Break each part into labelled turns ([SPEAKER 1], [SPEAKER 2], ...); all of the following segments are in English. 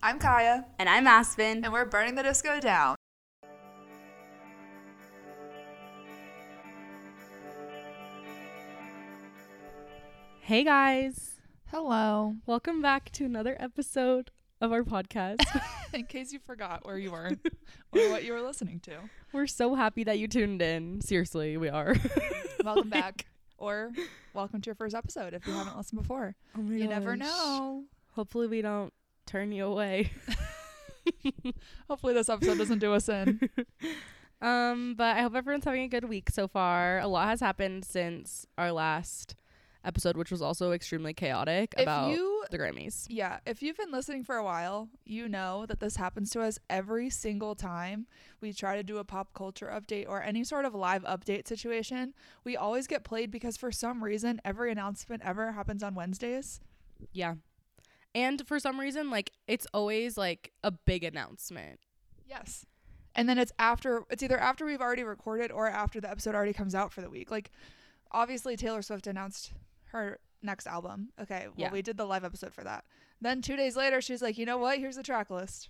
[SPEAKER 1] I'm Kaya,
[SPEAKER 2] And I'm Aspen.
[SPEAKER 1] and we're burning the disco down.
[SPEAKER 3] Hey guys,
[SPEAKER 4] Hello.
[SPEAKER 3] welcome back to another episode of our podcast.
[SPEAKER 4] In case you forgot where you were or what you were listening to,
[SPEAKER 3] We're so happy that you tuned in. Seriously, we are.
[SPEAKER 4] welcome back. Or welcome to your first episode if you haven't listened before.
[SPEAKER 3] Oh my
[SPEAKER 4] You never
[SPEAKER 3] gosh.
[SPEAKER 4] know.
[SPEAKER 3] Hopefully, we don't turn you away.
[SPEAKER 4] Hopefully, this episode doesn't do us in.
[SPEAKER 3] um, but I hope everyone's having a good week so far. A lot has happened since our last episode, which was also extremely chaotic about
[SPEAKER 4] if you,
[SPEAKER 3] the Grammys.
[SPEAKER 4] yeah, if you've been listening for a while, you know that this happens to us every single time we try to do a pop culture update or any sort of live update situation. We always get played because for some reason, every announcement ever happens on Wednesdays.
[SPEAKER 3] Yeah. And for some reason, like it's always like a big announcement.
[SPEAKER 4] Yes. And then it's after it's either after we've already recorded or after the episode already comes out for the week. Like obviously Taylor Swift announced her next album. Okay, well
[SPEAKER 3] Yeah.
[SPEAKER 4] we did the live episode for that. Then 2 days later she's like, "You know what? Here's the track list."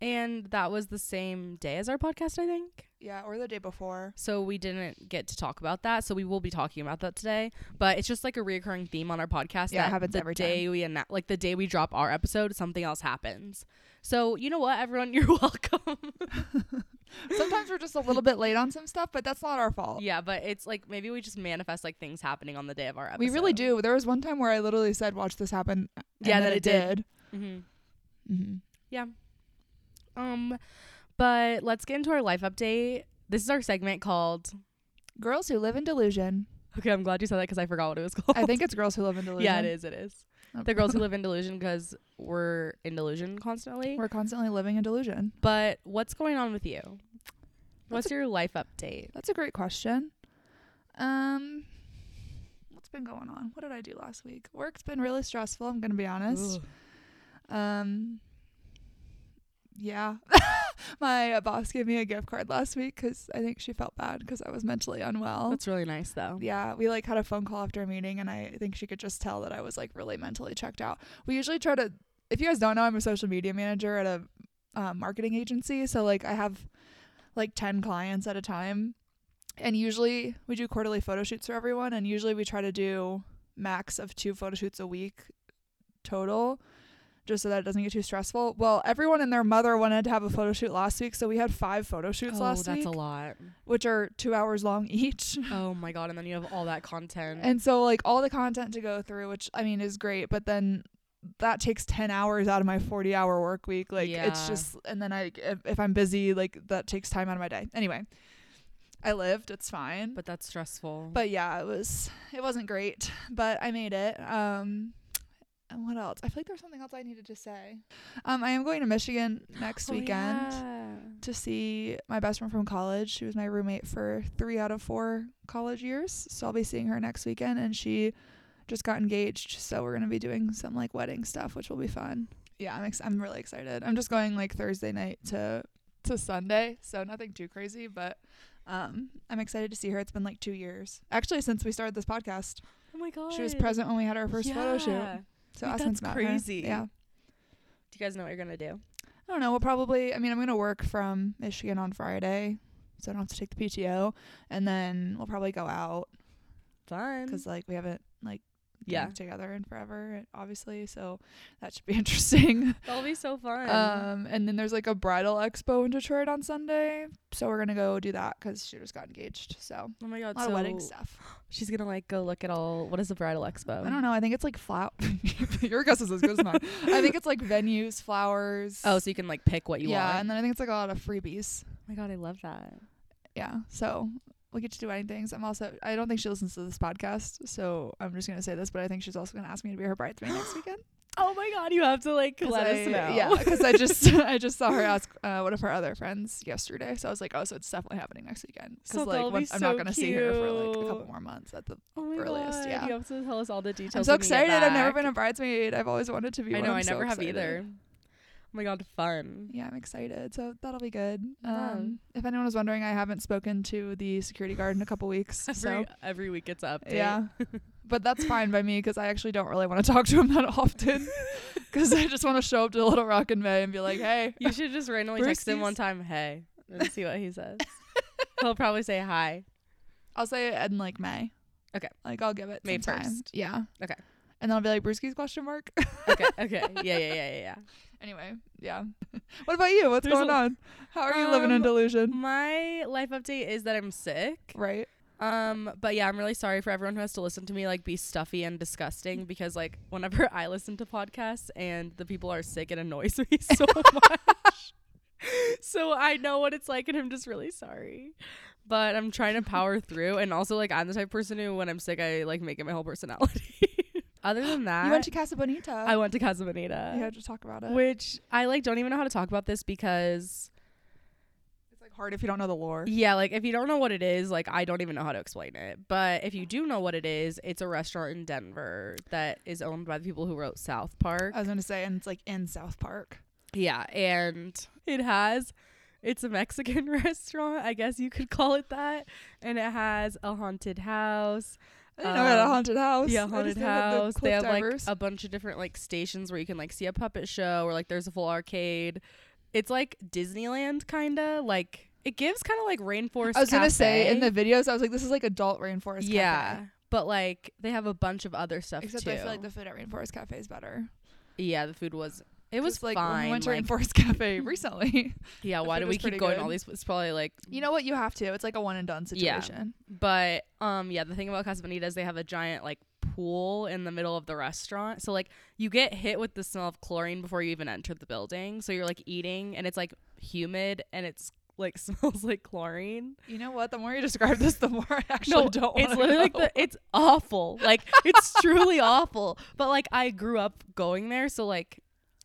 [SPEAKER 3] And that was the same day as our podcast, I think.
[SPEAKER 4] Yeah, or the day before.
[SPEAKER 3] So we didn't get to talk about that. So we will be talking about that today. But it's just like a reoccurring theme on our podcast.
[SPEAKER 4] Yeah, it
[SPEAKER 3] that
[SPEAKER 4] happens
[SPEAKER 3] the
[SPEAKER 4] every
[SPEAKER 3] day we annou- like the day we drop our episode, something else happens. So you know what, everyone, you're welcome.
[SPEAKER 4] Sometimes we're just a little bit late on some stuff, but that's not our fault.
[SPEAKER 3] yeah, but it's like maybe we just manifest like things happening on the day of our episode.
[SPEAKER 4] We really do. There was one time where I literally said, "Watch this happen." and
[SPEAKER 3] Yeah,
[SPEAKER 4] then
[SPEAKER 3] that it did. hmm
[SPEAKER 4] Mhm.
[SPEAKER 3] Um, but let's get into our life update. This is our segment called.
[SPEAKER 4] Girls who live in delusion.
[SPEAKER 3] Okay, I'm glad you said that because I forgot what it was called.
[SPEAKER 4] I think it's girls who live in delusion. Oh.
[SPEAKER 3] yeah, it is. It is the girls who live in delusion because we're in delusion constantly.
[SPEAKER 4] We're constantly living in delusion.
[SPEAKER 3] But what's going on with you? What's your life update?
[SPEAKER 4] That's a great question. Um, what's been going on? What did I do last week? Work's been really stressful. I'm gonna be honest. Um, yeah, my uh, boss gave me a gift card last week because I think she felt bad because I was mentally unwell.
[SPEAKER 3] That's really nice though.
[SPEAKER 4] yeah, we like had a phone call after a meeting, and I think she could just tell that I was like really mentally checked out. We usually try to, if you guys don't know, I'm a social media manager at a uh, marketing agency. So like I have like 10 clients at a time. And usually we do quarterly photo shoots for everyone. And usually we try to do max of two photo shoots a week total just so that it doesn't get too stressful. Well, everyone and their mother wanted to have a photo shoot last week. So we had five photo shoots
[SPEAKER 3] oh,
[SPEAKER 4] last
[SPEAKER 3] that's
[SPEAKER 4] week,
[SPEAKER 3] a lot.
[SPEAKER 4] which are two hours long each.
[SPEAKER 3] Oh my god, and then you have all that content.
[SPEAKER 4] And so like all the content to go through, which I mean is great, but then that takes 10 hours out of my 40 hour work week. Like
[SPEAKER 3] Yeah.
[SPEAKER 4] it's just and then I if, if I'm busy, like that takes time out of my day. Anyway, I lived, it's fine. But,
[SPEAKER 3] but that's stressful.
[SPEAKER 4] yeah, it was it wasn't great, but I made it. Um and what else? I feel like there's something else I needed to say. Um I am going to Michigan next
[SPEAKER 3] Oh,
[SPEAKER 4] weekend
[SPEAKER 3] yeah.
[SPEAKER 4] to see my best friend from college. She was my roommate for three out of four college years. So I'll be seeing her next weekend. And she just got engaged. So we're going to be doing some like wedding stuff, which will be fun. Yeah, I'm, ex- I'm really excited. I'm just going like Thursday night to to Sunday. So nothing too crazy, but um, I'm excited to see her. It's been like two years. Actually, since we started this podcast,
[SPEAKER 3] Oh my god.
[SPEAKER 4] she was present when we had our first photo
[SPEAKER 3] Yeah.
[SPEAKER 4] shoot. So
[SPEAKER 3] Wait,
[SPEAKER 4] Aspen's
[SPEAKER 3] that's
[SPEAKER 4] met her.
[SPEAKER 3] crazy.
[SPEAKER 4] Yeah.
[SPEAKER 3] Do you guys know what you're gonna do?
[SPEAKER 4] I don't know. We'll probably. I mean, I'm gonna work from Michigan on Friday, so I don't have to take the PTO, and then we'll probably go out
[SPEAKER 3] Fun.
[SPEAKER 4] because like we haven't like
[SPEAKER 3] Yeah.
[SPEAKER 4] yeah together in forever, obviously. So that should be interesting.
[SPEAKER 3] That'll be so fun.
[SPEAKER 4] um, and then there's like a bridal expo in Detroit on Sunday, so we're gonna go do that because she just got engaged. So
[SPEAKER 3] oh my
[SPEAKER 4] a
[SPEAKER 3] god.
[SPEAKER 4] lot
[SPEAKER 3] so
[SPEAKER 4] of wedding stuff.
[SPEAKER 3] She's gonna like go look at all. What is the bridal expo?
[SPEAKER 4] I don't know. I think it's like flower. Your guess is as good as mine. I think it's like venues, flowers.
[SPEAKER 3] Oh, so you can like pick what you
[SPEAKER 4] yeah,
[SPEAKER 3] want.
[SPEAKER 4] and then I think it's like a lot of freebies.
[SPEAKER 3] oh my god, I love that.
[SPEAKER 4] yeah so we get to do wedding things i'm also i don't think she listens to this podcast so i'm just going to say this but i think she's also going to ask me to be her bridesmaid next weekend
[SPEAKER 3] Oh my god, you have to like
[SPEAKER 4] 'Cause
[SPEAKER 3] let
[SPEAKER 4] I,
[SPEAKER 3] us know.
[SPEAKER 4] yeah because i just i just saw her ask uh, one of her other friends yesterday so i was like oh so it's definitely happening next weekend because
[SPEAKER 3] So
[SPEAKER 4] like
[SPEAKER 3] that'll
[SPEAKER 4] when-
[SPEAKER 3] be
[SPEAKER 4] i'm not
[SPEAKER 3] so
[SPEAKER 4] going to see her for like
[SPEAKER 3] cute.
[SPEAKER 4] a couple more months at the
[SPEAKER 3] Oh my
[SPEAKER 4] earliest,
[SPEAKER 3] god.
[SPEAKER 4] yeah.
[SPEAKER 3] You have to tell us all the details.
[SPEAKER 4] i'm so
[SPEAKER 3] when you get
[SPEAKER 4] excited i've never
[SPEAKER 3] back.
[SPEAKER 4] been a bridesmaid i've always wanted to be
[SPEAKER 3] I
[SPEAKER 4] one.
[SPEAKER 3] know,
[SPEAKER 4] I'm
[SPEAKER 3] I
[SPEAKER 4] so
[SPEAKER 3] never have
[SPEAKER 4] excited.
[SPEAKER 3] either. Oh my god, fun.
[SPEAKER 4] Yeah, I'm excited. So that'll be good.
[SPEAKER 3] Yeah.
[SPEAKER 4] Um, if anyone was wondering, I haven't spoken to the security guard in a couple weeks. so
[SPEAKER 3] Every, every week it's an update.
[SPEAKER 4] yeah, but that's fine by me because I actually don't really want to talk to him that often because I just want to show up to Little Rock in May and be like, hey,
[SPEAKER 3] You should just randomly text him
[SPEAKER 4] Brewskis.
[SPEAKER 3] one time, hey, and see what he says. He'll probably say hi.
[SPEAKER 4] I'll say it in like May.
[SPEAKER 3] Okay.
[SPEAKER 4] Like I'll give it
[SPEAKER 3] May
[SPEAKER 4] some time.
[SPEAKER 3] 1st.
[SPEAKER 4] Yeah.
[SPEAKER 3] Okay.
[SPEAKER 4] And then I'll be like, Brewski's question mark.
[SPEAKER 3] Okay, okay. Yeah, yeah, yeah, yeah, yeah.
[SPEAKER 4] anyway, yeah. What about you? What's
[SPEAKER 3] There's
[SPEAKER 4] going
[SPEAKER 3] a-
[SPEAKER 4] on? How are you living in
[SPEAKER 3] Um,
[SPEAKER 4] delusion?
[SPEAKER 3] My life update is that I'm sick.
[SPEAKER 4] Right.
[SPEAKER 3] Um, but yeah, I'm really sorry for everyone who has to listen to me like be stuffy and disgusting because like whenever I listen to podcasts and the people are sick, it annoys me so much. so I know what it's like, and I'm just really sorry. But I'm trying to power through, and also like I'm the type of person who, when I'm sick, I like make it my whole personality. Other than that,
[SPEAKER 4] you went to Casa Bonita.
[SPEAKER 3] I went to Casa Bonita,
[SPEAKER 4] you had to talk about it.
[SPEAKER 3] which I like don't even know how to talk about this because
[SPEAKER 4] It's like hard if you don't know the lore.
[SPEAKER 3] Yeah, like if you don't know what it is, like I don't even know how to explain it. But if you do know what it is, it's a restaurant in Denver that is owned by the people who wrote South Park.
[SPEAKER 4] I was gonna say, and it's like in South Park.
[SPEAKER 3] yeah, and it has it's a Mexican restaurant, I guess you could call it that, and it has a haunted house.
[SPEAKER 4] I didn't know it had a
[SPEAKER 3] Um,
[SPEAKER 4] haunted house. Oh, I
[SPEAKER 3] Yeah,
[SPEAKER 4] just
[SPEAKER 3] haunted
[SPEAKER 4] knew it had the
[SPEAKER 3] house. they
[SPEAKER 4] cliff
[SPEAKER 3] have
[SPEAKER 4] divers.
[SPEAKER 3] like a bunch of different like stations where you can like see a puppet show or like there's a full arcade. It's like Disneyland kind of like it gives kind of like rainforest.
[SPEAKER 4] I was gonna say in
[SPEAKER 3] Cafe.
[SPEAKER 4] the videos, I was like, this is like adult Rainforest Cafe.
[SPEAKER 3] yeah but like they have a bunch of other stuff
[SPEAKER 4] Except
[SPEAKER 3] too
[SPEAKER 4] I feel like the food at Rainforest Cafe is better.
[SPEAKER 3] yeah the food was it was
[SPEAKER 4] 'Cause, like when
[SPEAKER 3] fine
[SPEAKER 4] we went to
[SPEAKER 3] like,
[SPEAKER 4] Rainforest Cafe recently.
[SPEAKER 3] yeah
[SPEAKER 4] the
[SPEAKER 3] why
[SPEAKER 4] food
[SPEAKER 3] do
[SPEAKER 4] was
[SPEAKER 3] we keep
[SPEAKER 4] pretty
[SPEAKER 3] going
[SPEAKER 4] good.
[SPEAKER 3] all these it's probably like
[SPEAKER 4] you know what? You have to. It's like a one and done
[SPEAKER 3] Yeah.
[SPEAKER 4] situation.
[SPEAKER 3] but um yeah the thing about casa bonita is they have a giant like pool in the middle of the restaurant so like you get hit with the smell of chlorine before you even enter the building so you're like eating and it's like humid and it's like smells like chlorine
[SPEAKER 4] You know what? The more you describe this, the more I actually don't.
[SPEAKER 3] it's
[SPEAKER 4] wanna
[SPEAKER 3] literally like
[SPEAKER 4] go.
[SPEAKER 3] the it's awful. Like it's truly awful. But like I grew up going there, so like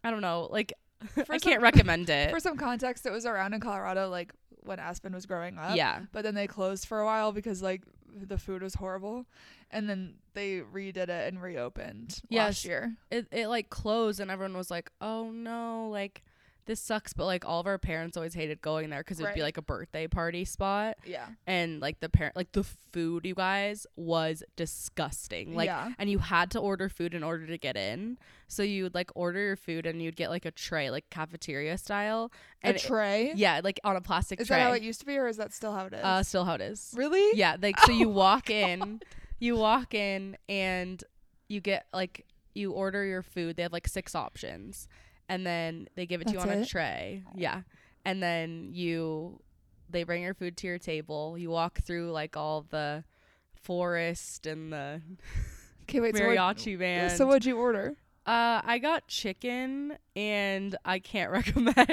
[SPEAKER 3] I don't know, like I
[SPEAKER 4] some-
[SPEAKER 3] can't recommend it.
[SPEAKER 4] For some context, it was around in Colorado, like when Aspen was growing up.
[SPEAKER 3] yeah.
[SPEAKER 4] But then they closed for a while because like the food was horrible, and then they redid it and reopened
[SPEAKER 3] Yes.
[SPEAKER 4] last year.
[SPEAKER 3] It it like closed and everyone was like, "Oh no, like this sucks." But like all of our parents always hated going there cuz it'd be
[SPEAKER 4] Right.
[SPEAKER 3] like a birthday party spot
[SPEAKER 4] Yeah.
[SPEAKER 3] and like the parent like the food you guys was disgusting. Like
[SPEAKER 4] yeah.
[SPEAKER 3] and you had to order food in order to get in. So you would like order your food and you'd get like a tray, like cafeteria style.
[SPEAKER 4] a
[SPEAKER 3] And it-
[SPEAKER 4] tray.
[SPEAKER 3] Yeah, like on a plastic
[SPEAKER 4] Is
[SPEAKER 3] tray.
[SPEAKER 4] that how it used to be, or is that still how it is?
[SPEAKER 3] uh, still how it is.
[SPEAKER 4] really?
[SPEAKER 3] Yeah, like so
[SPEAKER 4] Oh
[SPEAKER 3] you walk in, you walk in and you get like you order your food. They have like six options, and then they give it to you
[SPEAKER 4] That's
[SPEAKER 3] on a
[SPEAKER 4] it?
[SPEAKER 3] tray. Yeah, and then you they bring your food to your table. You walk through like all the forest and the
[SPEAKER 4] Okay, wait.
[SPEAKER 3] mariachi
[SPEAKER 4] So, what,
[SPEAKER 3] band.
[SPEAKER 4] so what'd you order?
[SPEAKER 3] uh, I got chicken, and I can't recommend.
[SPEAKER 4] I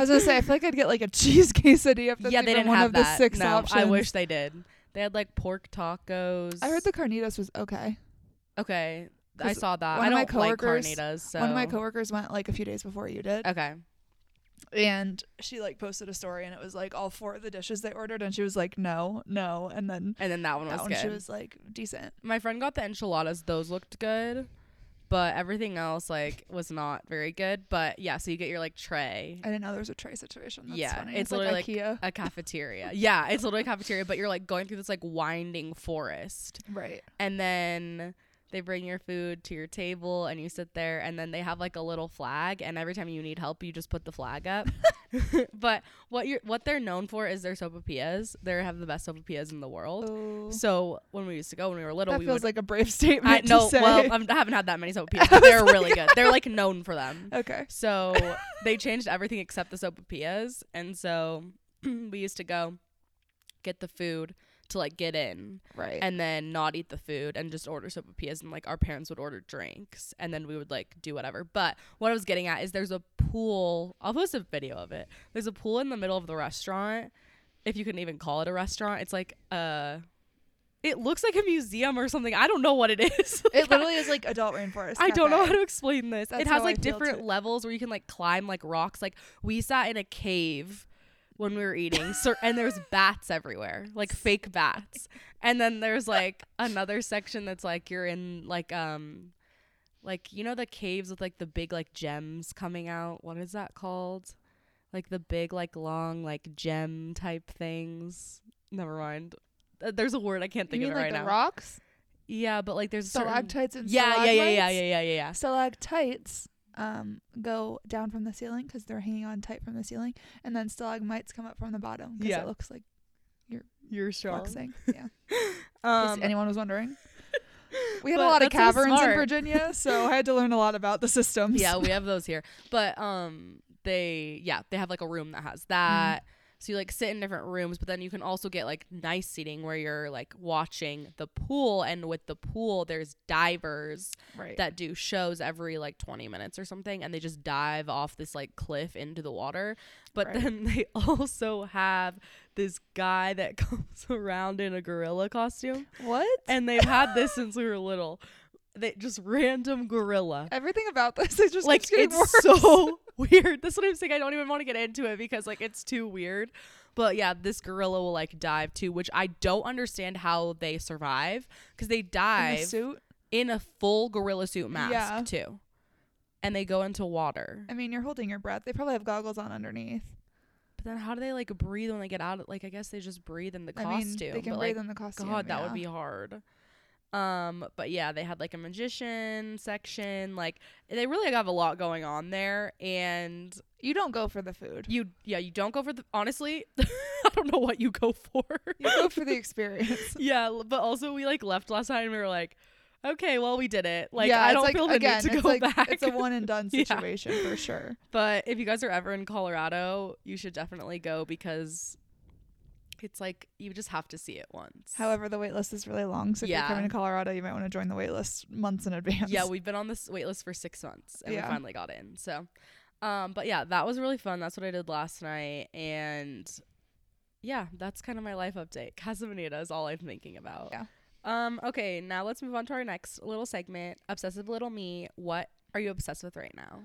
[SPEAKER 4] was gonna say I feel like I'd get like a cheese quesadilla if that's
[SPEAKER 3] yeah, they
[SPEAKER 4] even
[SPEAKER 3] didn't
[SPEAKER 4] one
[SPEAKER 3] have
[SPEAKER 4] of
[SPEAKER 3] that.
[SPEAKER 4] the six
[SPEAKER 3] no,
[SPEAKER 4] options.
[SPEAKER 3] I wish they did. They had like pork tacos.
[SPEAKER 4] I heard the carnitas was okay.
[SPEAKER 3] Okay, I
[SPEAKER 4] 'Cause
[SPEAKER 3] saw that.
[SPEAKER 4] one
[SPEAKER 3] I
[SPEAKER 4] of my
[SPEAKER 3] don't like
[SPEAKER 4] coworkers-
[SPEAKER 3] carnitas. So
[SPEAKER 4] One of my coworkers went like a few days before you did,
[SPEAKER 3] Okay.
[SPEAKER 4] and she like posted a story, and it was like all four of the dishes they ordered, and she was like, no, no, and then
[SPEAKER 3] And then that one
[SPEAKER 4] that
[SPEAKER 3] was
[SPEAKER 4] one
[SPEAKER 3] good.
[SPEAKER 4] she was like decent.
[SPEAKER 3] my friend got the enchiladas. Those looked good, but everything else like was not very good. But yeah, so you get your like tray,
[SPEAKER 4] I didn't know there was a tray situation. That's
[SPEAKER 3] Yeah,
[SPEAKER 4] funny.
[SPEAKER 3] it's
[SPEAKER 4] It's, like
[SPEAKER 3] literally like-
[SPEAKER 4] IKEA,
[SPEAKER 3] a cafeteria. yeah, it's literally a cafeteria, but you're like going through this like winding forest.
[SPEAKER 4] right?
[SPEAKER 3] and then they bring your food to your table and you sit there and then they have like a little flag and every time you need help you just put the flag up but what you're what they're known for is their sopapillas they have the best sopapillas in the world
[SPEAKER 4] Oh.
[SPEAKER 3] so when we used to go when we were little
[SPEAKER 4] That
[SPEAKER 3] we
[SPEAKER 4] feels
[SPEAKER 3] would
[SPEAKER 4] like a brave statement
[SPEAKER 3] I, no
[SPEAKER 4] to say.
[SPEAKER 3] well um, I'm, i have not had that many sopapillas but they're really good they're like known for them
[SPEAKER 4] okay.
[SPEAKER 3] so they changed everything except the sopapillas. And so we used to go get the food to like get in
[SPEAKER 4] Right.
[SPEAKER 3] and then not eat the food and just order sopapillas. And like our parents would order drinks and then we would like do whatever. But what I was getting at is there's a pool. I'll post a video of it. There's a pool in the middle of the restaurant. If you can even call it a restaurant, it's like uh It looks like a museum or something. I don't know what it is.
[SPEAKER 4] it literally is like adult rainforest.
[SPEAKER 3] I don't know how
[SPEAKER 4] Cafe.
[SPEAKER 3] to explain this. it
[SPEAKER 4] That's
[SPEAKER 3] has
[SPEAKER 4] how
[SPEAKER 3] like
[SPEAKER 4] I feel
[SPEAKER 3] different
[SPEAKER 4] too.
[SPEAKER 3] levels where you can like climb like rocks. Like we sat in a cave when we were eating, so, and there's bats everywhere, like fake bats. And then there's like another section that's like you're in like um like you know the caves with like the big like gems coming out. What is that called? Like the big like long like gem type things. Never mind. Th- There's a word I can't
[SPEAKER 4] You
[SPEAKER 3] think
[SPEAKER 4] mean
[SPEAKER 3] of it
[SPEAKER 4] like
[SPEAKER 3] right
[SPEAKER 4] the
[SPEAKER 3] now.
[SPEAKER 4] rocks?
[SPEAKER 3] Yeah, but like there's a certain
[SPEAKER 4] Stalactites and
[SPEAKER 3] yeah, yeah, yeah, yeah,
[SPEAKER 4] stalagmites?
[SPEAKER 3] yeah, yeah, yeah, yeah.
[SPEAKER 4] Stalactites um, go down from the ceiling because they're hanging on tight from the ceiling, and then stalagmites come up from the bottom because
[SPEAKER 3] Yeah.
[SPEAKER 4] it looks like
[SPEAKER 3] You're strong.
[SPEAKER 4] flexing. Yeah. In case
[SPEAKER 3] Um,
[SPEAKER 4] anyone was wondering. We had a
[SPEAKER 3] But
[SPEAKER 4] lot of
[SPEAKER 3] that's so
[SPEAKER 4] caverns in
[SPEAKER 3] smart.
[SPEAKER 4] Virginia, so I had to learn a lot about the systems.
[SPEAKER 3] yeah, we have those here. But um they yeah, they have like a room that has that. So you like sit in different rooms, but then you can also get like nice seating where you're like watching the pool and with the pool there's divers
[SPEAKER 4] right.
[SPEAKER 3] that do shows every like 20 minutes or something and they just dive off this like cliff into the water but
[SPEAKER 4] Right.
[SPEAKER 3] then they also have this guy that comes around in a gorilla costume
[SPEAKER 4] what?
[SPEAKER 3] and they've had this since we were little they just random gorilla
[SPEAKER 4] Everything about this is just
[SPEAKER 3] like
[SPEAKER 4] keeps getting
[SPEAKER 3] it's
[SPEAKER 4] worse.
[SPEAKER 3] so weird that's what i'm saying i don't even want to get into it because like it's too weird but yeah this gorilla will like dive too which i don't understand how they survive because they
[SPEAKER 4] In
[SPEAKER 3] dive
[SPEAKER 4] the suit.
[SPEAKER 3] in a full gorilla suit mask
[SPEAKER 4] Yeah.
[SPEAKER 3] too. And they go into water.
[SPEAKER 4] I mean, you're holding your breath. They probably have goggles on underneath.
[SPEAKER 3] But then how do they like breathe when they get out? of- Like I guess they just breathe in the costume.
[SPEAKER 4] I mean, they can
[SPEAKER 3] but
[SPEAKER 4] breathe
[SPEAKER 3] like
[SPEAKER 4] in the costume.
[SPEAKER 3] god, that would
[SPEAKER 4] yeah.
[SPEAKER 3] be hard. Um, but yeah, they had like a magician section. Like they really have a lot going on there and
[SPEAKER 4] You don't go for the food.
[SPEAKER 3] you yeah, you don't go for the honestly, I don't know what you go for.
[SPEAKER 4] You go for the experience.
[SPEAKER 3] yeah, l- but also we like left last time and we were like, okay, well we did it. Like
[SPEAKER 4] yeah,
[SPEAKER 3] I
[SPEAKER 4] it's
[SPEAKER 3] don't
[SPEAKER 4] like,
[SPEAKER 3] feel the
[SPEAKER 4] again,
[SPEAKER 3] need to
[SPEAKER 4] it's
[SPEAKER 3] go
[SPEAKER 4] like,
[SPEAKER 3] back.
[SPEAKER 4] It's a one and done
[SPEAKER 3] Yeah.
[SPEAKER 4] situation for sure.
[SPEAKER 3] But if you guys are ever in Colorado, you should definitely go because it's like you just have to see it once.
[SPEAKER 4] However, the wait list is really long, so if
[SPEAKER 3] Yeah.
[SPEAKER 4] you're coming to Colorado, you might want to join the wait list months in advance.
[SPEAKER 3] yeah, we've been on this wait list for six months and
[SPEAKER 4] Yeah.
[SPEAKER 3] we finally got in. So, um, but yeah, that was really fun. That's what I did last night, and yeah, that's kind of my life update. Casamanita is all I'm thinking about.
[SPEAKER 4] Yeah.
[SPEAKER 3] Um. Okay, now let's move on to our next little segment, obsessive little me. What are you obsessed with right now?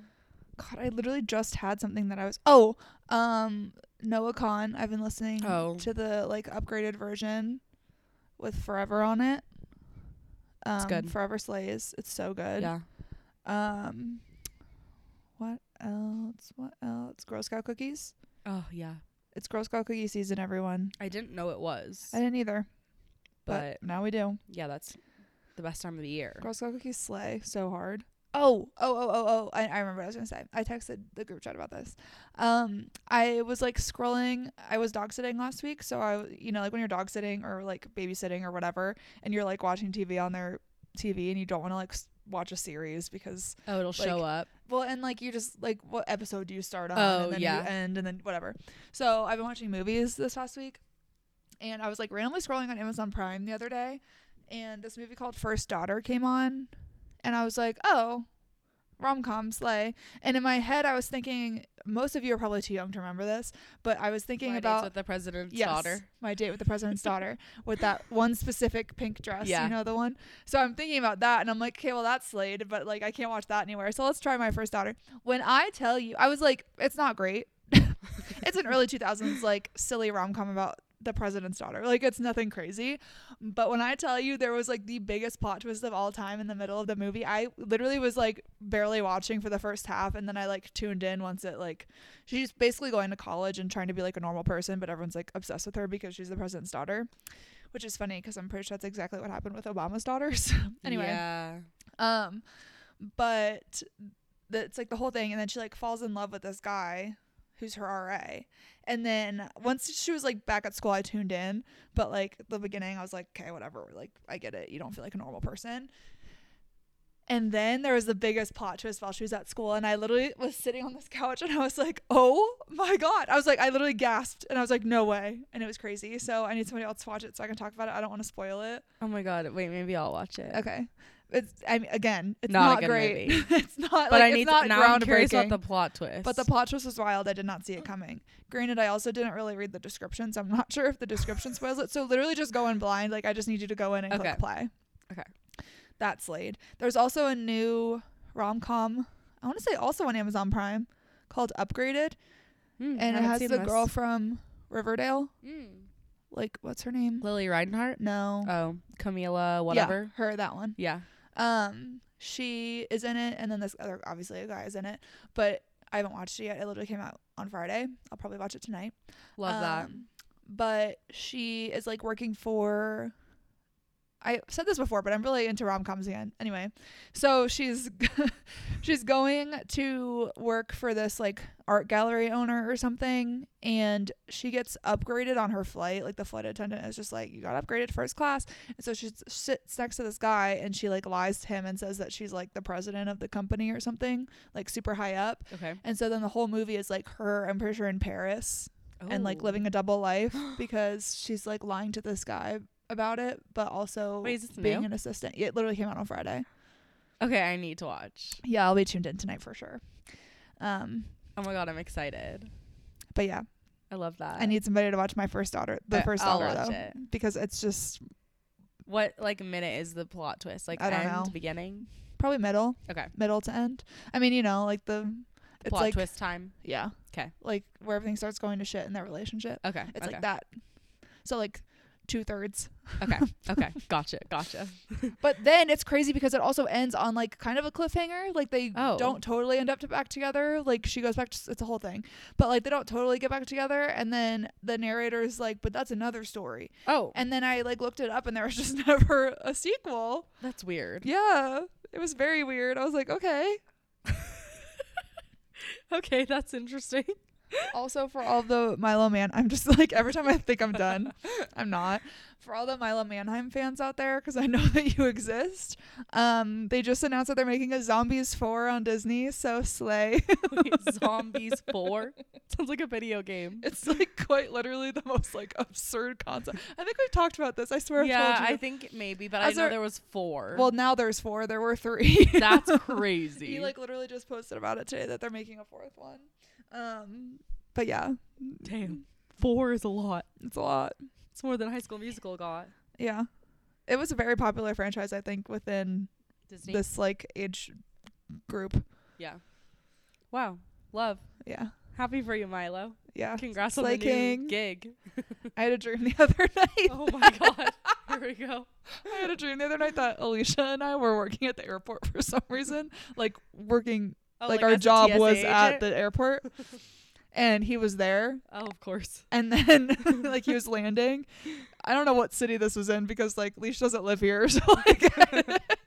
[SPEAKER 4] God, I literally just had something that I was. Oh, um, Noah Khan. I've been listening
[SPEAKER 3] Oh.
[SPEAKER 4] to the like upgraded version with Forever on it. Um,
[SPEAKER 3] good.
[SPEAKER 4] Forever Slays. It's so good.
[SPEAKER 3] Yeah.
[SPEAKER 4] Um, what else? What else? Girl Scout cookies.
[SPEAKER 3] Oh yeah.
[SPEAKER 4] It's Girl Scout cookie season, everyone.
[SPEAKER 3] I didn't know it was,
[SPEAKER 4] I didn't either,
[SPEAKER 3] but
[SPEAKER 4] but, now we do.
[SPEAKER 3] yeah, that's the best time of the year.
[SPEAKER 4] Girl Scout cookies slay so hard. Oh, oh, oh, oh, oh! I, I remember what I was gonna say. I texted the group chat about this. Um, I was like scrolling. I was dog sitting last week, so I, you know, like when you're dog sitting or like babysitting or whatever, and you're like watching TV on their TV, and you don't want to like s- watch a series because
[SPEAKER 3] Oh, it'll show up.
[SPEAKER 4] Well, and like you just like what episode do you start on?
[SPEAKER 3] Oh,
[SPEAKER 4] and then
[SPEAKER 3] yeah.
[SPEAKER 4] You end and then whatever. So I've been watching movies this past week, and I was like randomly scrolling on Amazon Prime the other day, and this movie called First Daughter came on, and I was like, oh, rom com slay. And in my head, I was thinking most of you are probably too young to remember this, but I was thinking
[SPEAKER 3] My Dates
[SPEAKER 4] about
[SPEAKER 3] with the president's
[SPEAKER 4] Yes,
[SPEAKER 3] daughter.
[SPEAKER 4] My date with the president's daughter with that one specific pink dress.
[SPEAKER 3] Yeah.
[SPEAKER 4] You know the one? So I'm thinking about that and I'm like, okay, well that's Slade, but like I can't watch that anywhere. So let's try my first daughter. When I tell you I was like, it's not great. it's an early two thousands like silly rom com about the president's daughter. Like it's nothing crazy. But when I tell you there was like the biggest plot twist of all time in the middle of the movie, I literally was like barely watching for the first half and then I like tuned in once it like she's basically going to college and trying to be like a normal person, but everyone's like obsessed with her because she's the president's daughter, which is funny because I'm pretty sure that's exactly what happened with Obama's daughters. anyway,
[SPEAKER 3] Yeah.
[SPEAKER 4] um, but the, it's like the whole thing, and then she like falls in love with this guy who's her RA, and then once she was like back at school, I tuned in, but like the beginning, I was like, okay, whatever, like I get it, you don't feel like a normal person. And then there was the biggest plot twist while she was at school, and I literally was sitting on this couch, and I was like, "Oh my god!" I was like, I literally gasped, and I was like, "No way!" And it was crazy. So I need somebody else to watch it so I can talk about it. I don't want to spoil it.
[SPEAKER 3] Oh my god. Wait, maybe I'll watch it.
[SPEAKER 4] Okay. It's I mean again, it's
[SPEAKER 3] Not a
[SPEAKER 4] not,
[SPEAKER 3] good
[SPEAKER 4] great.
[SPEAKER 3] movie.
[SPEAKER 4] it's not
[SPEAKER 3] But
[SPEAKER 4] like
[SPEAKER 3] I need
[SPEAKER 4] it's not
[SPEAKER 3] to, now I'm curious about
[SPEAKER 4] groundbreaking.
[SPEAKER 3] the plot twist.
[SPEAKER 4] but the plot twist was wild. I did not see it coming. Granted, I also didn't really read the description, so I'm not sure if the description spoils it. So literally just go in blind. Like I just need you to go in and
[SPEAKER 3] Okay.
[SPEAKER 4] click play.
[SPEAKER 3] Okay.
[SPEAKER 4] That's Slade. There's also a new rom com, I wanna say also on Amazon Prime, called Upgraded.
[SPEAKER 3] Mm,
[SPEAKER 4] And it
[SPEAKER 3] haven't
[SPEAKER 4] has
[SPEAKER 3] seen
[SPEAKER 4] the
[SPEAKER 3] this.
[SPEAKER 4] girl from Riverdale.
[SPEAKER 3] Mm.
[SPEAKER 4] Like what's her name?
[SPEAKER 3] Lily Reinhart.
[SPEAKER 4] No.
[SPEAKER 3] Oh, Camila.
[SPEAKER 4] Yeah,
[SPEAKER 3] Whatever.
[SPEAKER 4] her, that one.
[SPEAKER 3] Hmm. Yeah.
[SPEAKER 4] Um, she is in it, and then this other obviously a guy is in it. But I haven't watched it yet. It literally came out on Friday. I'll probably watch it tonight.
[SPEAKER 3] Love that.
[SPEAKER 4] Um, But she is like working for. I said this before, but I'm really into rom coms again. Anyway, so she's she's going to work for this like art gallery owner or something, and she gets upgraded on her flight. Like the flight attendant is just like, "You got upgraded first class," and so she s- sits next to this guy, and she like lies to him and says that she's like the president of the company or something, like super high up.
[SPEAKER 3] Okay.
[SPEAKER 4] And so then the whole movie is like her, I'm pretty sure, in Paris and like living a double life because she's like lying to this guy about it, but also
[SPEAKER 3] Wait, is this
[SPEAKER 4] being
[SPEAKER 3] new?
[SPEAKER 4] an assistant. Yeah, It literally came out on Friday.
[SPEAKER 3] Okay, I need to watch.
[SPEAKER 4] Yeah, I'll be tuned in tonight for sure. Um,
[SPEAKER 3] Oh my god, I'm excited.
[SPEAKER 4] but yeah,
[SPEAKER 3] I love that.
[SPEAKER 4] I need somebody to watch my first daughter, the
[SPEAKER 3] I-
[SPEAKER 4] 1st
[SPEAKER 3] Uh, I'll
[SPEAKER 4] daughter
[SPEAKER 3] watch
[SPEAKER 4] though,
[SPEAKER 3] it.
[SPEAKER 4] because it's just
[SPEAKER 3] What like minute is the plot twist? Like
[SPEAKER 4] I don't
[SPEAKER 3] end,
[SPEAKER 4] know.
[SPEAKER 3] beginning,
[SPEAKER 4] probably middle,
[SPEAKER 3] Okay.
[SPEAKER 4] middle to end. I mean, you know, like the it's
[SPEAKER 3] plot
[SPEAKER 4] like
[SPEAKER 3] twist time.
[SPEAKER 4] yeah,
[SPEAKER 3] 'Kay.
[SPEAKER 4] like where everything starts going to shit in their relationship.
[SPEAKER 3] Okay.
[SPEAKER 4] It's
[SPEAKER 3] okay.
[SPEAKER 4] like that. So like two thirds.
[SPEAKER 3] okay. Okay. Gotcha. Gotcha.
[SPEAKER 4] But then it's crazy because it also ends on like kind of a cliffhanger. Like they
[SPEAKER 3] Oh.
[SPEAKER 4] don't totally end up to back together. Like she goes back to it's a whole thing. But like they don't totally get back together and then the narrator's like, "But that's another story."
[SPEAKER 3] Oh,
[SPEAKER 4] And then I like looked it up and there was just never a sequel.
[SPEAKER 3] that's weird.
[SPEAKER 4] Yeah. It was very weird. I was like, "Okay."
[SPEAKER 3] Okay, that's interesting.
[SPEAKER 4] Also for all the Milo Man, I'm just like every time I think I'm done, I'm not. For all the Milo Manheim fans out there, because I know that you exist, um, they just announced that they're making a Zombies 4 on Disney. So slay.
[SPEAKER 3] Wait, Zombies Four sounds like a video game.
[SPEAKER 4] it's like quite literally the most like absurd concept. I think we've talked about this. I swear.
[SPEAKER 3] yeah,
[SPEAKER 4] I've told you.
[SPEAKER 3] I think maybe, but
[SPEAKER 4] As
[SPEAKER 3] I know
[SPEAKER 4] are-
[SPEAKER 3] there was four.
[SPEAKER 4] well, now there's four. There were three.
[SPEAKER 3] that's crazy.
[SPEAKER 4] he like literally just posted about it today that they're making a fourth one. Um, but yeah,
[SPEAKER 3] damn, four is a lot.
[SPEAKER 4] it's a lot.
[SPEAKER 3] It's more than High School Musical got.
[SPEAKER 4] Yeah. It was a very popular franchise, I think, within
[SPEAKER 3] Disney.
[SPEAKER 4] this like age group.
[SPEAKER 3] yeah. Wow. Love.
[SPEAKER 4] Yeah.
[SPEAKER 3] Happy for you, Milo.
[SPEAKER 4] Yeah.
[SPEAKER 3] Congrats
[SPEAKER 4] Slay
[SPEAKER 3] on the
[SPEAKER 4] King.
[SPEAKER 3] new gig.
[SPEAKER 4] I had a dream the other night.
[SPEAKER 3] Oh my god. Here we go.
[SPEAKER 4] I had a dream the other night that Alicia and I were working at the airport for some reason. Like working
[SPEAKER 3] Oh,
[SPEAKER 4] like, our
[SPEAKER 3] as a
[SPEAKER 4] job
[SPEAKER 3] TSA
[SPEAKER 4] was at
[SPEAKER 3] agent?
[SPEAKER 4] the airport. and he was there
[SPEAKER 3] Oh, of course.
[SPEAKER 4] and then like he was landing. I don't know what city this was in because like Leash doesn't live here, so like.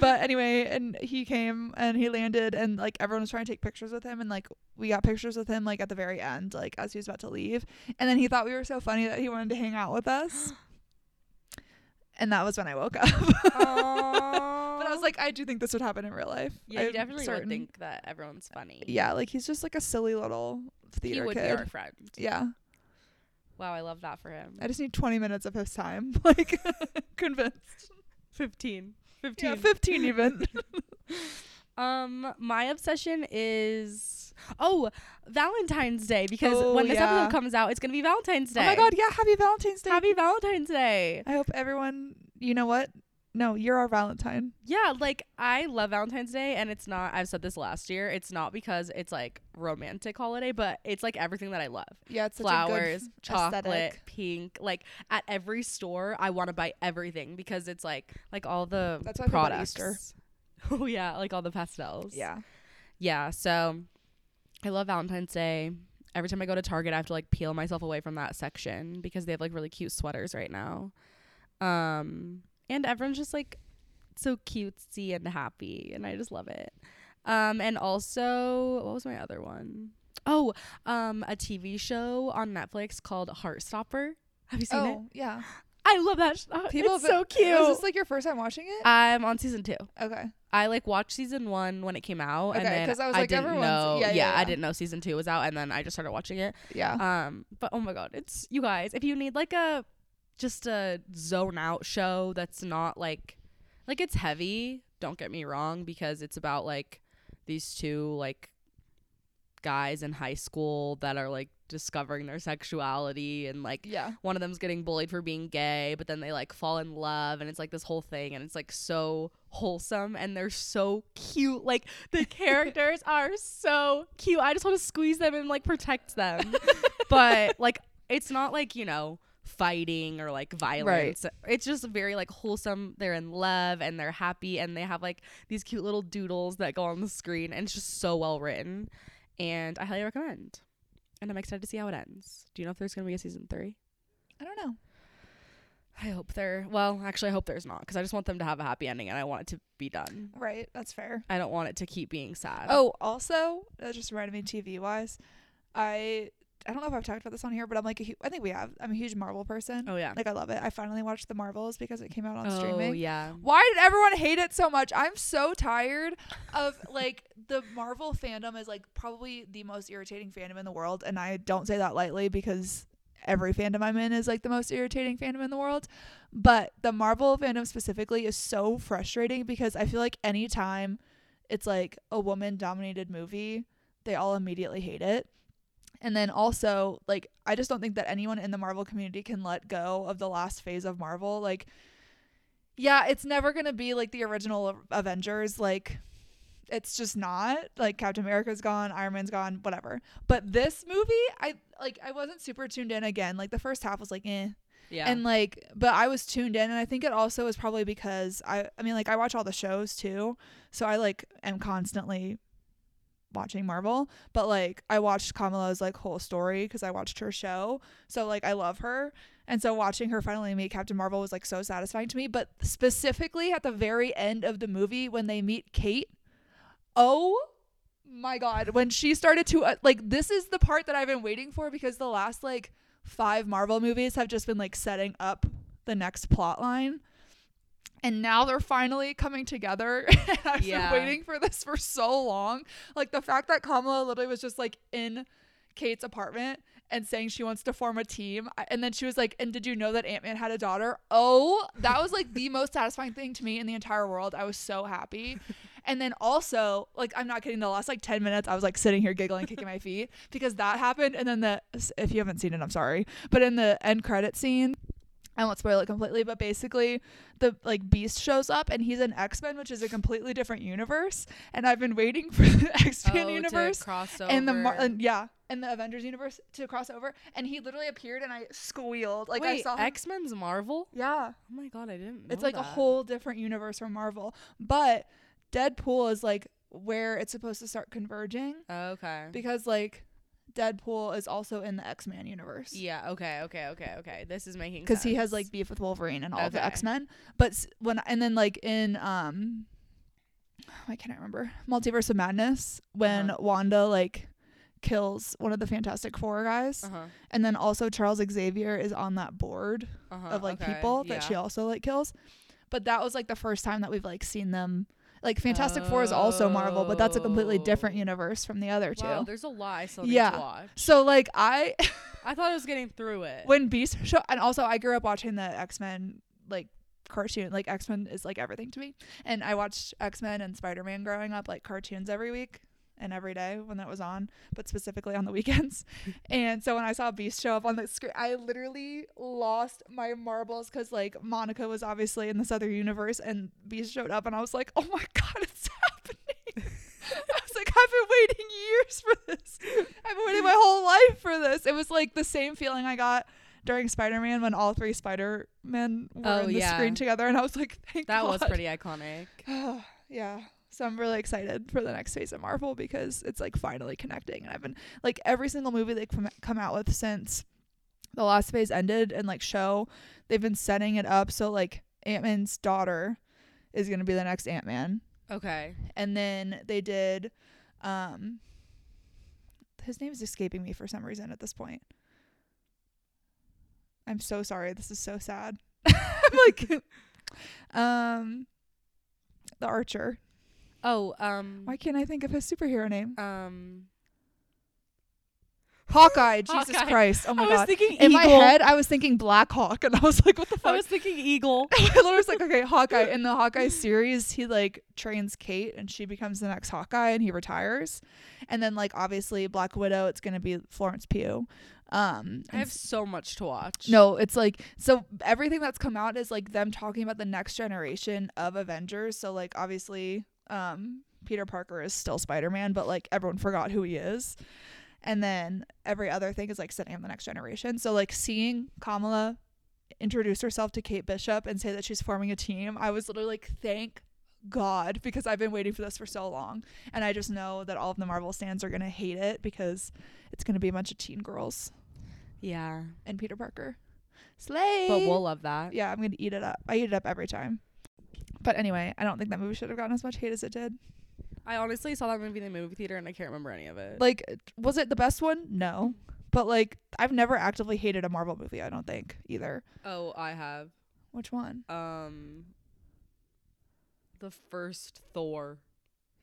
[SPEAKER 4] but anyway, and he came and he landed, and like everyone was trying to take pictures with him, and like we got pictures with him like at the very end, like as he was about to leave, and then he thought we were so funny that he wanted to hang out with us. And that was when I woke up. but I was like, I do think this would happen in real life.
[SPEAKER 3] Yeah, you
[SPEAKER 4] I'm
[SPEAKER 3] definitely
[SPEAKER 4] certain.
[SPEAKER 3] would think that everyone's funny.
[SPEAKER 4] Yeah, like he's just like a silly little theater
[SPEAKER 3] he would
[SPEAKER 4] kid.
[SPEAKER 3] be our friend.
[SPEAKER 4] yeah.
[SPEAKER 3] Wow, I love that for him.
[SPEAKER 4] I just need 20 minutes of his time. Like, convinced.
[SPEAKER 3] 15. 15.
[SPEAKER 4] Yeah, 15 even. Oh
[SPEAKER 3] Um, my obsession is oh Valentine's Day because
[SPEAKER 4] Oh,
[SPEAKER 3] when this
[SPEAKER 4] yeah.
[SPEAKER 3] episode comes out, it's gonna be Valentine's Day.
[SPEAKER 4] Oh my God, yeah. Happy Valentine's Day.
[SPEAKER 3] Happy Valentine's Day!
[SPEAKER 4] I hope everyone, you know what? No, you're our Valentine.
[SPEAKER 3] Yeah, like I love Valentine's Day, and it's not. I've said this last year. It's not because it's like romantic holiday, but it's like everything that I love.
[SPEAKER 4] Yeah, it's
[SPEAKER 3] flowers, chocolate, pink. Like at every store, I want to buy everything because it's like like all the
[SPEAKER 4] That's why I think about
[SPEAKER 3] products.
[SPEAKER 4] Easter.
[SPEAKER 3] Oh yeah, like all the pastels.
[SPEAKER 4] Yeah.
[SPEAKER 3] yeah. So I love Valentine's Day. Every time I go to Target, I have to like peel myself away from that section because they have like really cute sweaters right now. Um, and everyone's just like so cutesy and happy, and I just love it. Um, and also, what was my other one? Oh, um, a TV show on Netflix called Heartstopper. Have you seen it?
[SPEAKER 4] Oh, yeah.
[SPEAKER 3] I love that. Sh- oh,
[SPEAKER 4] People
[SPEAKER 3] it's
[SPEAKER 4] have-
[SPEAKER 3] so cute.
[SPEAKER 4] Was this like your first time watching it?
[SPEAKER 3] I'm on season two.
[SPEAKER 4] Okay.
[SPEAKER 3] I like watched season one when it came out, and
[SPEAKER 4] Okay,
[SPEAKER 3] then
[SPEAKER 4] 'cause I was like,
[SPEAKER 3] didn't
[SPEAKER 4] everyone's-
[SPEAKER 3] know.
[SPEAKER 4] yeah,
[SPEAKER 3] Yeah,
[SPEAKER 4] yeah, yeah.
[SPEAKER 3] I didn't know season two was out, and then I just started watching it.
[SPEAKER 4] Yeah.
[SPEAKER 3] Um, but oh my god, it's you guys. If you need like a just a zone out show that's not like like it's heavy. Don't get me wrong, because it's about like these two like guys in high school that are like discovering their sexuality and like
[SPEAKER 4] yeah.
[SPEAKER 3] one of them's getting bullied for being gay, but then they like fall in love and it's like this whole thing and it's like so wholesome and they're so cute. Like the characters are so cute. I just want to squeeze them and like protect them. but like it's not like, you know, fighting or like violence. It's just very like wholesome. They're in love and they're happy and they have like these cute little doodles that go on the screen and it's just so well written. And I highly recommend. And I'm excited to see how it ends. Do you know if there's going to be a season three?
[SPEAKER 4] I don't know.
[SPEAKER 3] I hope there. Well, actually, I hope there's not because I just want them to have a happy ending and I want it to be done.
[SPEAKER 4] Right, that's fair.
[SPEAKER 3] I don't want it to keep being sad.
[SPEAKER 4] Oh, also, that just reminded me TV wise. I I don't know if I've talked about this on here, but I'm like a hu- I think we have. I'm a huge Marvel person.
[SPEAKER 3] oh yeah.
[SPEAKER 4] Like I love it. I finally watched the Marvels because it came out on
[SPEAKER 3] oh
[SPEAKER 4] streaming.
[SPEAKER 3] yeah.
[SPEAKER 4] Why did everyone hate it so much? I'm so tired of like the Marvel fandom is like probably the most irritating fandom in the world, and I don't say that lightly because every fandom I'm in is like the most irritating fandom in the world. But the Marvel fandom specifically is so frustrating because I feel like anytime it's like a woman dominated movie, they all immediately hate it. And then also, like, I just don't think that anyone in the Marvel community can let go of the last phase of Marvel. Like, yeah, it's never going to be like the original Avengers. Like, it's just not. Like, Captain America's gone, Iron Man's gone, whatever. But this movie, I like, I wasn't super tuned in again. Like, the first half was like, eh.
[SPEAKER 3] Yeah.
[SPEAKER 4] And like, but I was tuned in, and I think it also is probably because I, I mean, like, I watch all the shows too, so I like am constantly watching Marvel. But like, I watched Kamala's like whole story because I watched her show, so like, I love her, and so watching her finally meet Captain Marvel was like so satisfying to me. But specifically at the very end of the movie when they meet Kate, oh my god when she started to uh, like this is the part that i've been waiting for because the last like five marvel movies have just been like setting up the next plot line and now they're finally coming together and i've
[SPEAKER 3] Yeah.
[SPEAKER 4] been waiting for this for so long like the fact that kamala literally was just like in kate's apartment and saying she wants to form a team I- and then she was like and did you know that ant-man had a daughter oh that was like the most satisfying thing to me in the entire world i was so happy and then also, like, I'm not kidding. The last like 10 minutes, I was like sitting here giggling, kicking my feet because that happened. And then the, if you haven't seen it, I'm sorry. But in the end credit scene, I won't spoil it completely, but basically, the like Beast shows up and he's an X Men, which is a completely different universe. And I've been waiting for the X
[SPEAKER 3] Oh,
[SPEAKER 4] Men universe and the Mar- and, yeah, and the Avengers universe to cross over. And he literally appeared, and I squealed like I
[SPEAKER 3] Wait,
[SPEAKER 4] saw him.
[SPEAKER 3] X Men's Marvel.
[SPEAKER 4] yeah,
[SPEAKER 3] Oh my god, I didn't.
[SPEAKER 4] it's
[SPEAKER 3] know
[SPEAKER 4] like a
[SPEAKER 3] that.
[SPEAKER 4] whole different universe from Marvel. But Deadpool is like where it's supposed to start converging
[SPEAKER 3] Okay.
[SPEAKER 4] because like Deadpool is also in the X Men universe.
[SPEAKER 3] yeah. Okay. Okay. Okay. Okay. This is making
[SPEAKER 4] Because he has
[SPEAKER 3] sense.
[SPEAKER 4] like beef with Wolverine and all of the
[SPEAKER 3] Okay.
[SPEAKER 4] X Men, but s- when and then like in um, oh, I can't remember Multiverse of Madness when
[SPEAKER 3] Uh-huh.
[SPEAKER 4] Wanda like kills one of the Fantastic Four guys,
[SPEAKER 3] Uh-huh.
[SPEAKER 4] and then also Charles Xavier is on that board
[SPEAKER 3] Uh-huh.
[SPEAKER 4] of like
[SPEAKER 3] okay,
[SPEAKER 4] people that
[SPEAKER 3] yeah.
[SPEAKER 4] she also like kills. But that was like the first time that we've like seen them. Like Fantastic Four is also Marvel, but that's a completely different
[SPEAKER 3] Oh.
[SPEAKER 4] universe from the other two.
[SPEAKER 3] Wow, there's a lot I still need
[SPEAKER 4] Yeah.
[SPEAKER 3] to watch.
[SPEAKER 4] so like I
[SPEAKER 3] I thought I was getting through it.
[SPEAKER 4] when Beast show and also I grew up watching the X Men like cartoon. Like X Men is like everything to me. And I watched X Men and Spider Man growing up like cartoons every week and every day when that was on, but specifically on the weekends. and so when I saw Beast show up on the screen, I literally lost my marbles because like Monica was obviously in this other universe and Beast showed up and I was like, oh my god, it's happening. I was like, I've been waiting years for this. I've been waiting my whole life for this. It was like the same feeling I got during Spider-Man when all three Spider-Men were
[SPEAKER 3] Oh,
[SPEAKER 4] on the
[SPEAKER 3] yeah.
[SPEAKER 4] screen together, and I was like, thank
[SPEAKER 3] that
[SPEAKER 4] God.
[SPEAKER 3] was pretty iconic.
[SPEAKER 4] yeah. So I'm really excited for the next phase of Marvel because it's like finally connecting, and I've been like every single movie they've come, come out with since the last phase ended and like show they've been setting it up so like Ant Man's daughter is gonna be the next Ant Man,
[SPEAKER 3] Okay.
[SPEAKER 4] and then they did, um, his name is escaping me for some reason at this point. I'm so sorry. This is so sad. I'm like, um, the Archer.
[SPEAKER 3] Oh, um
[SPEAKER 4] Why can't I think of his superhero name?
[SPEAKER 3] um
[SPEAKER 4] Hawkeye. Jesus
[SPEAKER 3] Hawkeye.
[SPEAKER 4] Christ. Oh my
[SPEAKER 3] I was
[SPEAKER 4] god.
[SPEAKER 3] thinking
[SPEAKER 4] In
[SPEAKER 3] eagle.
[SPEAKER 4] my head, I was thinking Black Hawk, and I was like, what the fuck?
[SPEAKER 3] I was thinking eagle.
[SPEAKER 4] I literally was like, okay, Hawkeye. In the Hawkeye series, he like trains Kate and she becomes the next Hawkeye and he retires. And then like obviously Black Widow, it's gonna be Florence Pugh. Um
[SPEAKER 3] I
[SPEAKER 4] and
[SPEAKER 3] have so much to watch.
[SPEAKER 4] no, it's like so everything that's come out is like them talking about the next generation of Avengers. So like obviously um Peter Parker is still Spider-Man, but like everyone forgot who he is. And then every other thing is like setting up the next generation. So like seeing Kamala introduce herself to Kate Bishop and say that she's forming a team, I was literally like, thank God, because I've been waiting for this for so long. And I just know that all of the Marvel stands are gonna hate it because it's gonna be a bunch of teen girls
[SPEAKER 3] Yeah.
[SPEAKER 4] and Peter Parker. Slay
[SPEAKER 3] But we'll love that.
[SPEAKER 4] yeah, I'm gonna eat it up. I eat it up every time. But anyway, I don't think that movie should have gotten as much hate as it did.
[SPEAKER 3] I honestly saw that movie in the movie theater and I can't remember any of it.
[SPEAKER 4] Like, was it the best one? No. But like, I've never actively hated a Marvel movie. I don't think either.
[SPEAKER 3] oh, I have.
[SPEAKER 4] Which one?
[SPEAKER 3] Um the first Thor.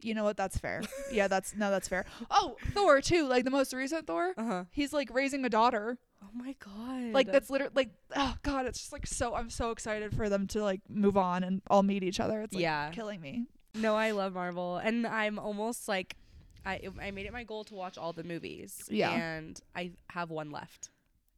[SPEAKER 4] You know what? That's fair. yeah, that's no, that's fair. Oh, Thor too. Like the most recent Thor.
[SPEAKER 3] Uh-huh.
[SPEAKER 4] He's like raising a daughter.
[SPEAKER 3] Oh my god.
[SPEAKER 4] Like that's literally like oh god, it's just like so. I'm so excited for them to like move on and all meet each other. It's like
[SPEAKER 3] Yeah.
[SPEAKER 4] killing me.
[SPEAKER 3] No, I love Marvel, and I'm almost like, I I made it my goal to watch all the movies.
[SPEAKER 4] Yeah.
[SPEAKER 3] and I have one left.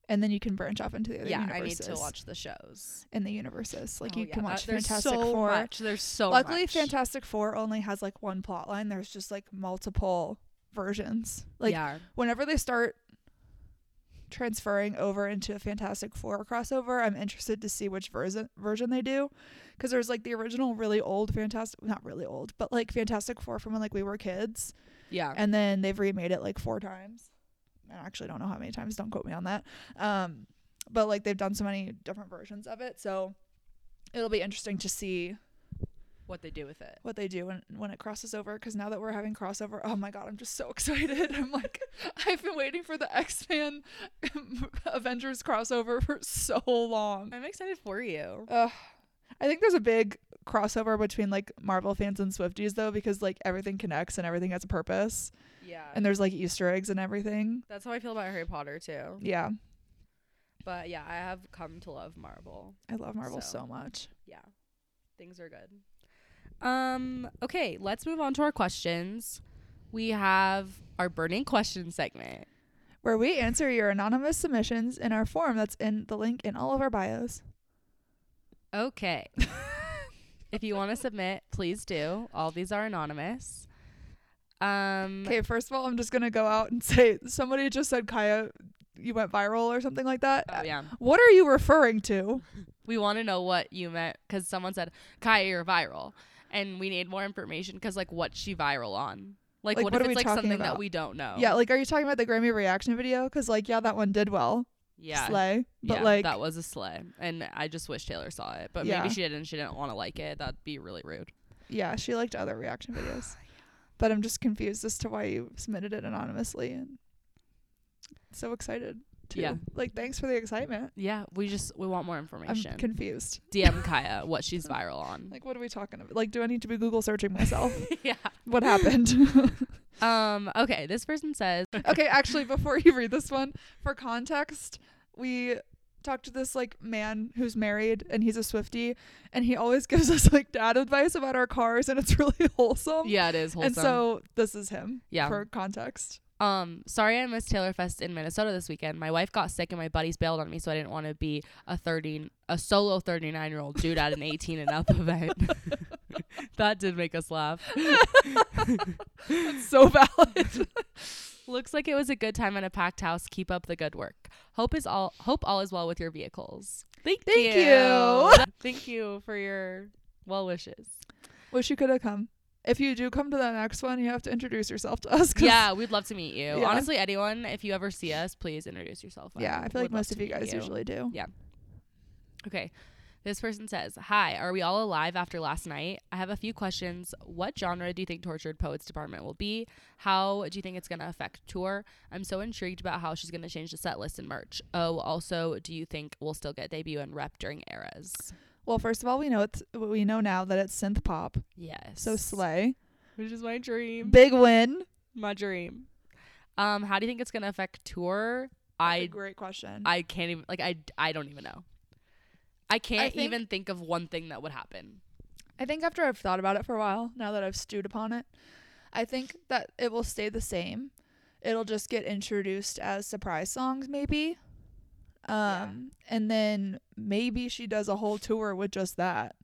[SPEAKER 4] And then you can branch off into the other
[SPEAKER 3] yeah,
[SPEAKER 4] universes.
[SPEAKER 3] I need to watch the shows.
[SPEAKER 4] in the universes. Like
[SPEAKER 3] Oh,
[SPEAKER 4] you
[SPEAKER 3] yeah,
[SPEAKER 4] can
[SPEAKER 3] that-
[SPEAKER 4] watch
[SPEAKER 3] there's
[SPEAKER 4] Fantastic
[SPEAKER 3] so
[SPEAKER 4] Four.
[SPEAKER 3] Much. There's so
[SPEAKER 4] Luckily,
[SPEAKER 3] much.
[SPEAKER 4] Fantastic Four only has like one plot line. There's just like multiple versions. Like
[SPEAKER 3] yeah,
[SPEAKER 4] whenever they start transferring over into a Fantastic Four crossover, I'm interested to see which version version they do, because there's like the original really old Fantastic, not really old, but like Fantastic Four from when like we were kids,
[SPEAKER 3] yeah,
[SPEAKER 4] and then they've remade it like four times. I actually don't know how many times. Don't quote me on that. Um, but like they've done so many different versions of it, so it'll be interesting to see
[SPEAKER 3] what they do with it.
[SPEAKER 4] what they do when, when it crosses over because now that we're having crossover oh my god i'm just so excited i'm like i've been waiting for the x-men avengers crossover for so long
[SPEAKER 3] I'm excited for you.
[SPEAKER 4] Ugh. i think there's a big crossover between like marvel fans and swifties though because like everything connects and everything has a purpose
[SPEAKER 3] Yeah,
[SPEAKER 4] and there's like easter eggs and everything
[SPEAKER 3] that's how I feel about Harry Potter too.
[SPEAKER 4] yeah
[SPEAKER 3] But yeah, I have come to love Marvel.
[SPEAKER 4] i love marvel
[SPEAKER 3] So.
[SPEAKER 4] so much
[SPEAKER 3] Yeah, things are good. Um, okay, let's move on to our questions. We have our burning question segment.
[SPEAKER 4] where we answer your anonymous submissions in our form that's in the link in all of our bios
[SPEAKER 3] Okay. if you want to submit, please do. All these are anonymous. Um,
[SPEAKER 4] Okay, first of all, I'm just gonna go out and say somebody just said Kaya, you went viral or something like that.
[SPEAKER 3] oh, yeah.
[SPEAKER 4] What are you referring to?
[SPEAKER 3] We want to know what you meant because someone said, Kaya, you're viral. And we need more information because, like, what's she viral on? Like,
[SPEAKER 4] Like,
[SPEAKER 3] what,
[SPEAKER 4] what
[SPEAKER 3] if
[SPEAKER 4] are we
[SPEAKER 3] it's like
[SPEAKER 4] talking
[SPEAKER 3] something
[SPEAKER 4] about?
[SPEAKER 3] that we don't know?
[SPEAKER 4] Yeah, like, are you talking about the Grammy reaction video? Because like, yeah, that one did well,
[SPEAKER 3] Yeah.
[SPEAKER 4] slay. But
[SPEAKER 3] yeah,
[SPEAKER 4] like,
[SPEAKER 3] that was a slay. And I just wish Taylor saw it. But
[SPEAKER 4] Yeah.
[SPEAKER 3] maybe she didn't. She didn't want to like it. That'd be really rude.
[SPEAKER 4] yeah, she liked other reaction videos. But I'm just confused as to why you submitted it anonymously and so excited. Too.
[SPEAKER 3] Yeah.
[SPEAKER 4] Like, thanks for the excitement.
[SPEAKER 3] Yeah. We just, we want more
[SPEAKER 4] I'm
[SPEAKER 3] information.
[SPEAKER 4] confused.
[SPEAKER 3] DM Kaya what she's viral on.
[SPEAKER 4] Like, what are we talking about? Like, do I need to be Google searching myself?
[SPEAKER 3] yeah.
[SPEAKER 4] what happened?
[SPEAKER 3] Um, okay. This person says,
[SPEAKER 4] okay, actually, before you read this one, for context, we talked to this like man who's married and he's a Swifty, and he always gives us like dad advice about our cars, and it's really wholesome.
[SPEAKER 3] Yeah, it is wholesome.
[SPEAKER 4] And so this is him.
[SPEAKER 3] Yeah.
[SPEAKER 4] For context.
[SPEAKER 3] um, sorry I missed Taylor Fest in Minnesota this weekend. My wife got sick and my buddies bailed on me, so I didn't want to be a thirty, a solo thirty nine year old dude at an eighteen and up event. that did make us laugh.
[SPEAKER 4] It's so valid.
[SPEAKER 3] Looks like it was a good time at a packed house. Keep up the good work. Hope is all. Hope all is well with your vehicles. Thank,
[SPEAKER 4] Thank
[SPEAKER 3] you. Thank you for your well wishes.
[SPEAKER 4] Wish you could have come. If you do come to the next one, you have to introduce yourself to us. 'cause-
[SPEAKER 3] Yeah, we'd love to meet you.
[SPEAKER 4] Yeah.
[SPEAKER 3] Honestly, anyone, if you ever see us, please introduce yourself.
[SPEAKER 4] Yeah, I feel like
[SPEAKER 3] would love
[SPEAKER 4] most
[SPEAKER 3] to
[SPEAKER 4] of you
[SPEAKER 3] meet
[SPEAKER 4] guys usually do.
[SPEAKER 3] Okay. This person says, Hi, are we all alive after last night? I have a few questions. What genre do you think Tortured Poets Department will be? How do you think it's going to affect tour? I'm so intrigued about how she's going to change the set list and merch. Oh, also, do you think we'll still get debut and rep during eras?
[SPEAKER 4] Well, first of all, we know it's we know now that it's synth pop.
[SPEAKER 3] Yes.
[SPEAKER 4] So slay.
[SPEAKER 3] Which is my dream.
[SPEAKER 4] Big win.
[SPEAKER 3] My dream. Um, how do you think it's going to affect tour?
[SPEAKER 4] That's a
[SPEAKER 3] I
[SPEAKER 4] great question.
[SPEAKER 3] I can't even like I I don't even know. I can't
[SPEAKER 4] think-
[SPEAKER 3] even think of one thing that would happen.
[SPEAKER 4] I think after I've thought about it for a while, now that I've stewed upon it, I think that it will stay the same. It'll just get introduced as surprise songs, maybe. Um, and then maybe she does a whole tour with just that.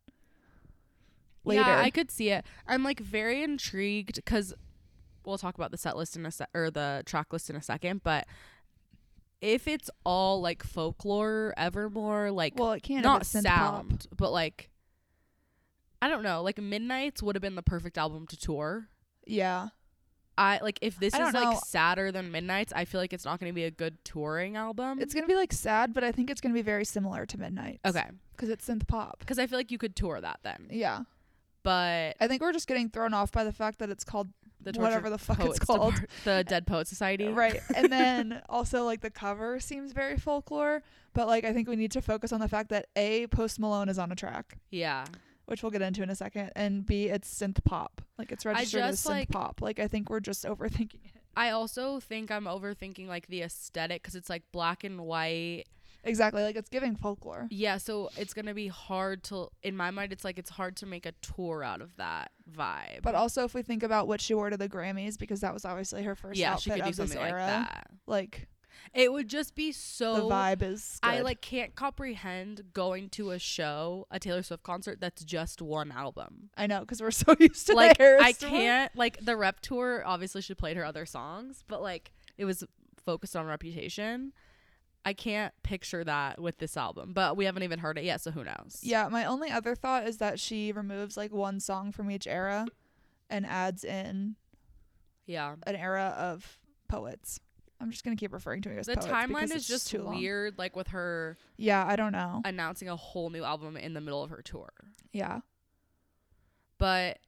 [SPEAKER 4] Later,
[SPEAKER 3] Yeah, I could see it. I'm like very intrigued because we'll talk about the set list in a sec or the track list in a second, but if it's all like folklore, evermore, like
[SPEAKER 4] well, it can't
[SPEAKER 3] not
[SPEAKER 4] if it's synth
[SPEAKER 3] sound,
[SPEAKER 4] Pop.
[SPEAKER 3] but like I don't know, like Midnight's would have been the perfect album to tour.
[SPEAKER 4] Yeah,
[SPEAKER 3] I like if this
[SPEAKER 4] I
[SPEAKER 3] is
[SPEAKER 4] don't
[SPEAKER 3] like
[SPEAKER 4] know.
[SPEAKER 3] sadder than Midnight's, I feel like it's not going to be a good touring album.
[SPEAKER 4] it's gonna be like sad, but I think it's gonna be very similar to Midnight.
[SPEAKER 3] okay
[SPEAKER 4] because it's synth pop.
[SPEAKER 3] because I feel like you could tour that then,
[SPEAKER 4] Yeah,
[SPEAKER 3] but
[SPEAKER 4] I think we're just getting thrown off by the fact that it's called
[SPEAKER 3] the Tortured
[SPEAKER 4] whatever the fuck it's
[SPEAKER 3] Poets
[SPEAKER 4] called.
[SPEAKER 3] Depart- the Dead Poet Society,
[SPEAKER 4] Right. And then also like the cover seems very folklore, but like I think we need to focus on the fact that A Post Malone is on a track,
[SPEAKER 3] Yeah,
[SPEAKER 4] which we'll get into in a second, and B it's synth pop. Like it's registered as
[SPEAKER 3] just,
[SPEAKER 4] synth
[SPEAKER 3] like-
[SPEAKER 4] pop. Like I think we're just overthinking it.
[SPEAKER 3] I also think I'm overthinking like the aesthetic because it's like black and white.
[SPEAKER 4] Exactly. Like it's giving folklore.
[SPEAKER 3] Yeah, so it's gonna be hard to. In my mind, it's like it's hard to make a tour out of that vibe.
[SPEAKER 4] But also if we think about what she wore to the Grammys because that was obviously her first
[SPEAKER 3] yeah, she
[SPEAKER 4] outfit
[SPEAKER 3] could do
[SPEAKER 4] of this
[SPEAKER 3] something
[SPEAKER 4] era.
[SPEAKER 3] like that.
[SPEAKER 4] like,
[SPEAKER 3] It would just be
[SPEAKER 4] the
[SPEAKER 3] so.
[SPEAKER 4] vibe is
[SPEAKER 3] I
[SPEAKER 4] good.
[SPEAKER 3] like can't comprehend going to a show, a Taylor Swift concert that's just one album.
[SPEAKER 4] I know cuz we're so used to the
[SPEAKER 3] Like
[SPEAKER 4] Eras
[SPEAKER 3] I
[SPEAKER 4] tour.
[SPEAKER 3] can't. Like the Rep tour, obviously she played her other songs, but like it was focused on Reputation. I can't picture that with this album, but we haven't even heard it yet, so who knows?
[SPEAKER 4] Yeah, my only other thought is that she removes like one song from each era and adds in
[SPEAKER 3] yeah.
[SPEAKER 4] an era of poets. I'm just gonna keep referring to it as
[SPEAKER 3] The
[SPEAKER 4] poets because
[SPEAKER 3] timeline is
[SPEAKER 4] it's
[SPEAKER 3] just
[SPEAKER 4] too long.
[SPEAKER 3] weird, like with her
[SPEAKER 4] Yeah, I don't know.
[SPEAKER 3] announcing a whole new album in the middle of her tour.
[SPEAKER 4] Yeah,
[SPEAKER 3] But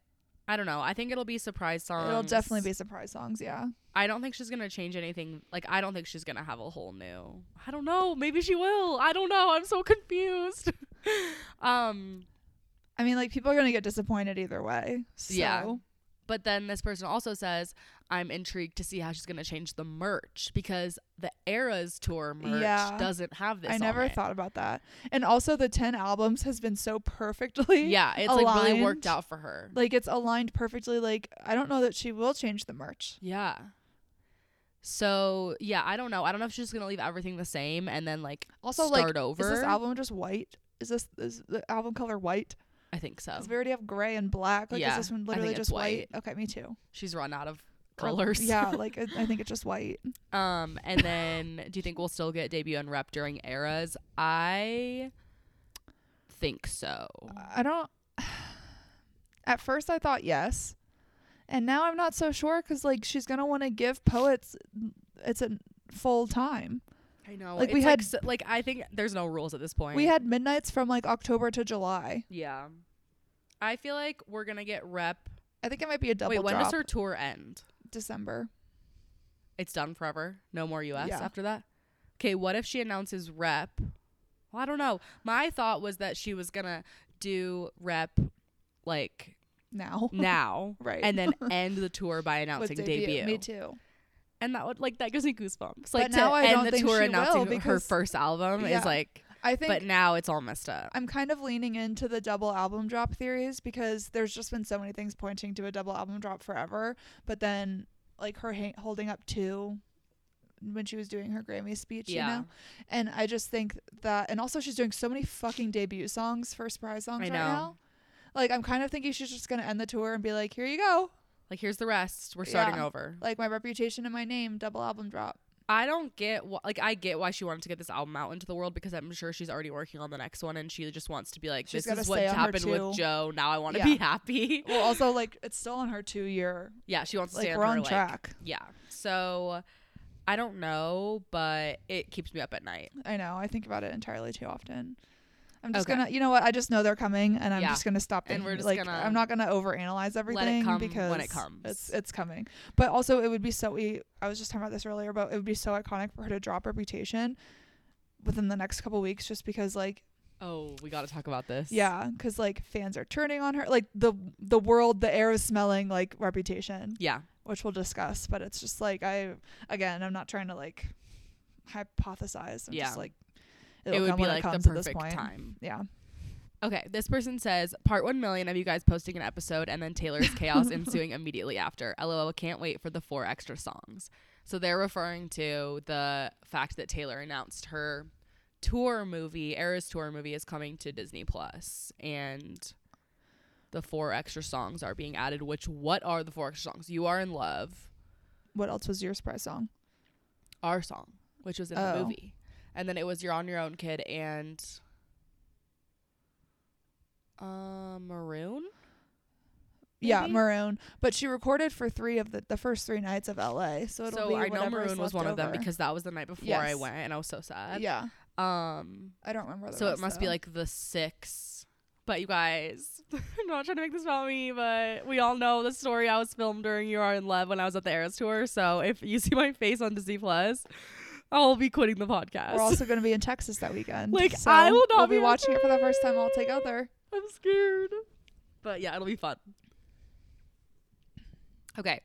[SPEAKER 3] I don't know. I think it'll be surprise songs.
[SPEAKER 4] it'll definitely be surprise songs. Yeah,
[SPEAKER 3] I don't think she's gonna change anything. Like I don't think she's gonna have a whole new. I don't know. Maybe she will. I don't know. I'm so confused. um.
[SPEAKER 4] I mean, like people are gonna get disappointed either way. So.
[SPEAKER 3] Yeah. But then this person also says, "I'm intrigued to see how she's gonna change the merch because the Eras tour merch
[SPEAKER 4] Yeah.
[SPEAKER 3] doesn't have this."
[SPEAKER 4] I
[SPEAKER 3] on
[SPEAKER 4] never
[SPEAKER 3] it.
[SPEAKER 4] thought about that. And also, the ten albums has been so perfectly.
[SPEAKER 3] Yeah, it's like really worked
[SPEAKER 4] aligned.
[SPEAKER 3] out for her.
[SPEAKER 4] Like it's aligned perfectly. Like I don't know that she will change the merch.
[SPEAKER 3] Yeah. So yeah, I don't know. I don't know if she's just gonna leave everything the same and then like
[SPEAKER 4] Also,
[SPEAKER 3] start
[SPEAKER 4] like
[SPEAKER 3] over.
[SPEAKER 4] is this album just white? Is this is the album color white?
[SPEAKER 3] I think so.
[SPEAKER 4] 'Cause we already have gray and black. Like,
[SPEAKER 3] Oh. Yeah,
[SPEAKER 4] is this
[SPEAKER 3] I
[SPEAKER 4] one
[SPEAKER 3] think
[SPEAKER 4] literally
[SPEAKER 3] it's
[SPEAKER 4] just white? Okay, me too.
[SPEAKER 3] She's run out of
[SPEAKER 4] Or-
[SPEAKER 3] colors.
[SPEAKER 4] yeah, like I I think it's just white.
[SPEAKER 3] Um. And then, do you think we'll still get debut and rep during eras? I think so.
[SPEAKER 4] I don't. At first, I thought yes, and now I'm not so sure because like she's gonna want to give poets it's a full time.
[SPEAKER 3] I know.
[SPEAKER 4] Like,
[SPEAKER 3] it's
[SPEAKER 4] we
[SPEAKER 3] like,
[SPEAKER 4] had-
[SPEAKER 3] so- like I think there's no rules at this point.
[SPEAKER 4] We had midnights from like October to July.
[SPEAKER 3] Yeah. I feel like we're gonna get rep.
[SPEAKER 4] I think it might be a double
[SPEAKER 3] Wait, when
[SPEAKER 4] drop.
[SPEAKER 3] does her tour end?
[SPEAKER 4] December.
[SPEAKER 3] it's done forever. No more US
[SPEAKER 4] Yeah.
[SPEAKER 3] after that. Okay, what if she announces rep? Well, I don't know. My thought was that she was going to do rep like
[SPEAKER 4] Now,
[SPEAKER 3] now
[SPEAKER 4] right?
[SPEAKER 3] Mm, and then end the tour by announcing
[SPEAKER 4] with
[SPEAKER 3] debut.
[SPEAKER 4] Me too.
[SPEAKER 3] And that would like that gives me goosebumps. Like to
[SPEAKER 4] now I
[SPEAKER 3] end
[SPEAKER 4] don't
[SPEAKER 3] the
[SPEAKER 4] think
[SPEAKER 3] tour
[SPEAKER 4] she
[SPEAKER 3] announcing
[SPEAKER 4] will
[SPEAKER 3] her
[SPEAKER 4] because-
[SPEAKER 3] first album
[SPEAKER 4] Yeah.
[SPEAKER 3] is like
[SPEAKER 4] I think
[SPEAKER 3] but now it's all messed up.
[SPEAKER 4] I'm kind of leaning into the double album drop theories because there's just been so many things pointing to a double album drop forever. But then, like her ha- holding up two when she was doing her Grammy speech,
[SPEAKER 3] Yeah.
[SPEAKER 4] you know. And I just think that, and also she's doing so many fucking debut songs for surprise songs
[SPEAKER 3] I
[SPEAKER 4] right
[SPEAKER 3] know.
[SPEAKER 4] now. Like I'm kind of thinking she's just gonna end the tour and be like, "Here you go,
[SPEAKER 3] Like here's the rest. We're
[SPEAKER 4] Yeah.
[SPEAKER 3] starting over.
[SPEAKER 4] like my reputation and my name, double album drop."
[SPEAKER 3] I don't get wh- like I get why she wanted to get this album out into the world because I'm sure she's already working on the next one and she just wants to be like
[SPEAKER 4] She's
[SPEAKER 3] this
[SPEAKER 4] gotta
[SPEAKER 3] is
[SPEAKER 4] stay
[SPEAKER 3] what's
[SPEAKER 4] on her
[SPEAKER 3] happened
[SPEAKER 4] too.
[SPEAKER 3] with Joe now I want to
[SPEAKER 4] Yeah.
[SPEAKER 3] be happy.
[SPEAKER 4] Well, also like it's still on her two year.
[SPEAKER 3] yeah, she wants to stay
[SPEAKER 4] Like
[SPEAKER 3] on
[SPEAKER 4] we're
[SPEAKER 3] her
[SPEAKER 4] on
[SPEAKER 3] like
[SPEAKER 4] track.
[SPEAKER 3] yeah. So I don't know, but it keeps me up at night.
[SPEAKER 4] I know. I think about it entirely too often. I'm just
[SPEAKER 3] Okay.
[SPEAKER 4] gonna, you know what? I just know they're coming, and I'm
[SPEAKER 3] Yeah.
[SPEAKER 4] just gonna stop.
[SPEAKER 3] And
[SPEAKER 4] Thinking,
[SPEAKER 3] we're just
[SPEAKER 4] like,
[SPEAKER 3] gonna
[SPEAKER 4] I'm not gonna overanalyze everything
[SPEAKER 3] come when it
[SPEAKER 4] because
[SPEAKER 3] comes.
[SPEAKER 4] It's it's coming. But also, it would be so. We I was just talking about this earlier, but it would be so iconic for her to drop Reputation within the next couple weeks, just because like
[SPEAKER 3] Oh, we got to talk about this.
[SPEAKER 4] yeah, because like fans are turning on her. Like the the world, the air is smelling like Reputation,
[SPEAKER 3] Yeah.
[SPEAKER 4] which we'll discuss. But it's just like I again, I'm not trying to like hypothesize. I'm
[SPEAKER 3] Yeah.
[SPEAKER 4] just like
[SPEAKER 3] it
[SPEAKER 4] it'll
[SPEAKER 3] would
[SPEAKER 4] come
[SPEAKER 3] be
[SPEAKER 4] when
[SPEAKER 3] like
[SPEAKER 4] it
[SPEAKER 3] the
[SPEAKER 4] comes at this
[SPEAKER 3] perfect
[SPEAKER 4] point.
[SPEAKER 3] time.
[SPEAKER 4] Yeah.
[SPEAKER 3] Okay, this person says part 1 million of you guys posting an episode and then Taylor's chaos ensuing immediately after. LOL, can't wait for the four extra songs. So they're referring to the fact that Taylor announced her tour movie, Eras tour movie is coming to Disney Plus and the four extra songs are being added. Which what are the four extra songs? You are in love,
[SPEAKER 4] What else was your surprise song?
[SPEAKER 3] our song, which was in the
[SPEAKER 4] Oh.
[SPEAKER 3] movie, and then it was you're on your own, kid, and uh, maroon.
[SPEAKER 4] Yeah,
[SPEAKER 3] Maybe?
[SPEAKER 4] Maroon. But she recorded for three of the, the first three nights of LA, so it'll be
[SPEAKER 3] So I know
[SPEAKER 4] whatever is
[SPEAKER 3] maroon
[SPEAKER 4] left
[SPEAKER 3] was one of them
[SPEAKER 4] over.
[SPEAKER 3] because that was the night before I
[SPEAKER 4] Yes.
[SPEAKER 3] went, and I was so sad.
[SPEAKER 4] yeah,
[SPEAKER 3] Um.
[SPEAKER 4] I don't remember. The
[SPEAKER 3] So it
[SPEAKER 4] rest,
[SPEAKER 3] must be
[SPEAKER 4] though.
[SPEAKER 3] like the six. But you guys, I'm not trying to make this about me, but we all know the story. I was filmed during You Are in Love when I was at the Eras tour. So if you see my face on Disney Plus, I'll be quitting the podcast.
[SPEAKER 4] we're also going to be in Texas that weekend.
[SPEAKER 3] Like,
[SPEAKER 4] so
[SPEAKER 3] I will not
[SPEAKER 4] we'll
[SPEAKER 3] be
[SPEAKER 4] be watching it for the first time all
[SPEAKER 3] okay.
[SPEAKER 4] together.
[SPEAKER 3] I'm scared. But yeah, it'll be fun. Okay.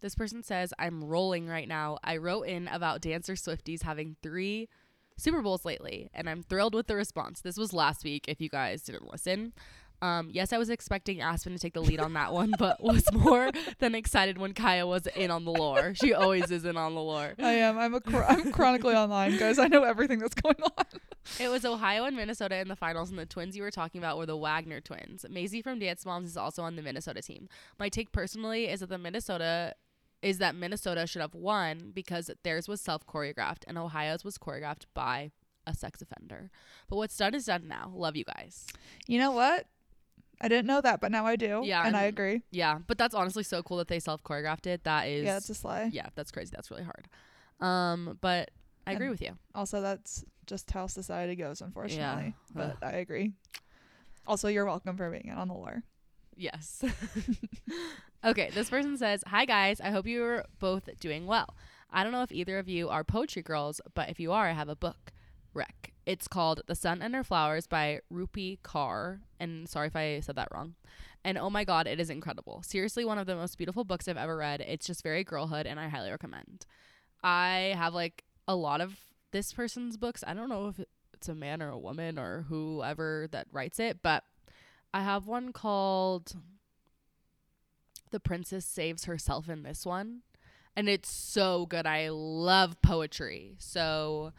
[SPEAKER 3] This person says, I'm rolling right now. I wrote in about Dancer Swifties having three Super Bowls lately, and I'm thrilled with the response. This was last week, if you guys didn't listen. Um, yes, I was expecting Aspen to take the lead on that one, but was more than excited when Kaya was in on the lore. She always is in on the lore.
[SPEAKER 4] I am. I'm a. Cr- I'm chronically online, guys. I know everything that's going on.
[SPEAKER 3] It was Ohio and Minnesota in the finals, and the twins you were talking about were the Wagner twins. Maisie from Dance Moms is also on the Minnesota team. My take personally is that the Minnesota is that Minnesota should have won because theirs was self choreographed and Ohio's was choreographed by a sex offender. But what's done is done now. Love you guys.
[SPEAKER 4] You know what? I didn't know that, but now I do.
[SPEAKER 3] Yeah,
[SPEAKER 4] and I
[SPEAKER 3] I'm-
[SPEAKER 4] agree.
[SPEAKER 3] Yeah, but that's honestly so cool that they self choreographed it. That is
[SPEAKER 4] yeah, it's a sly.
[SPEAKER 3] yeah, that's crazy. That's really hard. Um, but I agree
[SPEAKER 4] And-
[SPEAKER 3] with you.
[SPEAKER 4] Also, that's just how society goes, unfortunately.
[SPEAKER 3] Ugh.
[SPEAKER 4] But I agree. Also, you're welcome for being in on the lore.
[SPEAKER 3] Yes. okay, this person says, Hi guys, I hope you're both doing well. I don't know if either of you are poetry girls, but if you are, I have a book, Wreck. It's called The Sun and Her Flowers by Rupi Kaur. And sorry if I said that wrong. And oh my god, it is incredible. Seriously, one of the most beautiful books I've ever read. It's just very girlhood, and I highly recommend. I have like a lot of this person's books. I don't know if it's a man or a woman or whoever that writes it, but I have one called The Princess Saves Herself in this one. And it's so good. I love poetry. So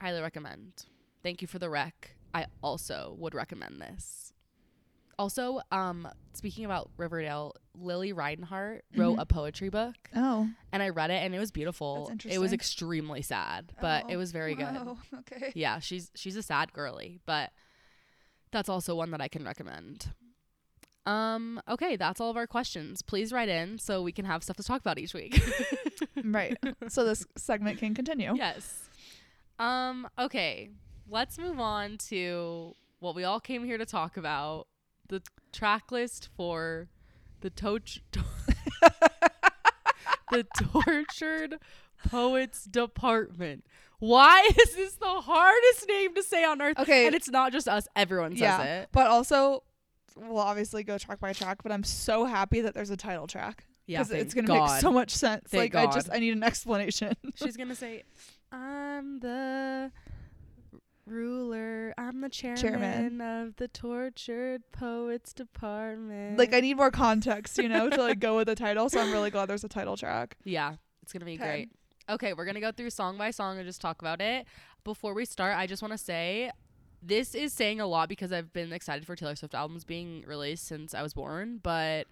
[SPEAKER 3] highly recommend. Thank you for the rec. I also would recommend this. Also, um, speaking about Riverdale, Lily Reinhart wrote
[SPEAKER 4] Mhm.
[SPEAKER 3] a poetry book
[SPEAKER 4] Oh,
[SPEAKER 3] and I read it and it was beautiful.
[SPEAKER 4] That's
[SPEAKER 3] It was
[SPEAKER 4] interesting.
[SPEAKER 3] extremely sad, but
[SPEAKER 4] Oh,
[SPEAKER 3] it was very good.
[SPEAKER 4] wow, Okay.
[SPEAKER 3] Yeah, she's she's a sad girly, but that's also one that I can recommend. Um, okay, that's all of our questions. Please write in so we can have stuff to talk about each week.
[SPEAKER 4] Right. So this segment can continue.
[SPEAKER 3] yes. Um, okay. Let's move on to what we all came here to talk about. The track list for the toch the tortured poets department. Why is this the hardest name to say on earth?
[SPEAKER 4] Okay.
[SPEAKER 3] And it's not just us, everyone says
[SPEAKER 4] yeah.
[SPEAKER 3] it.
[SPEAKER 4] But also, we'll obviously go track by track. But I'm so happy that there's a title track
[SPEAKER 3] Yeah.
[SPEAKER 4] because
[SPEAKER 3] thank
[SPEAKER 4] it's gonna
[SPEAKER 3] God.
[SPEAKER 4] make so much sense. like
[SPEAKER 3] Thank
[SPEAKER 4] I just
[SPEAKER 3] God.
[SPEAKER 4] I need an explanation.
[SPEAKER 3] She's gonna say, "I'm the ruler. I'm the chairman,
[SPEAKER 4] Chairman.
[SPEAKER 3] of the tortured poets department."
[SPEAKER 4] like I need more context, you know, to like go with the title. So I'm really glad there's a title track.
[SPEAKER 3] yeah, it's gonna be
[SPEAKER 4] Pen.
[SPEAKER 3] great. Okay, we're gonna go through song by song and just talk about it. Before we start, I just want to say. This is saying a lot because I've been excited for Taylor Swift albums being released since I was born, but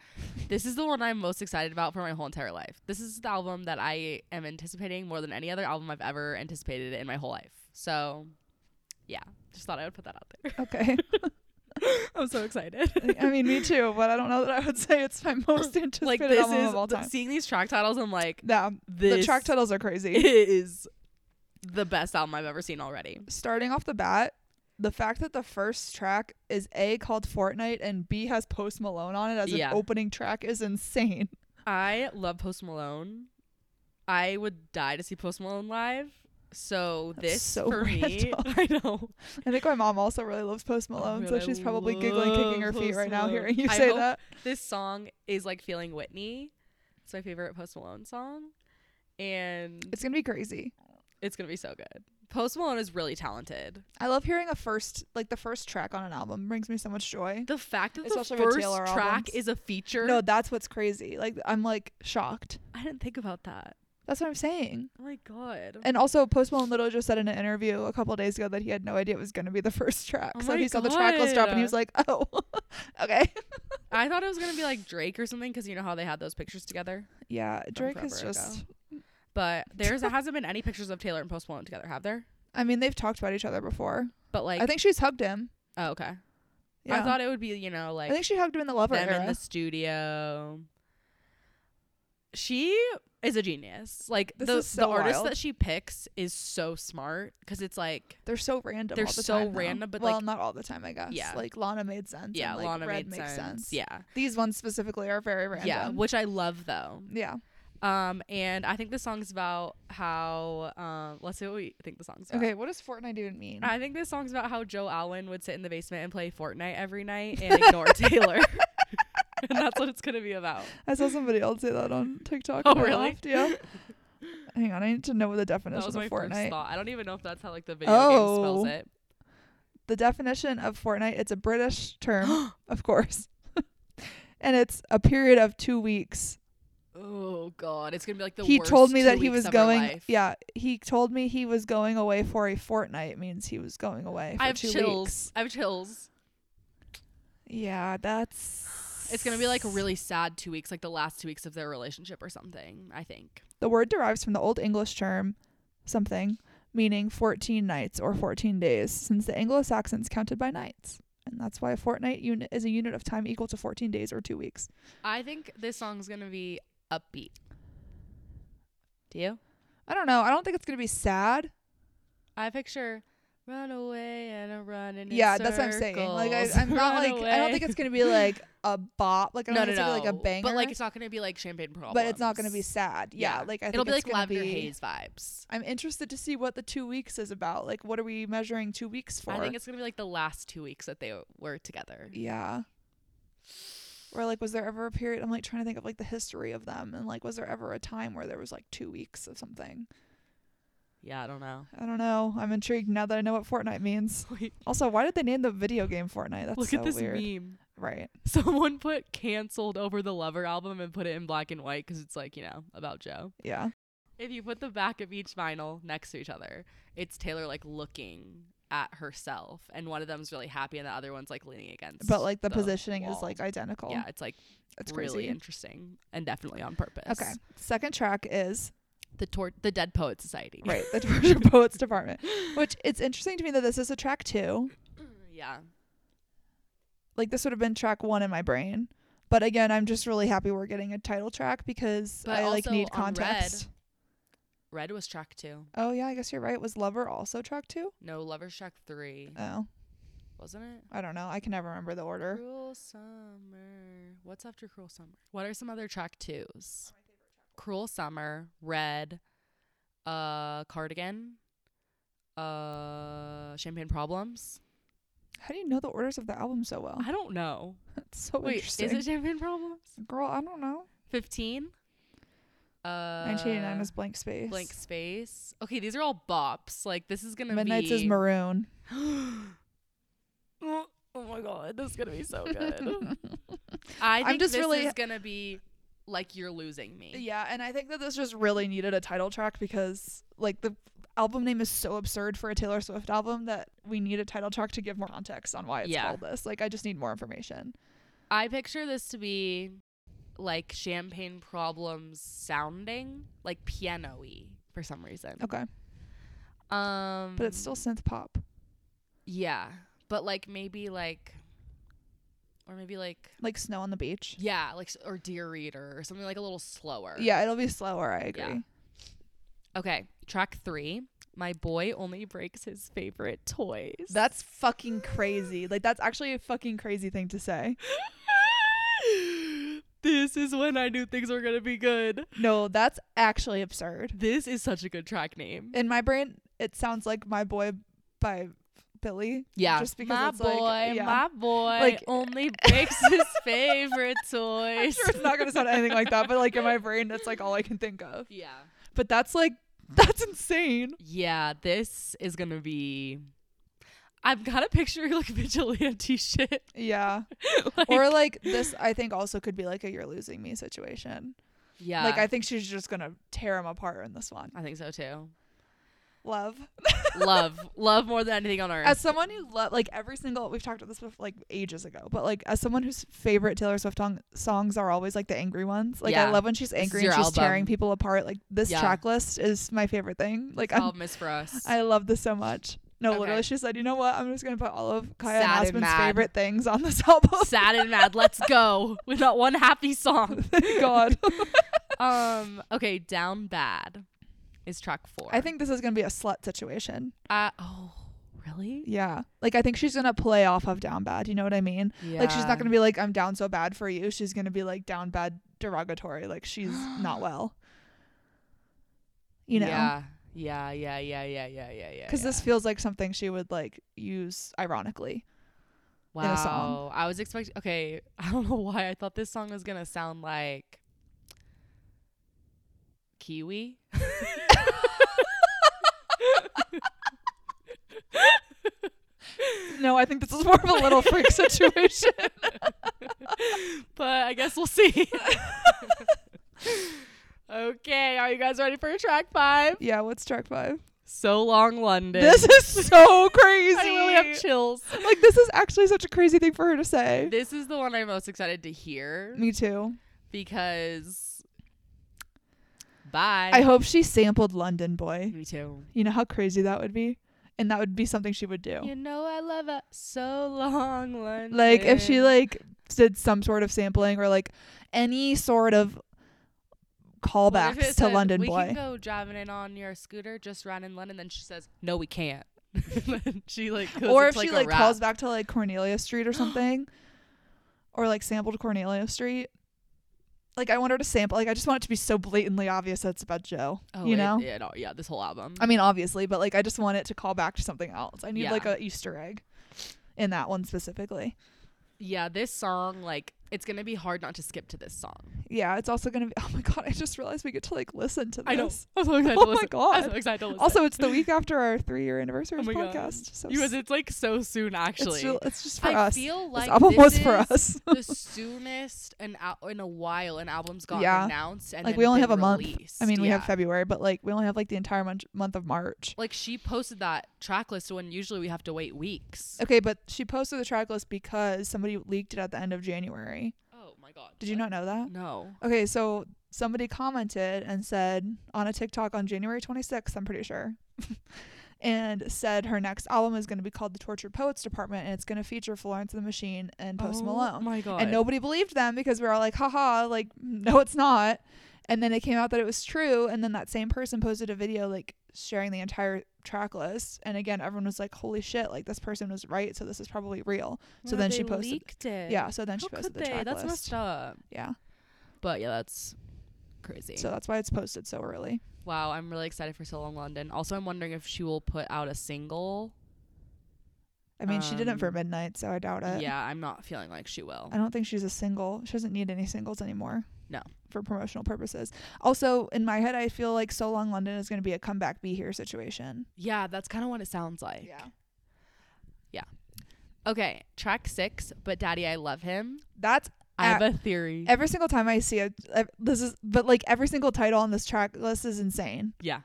[SPEAKER 3] this is the one I'm most excited about for my whole entire life. This is the album that I am anticipating more than any other album I've ever anticipated in my whole life. So, yeah, just thought I would put that out there.
[SPEAKER 4] Okay.
[SPEAKER 3] I'm so excited.
[SPEAKER 4] I mean, me too. But I don't know that I would say it's my most anticipated
[SPEAKER 3] like this
[SPEAKER 4] album
[SPEAKER 3] is
[SPEAKER 4] of all
[SPEAKER 3] th-
[SPEAKER 4] time.
[SPEAKER 3] seeing these track titles. I'm like,
[SPEAKER 4] yeah,
[SPEAKER 3] this
[SPEAKER 4] the track titles are crazy.
[SPEAKER 3] is the best album I've ever seen already.
[SPEAKER 4] Starting off the bat, the fact that the first track is A called Fortnite and B has Post Malone on it as
[SPEAKER 3] Yeah.
[SPEAKER 4] an opening track is insane.
[SPEAKER 3] I love Post Malone. I would die to see Post Malone live. So
[SPEAKER 4] That's
[SPEAKER 3] this
[SPEAKER 4] so
[SPEAKER 3] for me,
[SPEAKER 4] random.
[SPEAKER 3] I know.
[SPEAKER 4] I think my mom also really loves Post Malone,
[SPEAKER 3] my
[SPEAKER 4] so
[SPEAKER 3] God, I
[SPEAKER 4] she's probably giggling, kicking her
[SPEAKER 3] love
[SPEAKER 4] feet
[SPEAKER 3] Post
[SPEAKER 4] right now
[SPEAKER 3] Malone.
[SPEAKER 4] hearing you
[SPEAKER 3] I
[SPEAKER 4] say
[SPEAKER 3] hope-
[SPEAKER 4] that.
[SPEAKER 3] This song is like feeling Whitney. It's my favorite Post Malone song, and
[SPEAKER 4] It's gonna be crazy.
[SPEAKER 3] it's gonna be so good. Post Malone is really talented.
[SPEAKER 4] I love hearing a first, like the first track on an album, brings me so much joy.
[SPEAKER 3] The fact that
[SPEAKER 4] Especially
[SPEAKER 3] the
[SPEAKER 4] with
[SPEAKER 3] first
[SPEAKER 4] Taylor
[SPEAKER 3] track
[SPEAKER 4] albums.
[SPEAKER 3] is a feature.
[SPEAKER 4] No, that's what's crazy. Like I'm like shocked.
[SPEAKER 3] I didn't think about that.
[SPEAKER 4] That's what I'm saying.
[SPEAKER 3] Oh my god.
[SPEAKER 4] And also, Post Malone literally just said in an interview a couple days ago that he had no idea it was going to be the first track.
[SPEAKER 3] Oh
[SPEAKER 4] so
[SPEAKER 3] my
[SPEAKER 4] he saw the track list drop and he
[SPEAKER 3] God.
[SPEAKER 4] was like, "Oh, okay."
[SPEAKER 3] I thought it was gonna be like Drake or something because you know how they had those pictures together.
[SPEAKER 4] Yeah, Drake is
[SPEAKER 3] forever ago.
[SPEAKER 4] just.
[SPEAKER 3] But there's hasn't been any pictures of Taylor and Post Malone together, have there?
[SPEAKER 4] I mean, they've talked about each other before.
[SPEAKER 3] But like,
[SPEAKER 4] I think she's hugged him.
[SPEAKER 3] oh okay.
[SPEAKER 4] Yeah.
[SPEAKER 3] I thought it would be you know like
[SPEAKER 4] I think she hugged him in the lover
[SPEAKER 3] them
[SPEAKER 4] era.
[SPEAKER 3] in the studio. She is a genius. Like
[SPEAKER 4] This
[SPEAKER 3] the
[SPEAKER 4] is
[SPEAKER 3] the
[SPEAKER 4] so
[SPEAKER 3] artist
[SPEAKER 4] wild.
[SPEAKER 3] that she picks is so smart because it's like
[SPEAKER 4] They're so random.
[SPEAKER 3] They're
[SPEAKER 4] all the
[SPEAKER 3] so
[SPEAKER 4] time, though.
[SPEAKER 3] random, but,
[SPEAKER 4] well,
[SPEAKER 3] like-
[SPEAKER 4] not all the time, I guess.
[SPEAKER 3] Yeah.
[SPEAKER 4] Like Lana made sense.
[SPEAKER 3] yeah,
[SPEAKER 4] and, like,
[SPEAKER 3] Lana
[SPEAKER 4] Red
[SPEAKER 3] made
[SPEAKER 4] makes
[SPEAKER 3] sense.
[SPEAKER 4] sense.
[SPEAKER 3] Yeah,
[SPEAKER 4] These ones specifically are very random.
[SPEAKER 3] yeah, which I love though.
[SPEAKER 4] yeah.
[SPEAKER 3] Um, and I think the song's about how um, let's see what we think the song's about.
[SPEAKER 4] Okay, what does Fortnite even mean?
[SPEAKER 3] I think this song's about how Joe Alwyn would sit in the basement and play Fortnite every night and ignore Taylor. and that's what it's gonna be about.
[SPEAKER 4] I saw somebody else say that on TikTok.
[SPEAKER 3] Oh,
[SPEAKER 4] when I
[SPEAKER 3] really?
[SPEAKER 4] laughed, Yeah. Hang on, I need to know what the
[SPEAKER 3] That
[SPEAKER 4] definition of
[SPEAKER 3] was my first
[SPEAKER 4] Fortnite.
[SPEAKER 3] thought. I don't even know if that's how like the video game spells
[SPEAKER 4] Oh.
[SPEAKER 3] it.
[SPEAKER 4] The definition of Fortnite, it's a British term, of course. and it's a period of 2 weeks.
[SPEAKER 3] Oh God, it's gonna be like the
[SPEAKER 4] he
[SPEAKER 3] worst
[SPEAKER 4] told me
[SPEAKER 3] two
[SPEAKER 4] that he
[SPEAKER 3] weeks
[SPEAKER 4] was
[SPEAKER 3] of her
[SPEAKER 4] going
[SPEAKER 3] life.
[SPEAKER 4] Yeah, he told me he was going away for a fortnight means he was going away for
[SPEAKER 3] I have
[SPEAKER 4] 2
[SPEAKER 3] chills.
[SPEAKER 4] weeks.
[SPEAKER 3] I have chills.
[SPEAKER 4] Yeah, that's
[SPEAKER 3] It's gonna be like a really sad two weeks, like the last two weeks of their relationship or something. I think.
[SPEAKER 4] The word derives from the Old English term something, meaning 14 nights or 14 days, since the Anglo Saxons counted by nights. And that's why a fortnight unit is a unit of time equal to 14 days or two weeks.
[SPEAKER 3] I think this song's gonna be upbeat. Do you?
[SPEAKER 4] I don't know. I don't think it's going to be sad.
[SPEAKER 3] I picture run away and a run in
[SPEAKER 4] yeah, that's what I'm saying. Like, I, I'm not like, I don't think it's going to be like a bop. Like, I
[SPEAKER 3] no,
[SPEAKER 4] don't
[SPEAKER 3] no,
[SPEAKER 4] think
[SPEAKER 3] no.
[SPEAKER 4] it's going to be like a banger.
[SPEAKER 3] but like it's not gonna be like champagne problems.
[SPEAKER 4] but it's not going to be sad. Yeah.
[SPEAKER 3] Yeah.
[SPEAKER 4] Like, I think
[SPEAKER 3] It'll be
[SPEAKER 4] it's
[SPEAKER 3] like
[SPEAKER 4] gonna
[SPEAKER 3] lavender
[SPEAKER 4] be-
[SPEAKER 3] haze vibes.
[SPEAKER 4] I'm interested to see what the two weeks is about. Like, what are we measuring two weeks for?
[SPEAKER 3] I think it's gonna be like the last two weeks that they were together.
[SPEAKER 4] Yeah. Or like, was there ever a period? I'm like trying to think of like the history of them, and like, was there ever a time where there was like two weeks of something?
[SPEAKER 3] Yeah, I don't know.
[SPEAKER 4] I don't know. I'm intrigued now that I know what Fortnite means.
[SPEAKER 3] Wait,
[SPEAKER 4] Also, why did they name the video game Fortnite? That's
[SPEAKER 3] look
[SPEAKER 4] so
[SPEAKER 3] at this
[SPEAKER 4] weird.
[SPEAKER 3] meme.
[SPEAKER 4] Right.
[SPEAKER 3] Someone put canceled over the Lover album and put it in black and white because it's like, you know, about Joe.
[SPEAKER 4] Yeah.
[SPEAKER 3] If you put the back of each vinyl next to each other, it's Taylor like looking at herself and one of them's really happy and the other one's like leaning against.
[SPEAKER 4] But like the,
[SPEAKER 3] the
[SPEAKER 4] positioning
[SPEAKER 3] wall.
[SPEAKER 4] is like identical.
[SPEAKER 3] Yeah, it's like
[SPEAKER 4] It's
[SPEAKER 3] really
[SPEAKER 4] crazy.
[SPEAKER 3] interesting and definitely on purpose.
[SPEAKER 4] Okay. Second track is
[SPEAKER 3] The tor- the Dead Poet Society.
[SPEAKER 4] right the Torture Poets Department, which it's interesting to me that this is a track two.
[SPEAKER 3] yeah.
[SPEAKER 4] Like this would have been track one in my brain. But again, I'm just really happy we're getting a title track because
[SPEAKER 3] But
[SPEAKER 4] I like
[SPEAKER 3] also
[SPEAKER 4] need
[SPEAKER 3] on Red,
[SPEAKER 4] context.
[SPEAKER 3] Red was track two.
[SPEAKER 4] Oh yeah, I guess you're right. Was Lover also track two?
[SPEAKER 3] No, Lover's track three.
[SPEAKER 4] Oh,
[SPEAKER 3] Wasn't it?
[SPEAKER 4] I don't know. I can never remember the order.
[SPEAKER 3] Cruel Summer. What's after Cruel Summer? What are some other track twos? Cruel Summer, Red, uh, Cardigan, uh, Champagne Problems.
[SPEAKER 4] How do you know the orders of the album so well?
[SPEAKER 3] I don't know.
[SPEAKER 4] That's so
[SPEAKER 3] Wait, is
[SPEAKER 4] interesting.
[SPEAKER 3] it Champagne Problems?
[SPEAKER 4] Girl, I don't know.
[SPEAKER 3] 15? Uh,
[SPEAKER 4] 1989 is blank space.
[SPEAKER 3] Blank Space. Okay, these are all bops. Like, this is gonna
[SPEAKER 4] Midnight's
[SPEAKER 3] be.
[SPEAKER 4] is maroon.
[SPEAKER 3] oh, oh my god, this is gonna be so good. I
[SPEAKER 4] I'm
[SPEAKER 3] think
[SPEAKER 4] just
[SPEAKER 3] this
[SPEAKER 4] really-
[SPEAKER 3] is gonna be like you're losing me.
[SPEAKER 4] Yeah, and I think that this just really needed a title track because like the album name is so absurd for a Taylor Swift album that we need a title track to give more context on why it's
[SPEAKER 3] Yeah.
[SPEAKER 4] called this. Like I just need more information.
[SPEAKER 3] I picture this to be like champagne problems sounding like piano y for some reason.
[SPEAKER 4] Okay,
[SPEAKER 3] Um
[SPEAKER 4] Oh, but it's still synth pop.
[SPEAKER 3] Yeah. But like maybe like or maybe like
[SPEAKER 4] Like Snow on the Beach.
[SPEAKER 3] yeah, like s- or Dear Reader or something like a little slower.
[SPEAKER 4] Yeah, it'll be slower, I agree.
[SPEAKER 3] Yeah. Okay. Track three. My boy only breaks his favorite toys.
[SPEAKER 4] That's fucking crazy. Like that's actually a fucking crazy thing to say.
[SPEAKER 3] this is when I knew things were gonna be good.
[SPEAKER 4] No, that's actually absurd.
[SPEAKER 3] This is such a good track name.
[SPEAKER 4] In my brain, it sounds like My Boy by Billy.
[SPEAKER 3] Yeah,
[SPEAKER 4] Just because
[SPEAKER 3] my
[SPEAKER 4] it's
[SPEAKER 3] boy,
[SPEAKER 4] like- yeah.
[SPEAKER 3] my boy,
[SPEAKER 4] Like- eh.
[SPEAKER 3] only breaks his favorite
[SPEAKER 4] I'm
[SPEAKER 3] toys.
[SPEAKER 4] sure it's not gonna sound anything like that, but like in my brain, that's like all I can think of.
[SPEAKER 3] Yeah,
[SPEAKER 4] But that's like that's insane.
[SPEAKER 3] yeah. This is gonna be. I've got a picture like vigilante shit.
[SPEAKER 4] Yeah.
[SPEAKER 3] like,
[SPEAKER 4] or like this I think also could be like a you're losing me situation.
[SPEAKER 3] Yeah.
[SPEAKER 4] Like I think she's just gonna tear him apart in this one.
[SPEAKER 3] I think so too.
[SPEAKER 4] Love.
[SPEAKER 3] love, love more than anything on earth.
[SPEAKER 4] As someone who love like every single we've talked about this before, like ages ago, but like as someone whose favorite Taylor Swift song- songs are always like the angry ones. Like
[SPEAKER 3] Yeah.
[SPEAKER 4] I love when she's
[SPEAKER 3] is
[SPEAKER 4] angry and
[SPEAKER 3] your
[SPEAKER 4] she's tearing
[SPEAKER 3] album.
[SPEAKER 4] people apart. Like this
[SPEAKER 3] Yeah.
[SPEAKER 4] track list is my favorite thing. Like I'm,
[SPEAKER 3] Problem is for us.
[SPEAKER 4] I love this so much. No,
[SPEAKER 3] Okay.
[SPEAKER 4] literally, she said, "You know what? I'm just gonna put all of Kaya
[SPEAKER 3] Sad and
[SPEAKER 4] and Aspen's
[SPEAKER 3] mad.
[SPEAKER 4] favorite things on this album."
[SPEAKER 3] Sad and mad. Let's go. With not one happy song.
[SPEAKER 4] Thank God.
[SPEAKER 3] Um. Okay. Down bad is track four.
[SPEAKER 4] I think this is gonna be a slut situation.
[SPEAKER 3] Uh, oh, really?
[SPEAKER 4] Yeah, like I think she's gonna play off of down bad. You know what I mean?
[SPEAKER 3] Yeah.
[SPEAKER 4] Like she's not gonna be like I'm down so bad for you. She's gonna be like down bad derogatory. Like she's not well. You know, because
[SPEAKER 3] Yeah. Yeah. Yeah. Yeah. Yeah. Yeah. Yeah. Yeah.
[SPEAKER 4] this
[SPEAKER 3] yeah.
[SPEAKER 4] feels like something she would like use ironically.
[SPEAKER 3] wow.
[SPEAKER 4] in a song.
[SPEAKER 3] I was expecting. Okay. I don't know why I thought this song was gonna sound like Kiwi.
[SPEAKER 4] No, I think this is more of a little freak situation.
[SPEAKER 3] but I guess we'll see. okay, are you guys ready for track five?
[SPEAKER 4] yeah, what's track five?
[SPEAKER 3] So long, London.
[SPEAKER 4] This is so crazy.
[SPEAKER 3] I really have chills.
[SPEAKER 4] like this is actually such a crazy thing for her to say.
[SPEAKER 3] This is the one I'm most excited to hear
[SPEAKER 4] Me too.
[SPEAKER 3] because. Bye.
[SPEAKER 4] I hope she sampled London Boy.
[SPEAKER 3] Me too.
[SPEAKER 4] You know how crazy that would be? And that would be something she would do.
[SPEAKER 3] You know I love it so long, London.
[SPEAKER 4] Like if she like did some sort of sampling or like any sort of
[SPEAKER 3] What if
[SPEAKER 4] callbacks
[SPEAKER 3] it
[SPEAKER 4] to
[SPEAKER 3] said,
[SPEAKER 4] London
[SPEAKER 3] we
[SPEAKER 4] Boy.
[SPEAKER 3] can go driving in on your scooter, just around in London. Then she says, "No, we can't." she like, goes
[SPEAKER 4] or if
[SPEAKER 3] into,
[SPEAKER 4] she
[SPEAKER 3] a
[SPEAKER 4] like
[SPEAKER 3] rap.
[SPEAKER 4] calls back to like Cornelia Street or something, or like sampled Cornelia Street. Like I want her to sample. Like I just want it to be so blatantly obvious that it's about Joe.
[SPEAKER 3] Oh,
[SPEAKER 4] you
[SPEAKER 3] it-
[SPEAKER 4] know.
[SPEAKER 3] it all- yeah, this whole album.
[SPEAKER 4] I mean, obviously, but like I just want it to call back to something else. I need
[SPEAKER 3] Yeah.
[SPEAKER 4] like a Easter egg in that one specifically.
[SPEAKER 3] yeah, this song, like, it's gonna be hard not to skip to this song.
[SPEAKER 4] Yeah, it's also gonna be. Oh my god, I just realized we get to like listen to this.
[SPEAKER 3] I know. I'm so excited
[SPEAKER 4] Oh
[SPEAKER 3] to
[SPEAKER 4] my
[SPEAKER 3] listen. I'm so
[SPEAKER 4] God.
[SPEAKER 3] excited to listen.
[SPEAKER 4] Also, it's the week after our three-year anniversary
[SPEAKER 3] Oh
[SPEAKER 4] of
[SPEAKER 3] my God.
[SPEAKER 4] podcast. So
[SPEAKER 3] you guys,
[SPEAKER 4] s-
[SPEAKER 3] it's like so soon,
[SPEAKER 4] it's,
[SPEAKER 3] actually.
[SPEAKER 4] ju- it's just for
[SPEAKER 3] I
[SPEAKER 4] us.
[SPEAKER 3] feel
[SPEAKER 4] this
[SPEAKER 3] like
[SPEAKER 4] album
[SPEAKER 3] this
[SPEAKER 4] was for
[SPEAKER 3] is
[SPEAKER 4] us.
[SPEAKER 3] the soonest an al- in a while an album's gotten
[SPEAKER 4] Yeah.
[SPEAKER 3] announced and
[SPEAKER 4] Like
[SPEAKER 3] then
[SPEAKER 4] we only
[SPEAKER 3] been
[SPEAKER 4] have a month.
[SPEAKER 3] released.
[SPEAKER 4] I mean, we have
[SPEAKER 3] Yeah.
[SPEAKER 4] February, but like we only have like the entire month month of March.
[SPEAKER 3] like she posted that track list when usually we have to wait weeks.
[SPEAKER 4] Okay, but she posted the track list because somebody leaked it at the end of January.
[SPEAKER 3] Oh my god!
[SPEAKER 4] Did you not know that?
[SPEAKER 3] No.
[SPEAKER 4] Okay, so somebody commented and said on a TikTok on January 26th, I'm pretty sure, and said her next album is going to be called The Tortured Poets Department and it's going to feature Florence and the Machine and Post Malone.
[SPEAKER 3] Oh my god!
[SPEAKER 4] And nobody believed them because we were all like, haha, like, "Mm, no, it's not. And then it came out that it was true. And then that same person posted a video, like, sharing the entire track list. And again, everyone was like, holy shit, like, this person was right. So this is probably real. so then she posted-
[SPEAKER 3] leaked it.
[SPEAKER 4] Yeah. So then
[SPEAKER 3] How
[SPEAKER 4] she posted
[SPEAKER 3] could
[SPEAKER 4] the
[SPEAKER 3] they?
[SPEAKER 4] track
[SPEAKER 3] That's
[SPEAKER 4] list.
[SPEAKER 3] messed up.
[SPEAKER 4] Yeah.
[SPEAKER 3] But yeah, that's crazy.
[SPEAKER 4] So that's why it's posted so early.
[SPEAKER 3] wow, I'm really excited for So Long London. Also, I'm wondering if she will put out a single.
[SPEAKER 4] I mean, she didn't for
[SPEAKER 3] Um,
[SPEAKER 4] midnight, so I doubt it.
[SPEAKER 3] yeah, I'm not feeling like she will.
[SPEAKER 4] I don't think she's a single. She doesn't need any singles anymore.
[SPEAKER 3] No.
[SPEAKER 4] For promotional purposes. Also, in my head, I feel like So Long London is going to be a comeback be here situation.
[SPEAKER 3] Yeah, that's kind of what it sounds like. Okay, track six. But Daddy, I love him.
[SPEAKER 4] That's
[SPEAKER 3] I have
[SPEAKER 4] Uh,
[SPEAKER 3] a theory.
[SPEAKER 4] every single time I see it. ev- This is, but like every single title on this track list is insane.
[SPEAKER 3] yeah,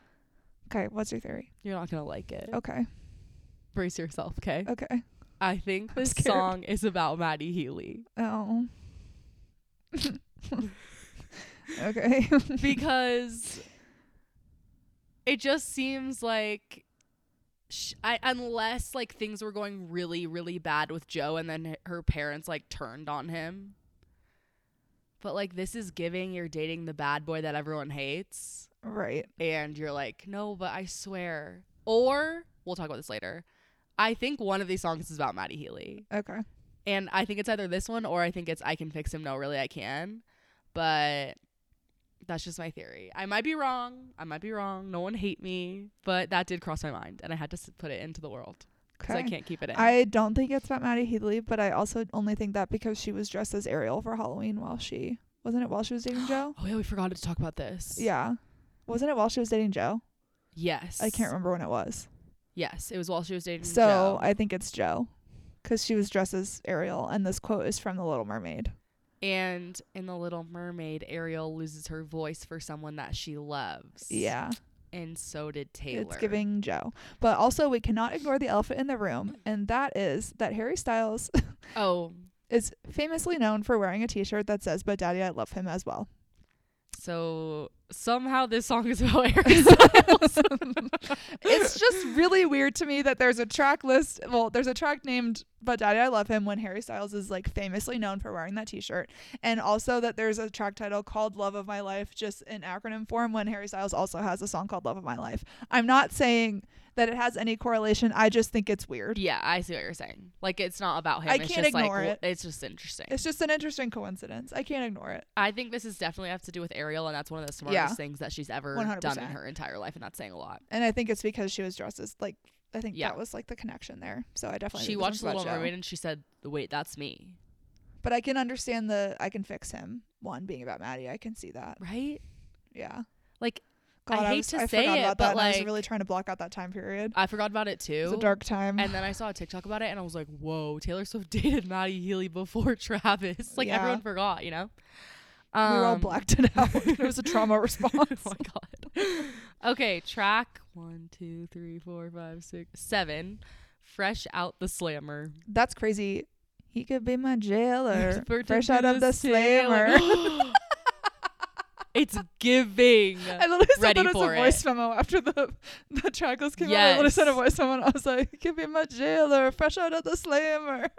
[SPEAKER 4] Okay, what's your theory?
[SPEAKER 3] you're not gonna like it.
[SPEAKER 4] Okay,
[SPEAKER 3] Brace yourself, okay?
[SPEAKER 4] okay.
[SPEAKER 3] I think this
[SPEAKER 4] Oh. scared.
[SPEAKER 3] song is about Maddie Healy
[SPEAKER 4] Oh. okay.
[SPEAKER 3] because it just seems like sh- I unless like things were going really really bad with Joe and then h- her parents like turned on him. But like this is giving you're dating the bad boy that everyone hates
[SPEAKER 4] right.
[SPEAKER 3] and you're like, "No, but I swear." Or we'll talk about this later. I think one of these songs is about Maddie Healy.
[SPEAKER 4] Okay.
[SPEAKER 3] And I think it's either this one or I think it's I can fix him. No, really, I can. But that's just my theory. I might be wrong. I might be wrong. No one hate me, but that did cross my mind, and I had to s- put it into the world because I
[SPEAKER 4] Okay.
[SPEAKER 3] can't keep it in.
[SPEAKER 4] I don't think it's about Maddie Healy, but I also only think that because she was dressed as Ariel for Halloween while she wasn't it while she was dating Joe.
[SPEAKER 3] oh yeah, we forgot to talk about this.
[SPEAKER 4] Yeah. Wasn't it while she was dating Joe?
[SPEAKER 3] Yes.
[SPEAKER 4] I can't remember when it was.
[SPEAKER 3] Yes, it was while she was dating.
[SPEAKER 4] So
[SPEAKER 3] Joe.
[SPEAKER 4] I think it's Joe, because she was dressed as Ariel, and this quote is from The Little Mermaid.
[SPEAKER 3] And in The Little Mermaid, Ariel loses her voice for someone that she loves.
[SPEAKER 4] Yeah.
[SPEAKER 3] And so did Taylor.
[SPEAKER 4] It's giving Joe. But also, we cannot ignore the elephant in the room, and that is that Harry Styles
[SPEAKER 3] Oh,
[SPEAKER 4] is famously known for wearing a t shirt that says, But Daddy, I love him as well.
[SPEAKER 3] so somehow this song is about Harry Styles.
[SPEAKER 4] it's just really weird to me that there's a track list. Well, there's a track named "But Daddy I Love Him" when Harry Styles is like famously known for wearing that T-shirt, and also that there's a track title called "Love of My Life" just in acronym form when Harry Styles also has a song called "Love of My Life." I'm not saying that it has any correlation. I just think it's weird.
[SPEAKER 3] yeah, I see what you're saying. Like it's not about him.
[SPEAKER 4] I
[SPEAKER 3] it's
[SPEAKER 4] can't
[SPEAKER 3] just
[SPEAKER 4] ignore
[SPEAKER 3] like,
[SPEAKER 4] it.
[SPEAKER 3] It's just interesting.
[SPEAKER 4] It's just an interesting coincidence. I can't ignore it.
[SPEAKER 3] I think this is definitely have to do with Ariel, and that's one of the smartest
[SPEAKER 4] Yeah.
[SPEAKER 3] things that she's ever done in
[SPEAKER 4] 100%.
[SPEAKER 3] her entire life, and that's saying a lot.
[SPEAKER 4] And I think it's because she was dressed as like I think
[SPEAKER 3] Yeah.
[SPEAKER 4] that was like the connection there. So I definitely
[SPEAKER 3] she
[SPEAKER 4] think this one's
[SPEAKER 3] watched The Little
[SPEAKER 4] about Joe.
[SPEAKER 3] Mermaid and she said, "Wait, that's me."
[SPEAKER 4] but I can understand the I can fix him one being about Maddie. I can see that.
[SPEAKER 3] Right?
[SPEAKER 4] Yeah.
[SPEAKER 3] Like, I
[SPEAKER 4] God, I,
[SPEAKER 3] hate
[SPEAKER 4] was,
[SPEAKER 3] to
[SPEAKER 4] I
[SPEAKER 3] say
[SPEAKER 4] forgot
[SPEAKER 3] it,
[SPEAKER 4] about
[SPEAKER 3] but,
[SPEAKER 4] that. and I
[SPEAKER 3] like-
[SPEAKER 4] was really trying to block out that time period.
[SPEAKER 3] I forgot about it too.
[SPEAKER 4] It's a dark time.
[SPEAKER 3] And then I saw a TikTok about it, and I was like, "Whoa, Taylor Swift dated Maddie Healy before Travis." Like
[SPEAKER 4] Yeah.
[SPEAKER 3] everyone forgot, you know.
[SPEAKER 4] we were all
[SPEAKER 3] Um,
[SPEAKER 4] blacked it out. it was a trauma response.
[SPEAKER 3] oh my god. Okay, track one, two, three, four, five, six, seven. Fresh out the slammer.
[SPEAKER 4] That's crazy. He could be my jailer.
[SPEAKER 3] For
[SPEAKER 4] Uh, Fresh
[SPEAKER 3] to
[SPEAKER 4] out
[SPEAKER 3] do
[SPEAKER 4] of the
[SPEAKER 3] sailor.
[SPEAKER 4] slammer.
[SPEAKER 3] it's giving.
[SPEAKER 4] I literally
[SPEAKER 3] Ready
[SPEAKER 4] sent that as
[SPEAKER 3] for
[SPEAKER 4] a voice memo after the the track list came out. I literally sent a
[SPEAKER 3] Yes.
[SPEAKER 4] voice memo. And I was like, "He could be my jailer. Fresh out of the slammer."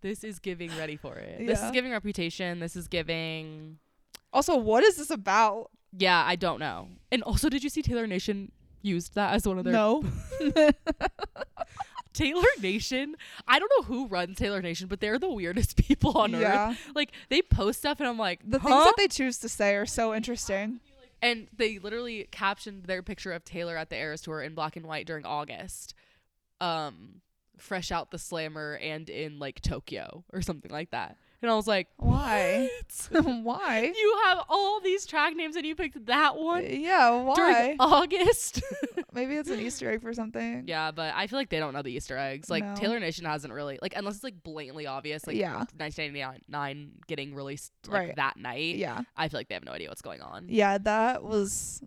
[SPEAKER 3] This is giving ready for it. This is
[SPEAKER 4] Yeah.
[SPEAKER 3] giving reputation. This is giving.
[SPEAKER 4] Also, what is this about?
[SPEAKER 3] Yeah, I don't know. And also, did you see Taylor Nation used that as one of their
[SPEAKER 4] No.
[SPEAKER 3] Taylor Nation? I don't know who runs Taylor Nation, but they're the weirdest people on
[SPEAKER 4] Yeah.
[SPEAKER 3] earth. Like they post stuff, and I'm like,
[SPEAKER 4] The
[SPEAKER 3] huh?
[SPEAKER 4] things that they choose to say are so interesting.
[SPEAKER 3] and they literally captioned their picture of Taylor at the Eras tour in black and white during August. Um, fresh out the slammer and in like Tokyo or something like that. And I was like,
[SPEAKER 4] Why?
[SPEAKER 3] "What?
[SPEAKER 4] why?
[SPEAKER 3] you have all these track names and you picked that one
[SPEAKER 4] Yeah, why?
[SPEAKER 3] during August.
[SPEAKER 4] Maybe it's an Easter egg for something.
[SPEAKER 3] yeah, but I feel like they don't know the Easter eggs. Like
[SPEAKER 4] No.
[SPEAKER 3] Taylor Nation hasn't really like unless it's like blatantly obvious, like
[SPEAKER 4] Yeah.
[SPEAKER 3] 1999 getting released like
[SPEAKER 4] Right.
[SPEAKER 3] that night.
[SPEAKER 4] Yeah.
[SPEAKER 3] I feel like they have no idea what's going on.
[SPEAKER 4] Yeah, that was.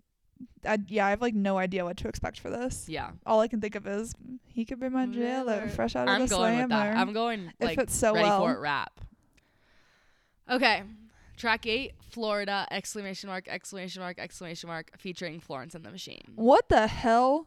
[SPEAKER 4] I, yeah, I have like no idea what to expect for this.
[SPEAKER 3] Yeah,
[SPEAKER 4] All I can think of is he could be my
[SPEAKER 3] Jailer.
[SPEAKER 4] jailer, fresh out of
[SPEAKER 3] I'm
[SPEAKER 4] the
[SPEAKER 3] going
[SPEAKER 4] slammer.
[SPEAKER 3] with that. I'm going
[SPEAKER 4] it
[SPEAKER 3] like
[SPEAKER 4] fits so
[SPEAKER 3] ready
[SPEAKER 4] well.
[SPEAKER 3] for it rap. Okay. Track eight, Florida, exclamation mark, exclamation mark, exclamation mark, featuring Florence and the Machine.
[SPEAKER 4] What the hell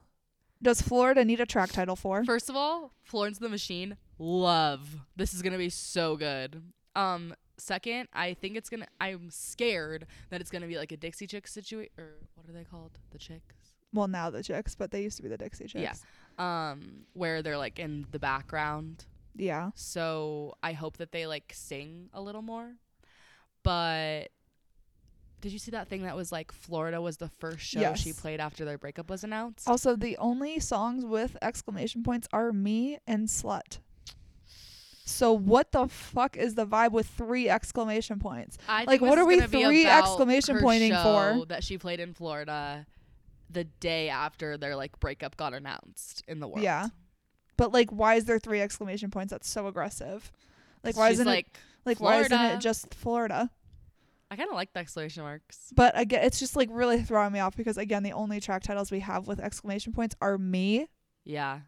[SPEAKER 4] does Florida need a track title for?
[SPEAKER 3] First of all, Florence and the Machine, love. This is gonna be so good. Um, second, I think it's gonna I'm scared that it's gonna be like a Dixie Chick situation or what are they called? The chicks?
[SPEAKER 4] well, now the Chicks, but they used to be the Dixie Chicks.
[SPEAKER 3] Yeah. Um, where they're like in the background.
[SPEAKER 4] Yeah.
[SPEAKER 3] So I hope that they like sing a little more. But did you see that thing that was like Florida was the first show she
[SPEAKER 4] Yes. Oh,
[SPEAKER 3] played after their breakup was announced?
[SPEAKER 4] Also, the only songs with exclamation points are "me" and "slut." So what the fuck is the vibe with three exclamation points?
[SPEAKER 3] I
[SPEAKER 4] like,
[SPEAKER 3] this
[SPEAKER 4] what
[SPEAKER 3] is
[SPEAKER 4] are we
[SPEAKER 3] gonna be
[SPEAKER 4] three
[SPEAKER 3] about
[SPEAKER 4] exclamation
[SPEAKER 3] her
[SPEAKER 4] pointing
[SPEAKER 3] show
[SPEAKER 4] for?
[SPEAKER 3] That she played in Florida the day after their like breakup got announced in the world.
[SPEAKER 4] Yeah. But like, why is there three exclamation points? That's so aggressive. Like, why
[SPEAKER 3] She's
[SPEAKER 4] isn't
[SPEAKER 3] like
[SPEAKER 4] it like why isn't
[SPEAKER 3] Florida.
[SPEAKER 4] it just Florida?
[SPEAKER 3] I kinda like the exclamation marks.
[SPEAKER 4] But again, it's just like really throwing me off because again, the only track titles we have with exclamation points are "me"
[SPEAKER 3] Yeah.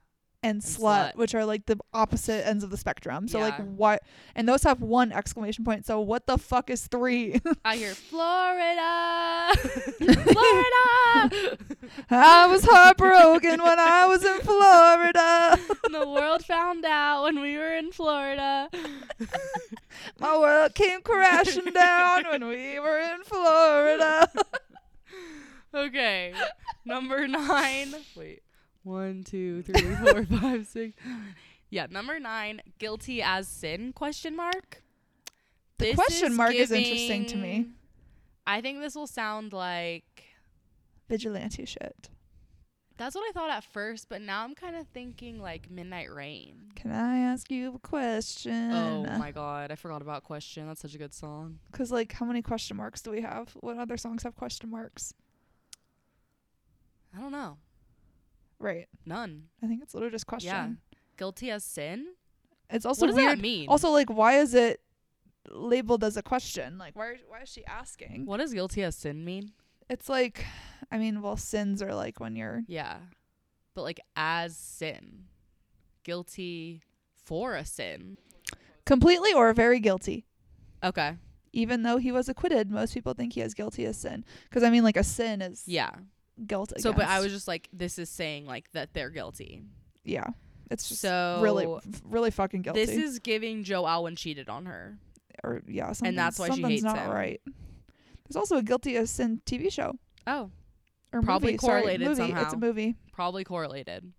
[SPEAKER 4] and,
[SPEAKER 3] slut.
[SPEAKER 4] slut, which are like the opposite ends of the spectrum. So
[SPEAKER 3] Yeah.
[SPEAKER 4] like, what? And those have one exclamation point. So what the fuck is three?
[SPEAKER 3] I hear Florida Florida
[SPEAKER 4] I was heartbroken when I was in Florida.
[SPEAKER 3] the world found out when we were in Florida.
[SPEAKER 4] My world came crashing down when we were in Florida.
[SPEAKER 3] Okay. Number nine. Wait. One, two, three, four, five, six. Yeah, number nine, guilty as sin question mark.
[SPEAKER 4] The
[SPEAKER 3] This
[SPEAKER 4] question mark is interesting to me.
[SPEAKER 3] giving- I think this will sound like
[SPEAKER 4] Vigilante shit.
[SPEAKER 3] that's what I thought at first, but now I'm kind of thinking like Midnight Rain.
[SPEAKER 4] Can I ask you a question?
[SPEAKER 3] Oh my god, I forgot about question. That's such a good song.
[SPEAKER 4] Cause like, how many question marks do we have? What other songs have question marks?
[SPEAKER 3] I don't know.
[SPEAKER 4] Right.
[SPEAKER 3] None.
[SPEAKER 4] I think it's literally just question.
[SPEAKER 3] Yeah. Guilty as sin?
[SPEAKER 4] It's also
[SPEAKER 3] what does
[SPEAKER 4] weird.
[SPEAKER 3] that mean?
[SPEAKER 4] Also, like, why is it labeled as a question. Like, why? Why is she asking?
[SPEAKER 3] What does guilty as sin mean?
[SPEAKER 4] It's like, I mean, well, sins are like when you're
[SPEAKER 3] Yeah. But like as sin. Guilty for a sin.
[SPEAKER 4] completely or very guilty.
[SPEAKER 3] Okay.
[SPEAKER 4] Even though he was acquitted, most people think he is guilty as sin. Because I mean, like a sin is
[SPEAKER 3] Yeah.
[SPEAKER 4] guilt.
[SPEAKER 3] So but I
[SPEAKER 4] against-
[SPEAKER 3] was just like this is saying like that they're guilty.
[SPEAKER 4] yeah, it's just
[SPEAKER 3] so
[SPEAKER 4] really, f- really fucking guilty.
[SPEAKER 3] This is giving Joe Alwyn cheated on her.
[SPEAKER 4] or yeah, something,
[SPEAKER 3] that's why she
[SPEAKER 4] something's
[SPEAKER 3] hates
[SPEAKER 4] not
[SPEAKER 3] him.
[SPEAKER 4] right. There's also a guilty as sin TV show
[SPEAKER 3] Oh,
[SPEAKER 4] or
[SPEAKER 3] Probably
[SPEAKER 4] movie, sorry,
[SPEAKER 3] correlated
[SPEAKER 4] movie. It's a
[SPEAKER 3] somehow.
[SPEAKER 4] movie.
[SPEAKER 3] probably correlated.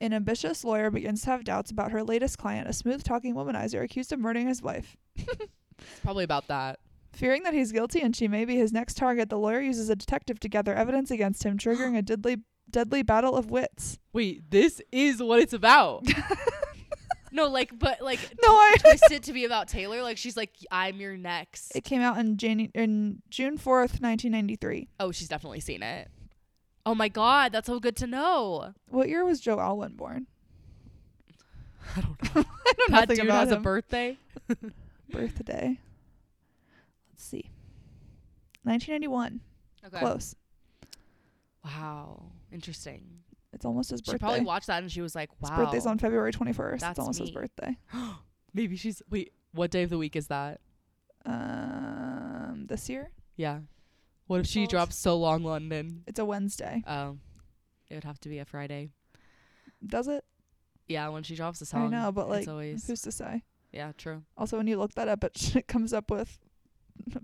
[SPEAKER 4] An ambitious lawyer begins to have doubts about her latest client, a smooth talking womanizer accused of murdering his wife.
[SPEAKER 3] It's probably about that.
[SPEAKER 4] Fearing that he's guilty and she may be his next target, the lawyer uses a detective to gather evidence against him, triggering a deadly deadly battle of wits.
[SPEAKER 3] Wait, this is what it's about. no, like but like
[SPEAKER 4] No, I
[SPEAKER 3] twist it to be about Taylor. Like she's like I'm your next.
[SPEAKER 4] It came out in Janu- in June 4th, 1993.
[SPEAKER 3] Oh, she's definitely seen it. Oh my god, that's so good to know.
[SPEAKER 4] What year was Joe Alwyn born?
[SPEAKER 3] I don't know.
[SPEAKER 4] I don't know
[SPEAKER 3] that
[SPEAKER 4] nothing
[SPEAKER 3] dude
[SPEAKER 4] about
[SPEAKER 3] has a
[SPEAKER 4] him.
[SPEAKER 3] birthday.
[SPEAKER 4] birthday. Let's see. 1991.
[SPEAKER 3] Okay.
[SPEAKER 4] Close.
[SPEAKER 3] Wow. Interesting.
[SPEAKER 4] It's almost his
[SPEAKER 3] She
[SPEAKER 4] birthday.
[SPEAKER 3] probably watched that and she was like,
[SPEAKER 4] his
[SPEAKER 3] wow.
[SPEAKER 4] birthday's on February 21st.
[SPEAKER 3] That's
[SPEAKER 4] it's almost his
[SPEAKER 3] me.
[SPEAKER 4] birthday.
[SPEAKER 3] Maybe she's. Wait, what day of the week is that?
[SPEAKER 4] Um, this year
[SPEAKER 3] Yeah. What if she
[SPEAKER 4] Well,
[SPEAKER 3] drops So Long London?
[SPEAKER 4] it's a Wednesday.
[SPEAKER 3] Oh. It would have to be a Friday.
[SPEAKER 4] Does it?
[SPEAKER 3] Yeah, when she drops a song.
[SPEAKER 4] know, but, like,
[SPEAKER 3] It's always.
[SPEAKER 4] Who's to say?
[SPEAKER 3] Yeah, true.
[SPEAKER 4] Also, when you look that up, it, it comes up with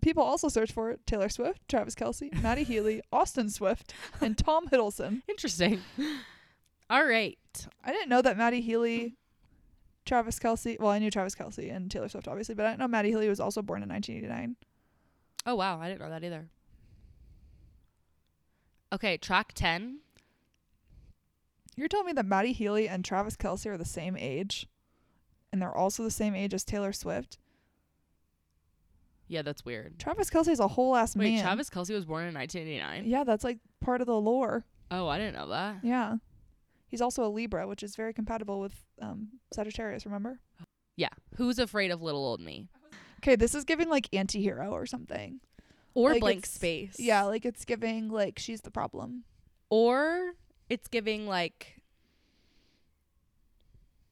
[SPEAKER 4] people also search for it: Taylor Swift, Travis Kelsey, Maddie Healy, Austin Swift, and Tom Hiddleston.
[SPEAKER 3] Interesting. All right.
[SPEAKER 4] I didn't know that Maddie Healy, Travis Kelsey. Well, I knew Travis Kelsey and Taylor Swift, obviously, but I didn't know Maddie Healy was also born in 1989.
[SPEAKER 3] Oh, wow. I didn't know that either. Okay, track 10.
[SPEAKER 4] You're telling me that Maddie Healy and Travis Kelsey are the same age, and they're also the same age as Taylor Swift.
[SPEAKER 3] Yeah, that's weird.
[SPEAKER 4] Travis Kelsey's a whole ass
[SPEAKER 3] Wait,
[SPEAKER 4] man.
[SPEAKER 3] Travis Kelsey was born in 1989.
[SPEAKER 4] Yeah, that's like part of the lore.
[SPEAKER 3] Oh, I didn't know that.
[SPEAKER 4] Yeah. He's also a Libra, which is very compatible with um, Sagittarius, remember?
[SPEAKER 3] Yeah. Who's afraid of little old me?
[SPEAKER 4] Okay, this is giving like anti hero or something.
[SPEAKER 3] Or
[SPEAKER 4] Like,
[SPEAKER 3] blank
[SPEAKER 4] it's-
[SPEAKER 3] space.
[SPEAKER 4] Yeah, like it's giving like she's the problem.
[SPEAKER 3] Or it's giving like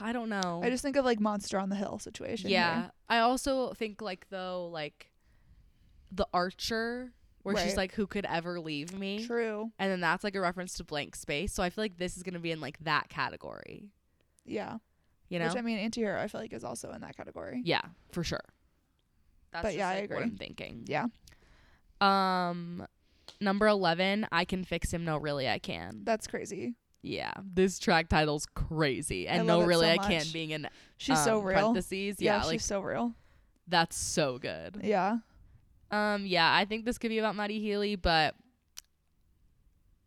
[SPEAKER 3] I don't know.
[SPEAKER 4] I just think of like Monster on the Hill situation. here.
[SPEAKER 3] yeah. I also think like though like the archer where she's
[SPEAKER 4] Right.
[SPEAKER 3] like who could ever leave me?
[SPEAKER 4] True.
[SPEAKER 3] And then that's like a reference to blank space. So I feel like this is going to be in like that category,
[SPEAKER 4] Yeah.
[SPEAKER 3] you know?
[SPEAKER 4] Which I mean, anti hero, I feel like is also in that category.
[SPEAKER 3] yeah, for sure. That's
[SPEAKER 4] But
[SPEAKER 3] just,
[SPEAKER 4] yeah, I
[SPEAKER 3] like, what
[SPEAKER 4] agree.
[SPEAKER 3] I'm thinking.
[SPEAKER 4] Yeah.
[SPEAKER 3] Um number 11, I can fix him no really I can.
[SPEAKER 4] That's crazy.
[SPEAKER 3] Yeah, this track title's crazy,
[SPEAKER 4] I
[SPEAKER 3] and
[SPEAKER 4] love
[SPEAKER 3] no,
[SPEAKER 4] it
[SPEAKER 3] really,
[SPEAKER 4] so
[SPEAKER 3] I can't
[SPEAKER 4] much.
[SPEAKER 3] being in
[SPEAKER 4] She's so
[SPEAKER 3] um,
[SPEAKER 4] real.
[SPEAKER 3] Parentheses,
[SPEAKER 4] Yeah,
[SPEAKER 3] yeah, like
[SPEAKER 4] she's so real.
[SPEAKER 3] that's so good.
[SPEAKER 4] Yeah.
[SPEAKER 3] Um, yeah, I think this could be about Maddie Healy, but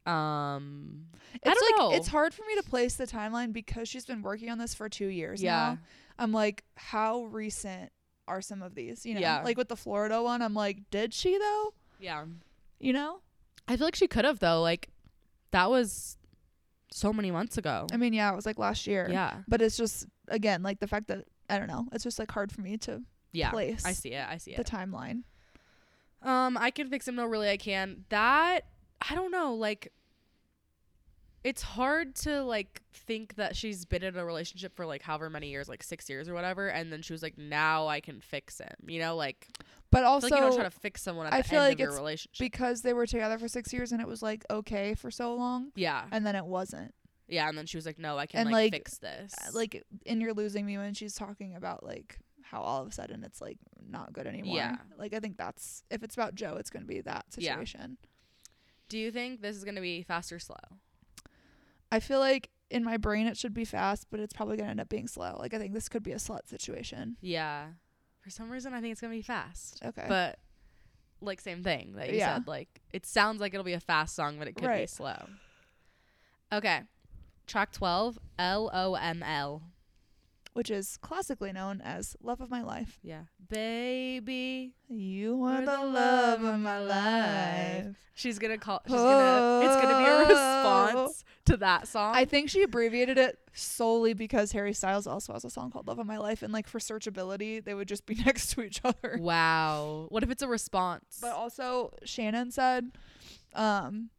[SPEAKER 3] um,
[SPEAKER 4] It's
[SPEAKER 3] I don't
[SPEAKER 4] like
[SPEAKER 3] know.
[SPEAKER 4] it's hard for me to place the timeline because she's been working on this for two years now.
[SPEAKER 3] yeah,
[SPEAKER 4] I'm like, how recent are some of these? You know,
[SPEAKER 3] Yeah.
[SPEAKER 4] like with the Florida one, I'm like, did she though?
[SPEAKER 3] yeah.
[SPEAKER 4] You know,
[SPEAKER 3] I feel like she could have though. Like that was so many months ago.
[SPEAKER 4] I mean, yeah, it was like last year.
[SPEAKER 3] Yeah,
[SPEAKER 4] But it's just again like the fact that I don't know. It's just like hard for me to
[SPEAKER 3] yeah.
[SPEAKER 4] place
[SPEAKER 3] I see it. I see
[SPEAKER 4] the
[SPEAKER 3] it.
[SPEAKER 4] timeline.
[SPEAKER 3] Um, I can fix him. No, really, I can. That I don't know. Like, it's hard to like think that she's been in a relationship for like however many years, like six years or whatever, and then she was like, "Now I can fix him." You know, like
[SPEAKER 4] But
[SPEAKER 3] I feel
[SPEAKER 4] also
[SPEAKER 3] like you don't try to fix someone at
[SPEAKER 4] I
[SPEAKER 3] the
[SPEAKER 4] feel
[SPEAKER 3] end
[SPEAKER 4] like
[SPEAKER 3] of your
[SPEAKER 4] it's
[SPEAKER 3] relationship.
[SPEAKER 4] because they were together for six years and it was like okay for so long,
[SPEAKER 3] yeah,
[SPEAKER 4] and then it wasn't.
[SPEAKER 3] yeah, and then she was like, "No, I can
[SPEAKER 4] And,
[SPEAKER 3] like,
[SPEAKER 4] like,
[SPEAKER 3] fix this."
[SPEAKER 4] Uh, Like in you're losing me when she's talking about like how all of a sudden it's like not good anymore.
[SPEAKER 3] Yeah.
[SPEAKER 4] Like I think that's if it's about Joe, it's gonna be that
[SPEAKER 3] Yeah.
[SPEAKER 4] situation.
[SPEAKER 3] do you think this is gonna be fast or slow?
[SPEAKER 4] I feel like in my brain it should be fast, but it's probably gonna end up being slow. Like I think this could be a slut situation.
[SPEAKER 3] Yeah, for some reason, I think it's gonna be fast,
[SPEAKER 4] Okay.
[SPEAKER 3] but like same thing that you
[SPEAKER 4] Yeah.
[SPEAKER 3] said. Like it sounds like it'll be a fast song, but it could be
[SPEAKER 4] Right.
[SPEAKER 3] slow. Okay, track twelve, L O M L.
[SPEAKER 4] which is classically known as Love of My Life.
[SPEAKER 3] Yeah, baby,
[SPEAKER 4] You
[SPEAKER 3] were
[SPEAKER 4] were
[SPEAKER 3] the
[SPEAKER 4] the
[SPEAKER 3] love
[SPEAKER 4] love
[SPEAKER 3] of
[SPEAKER 4] of my
[SPEAKER 3] my life.
[SPEAKER 4] life.
[SPEAKER 3] she's gonna call. She's gonna. It's gonna be a
[SPEAKER 4] Oh.
[SPEAKER 3] response to that song.
[SPEAKER 4] I think she abbreviated it solely because Harry Styles also has a song called Love of My Life and like for searchability they would just be next to each other.
[SPEAKER 3] wow. What if it's a response?
[SPEAKER 4] But also Shannon said um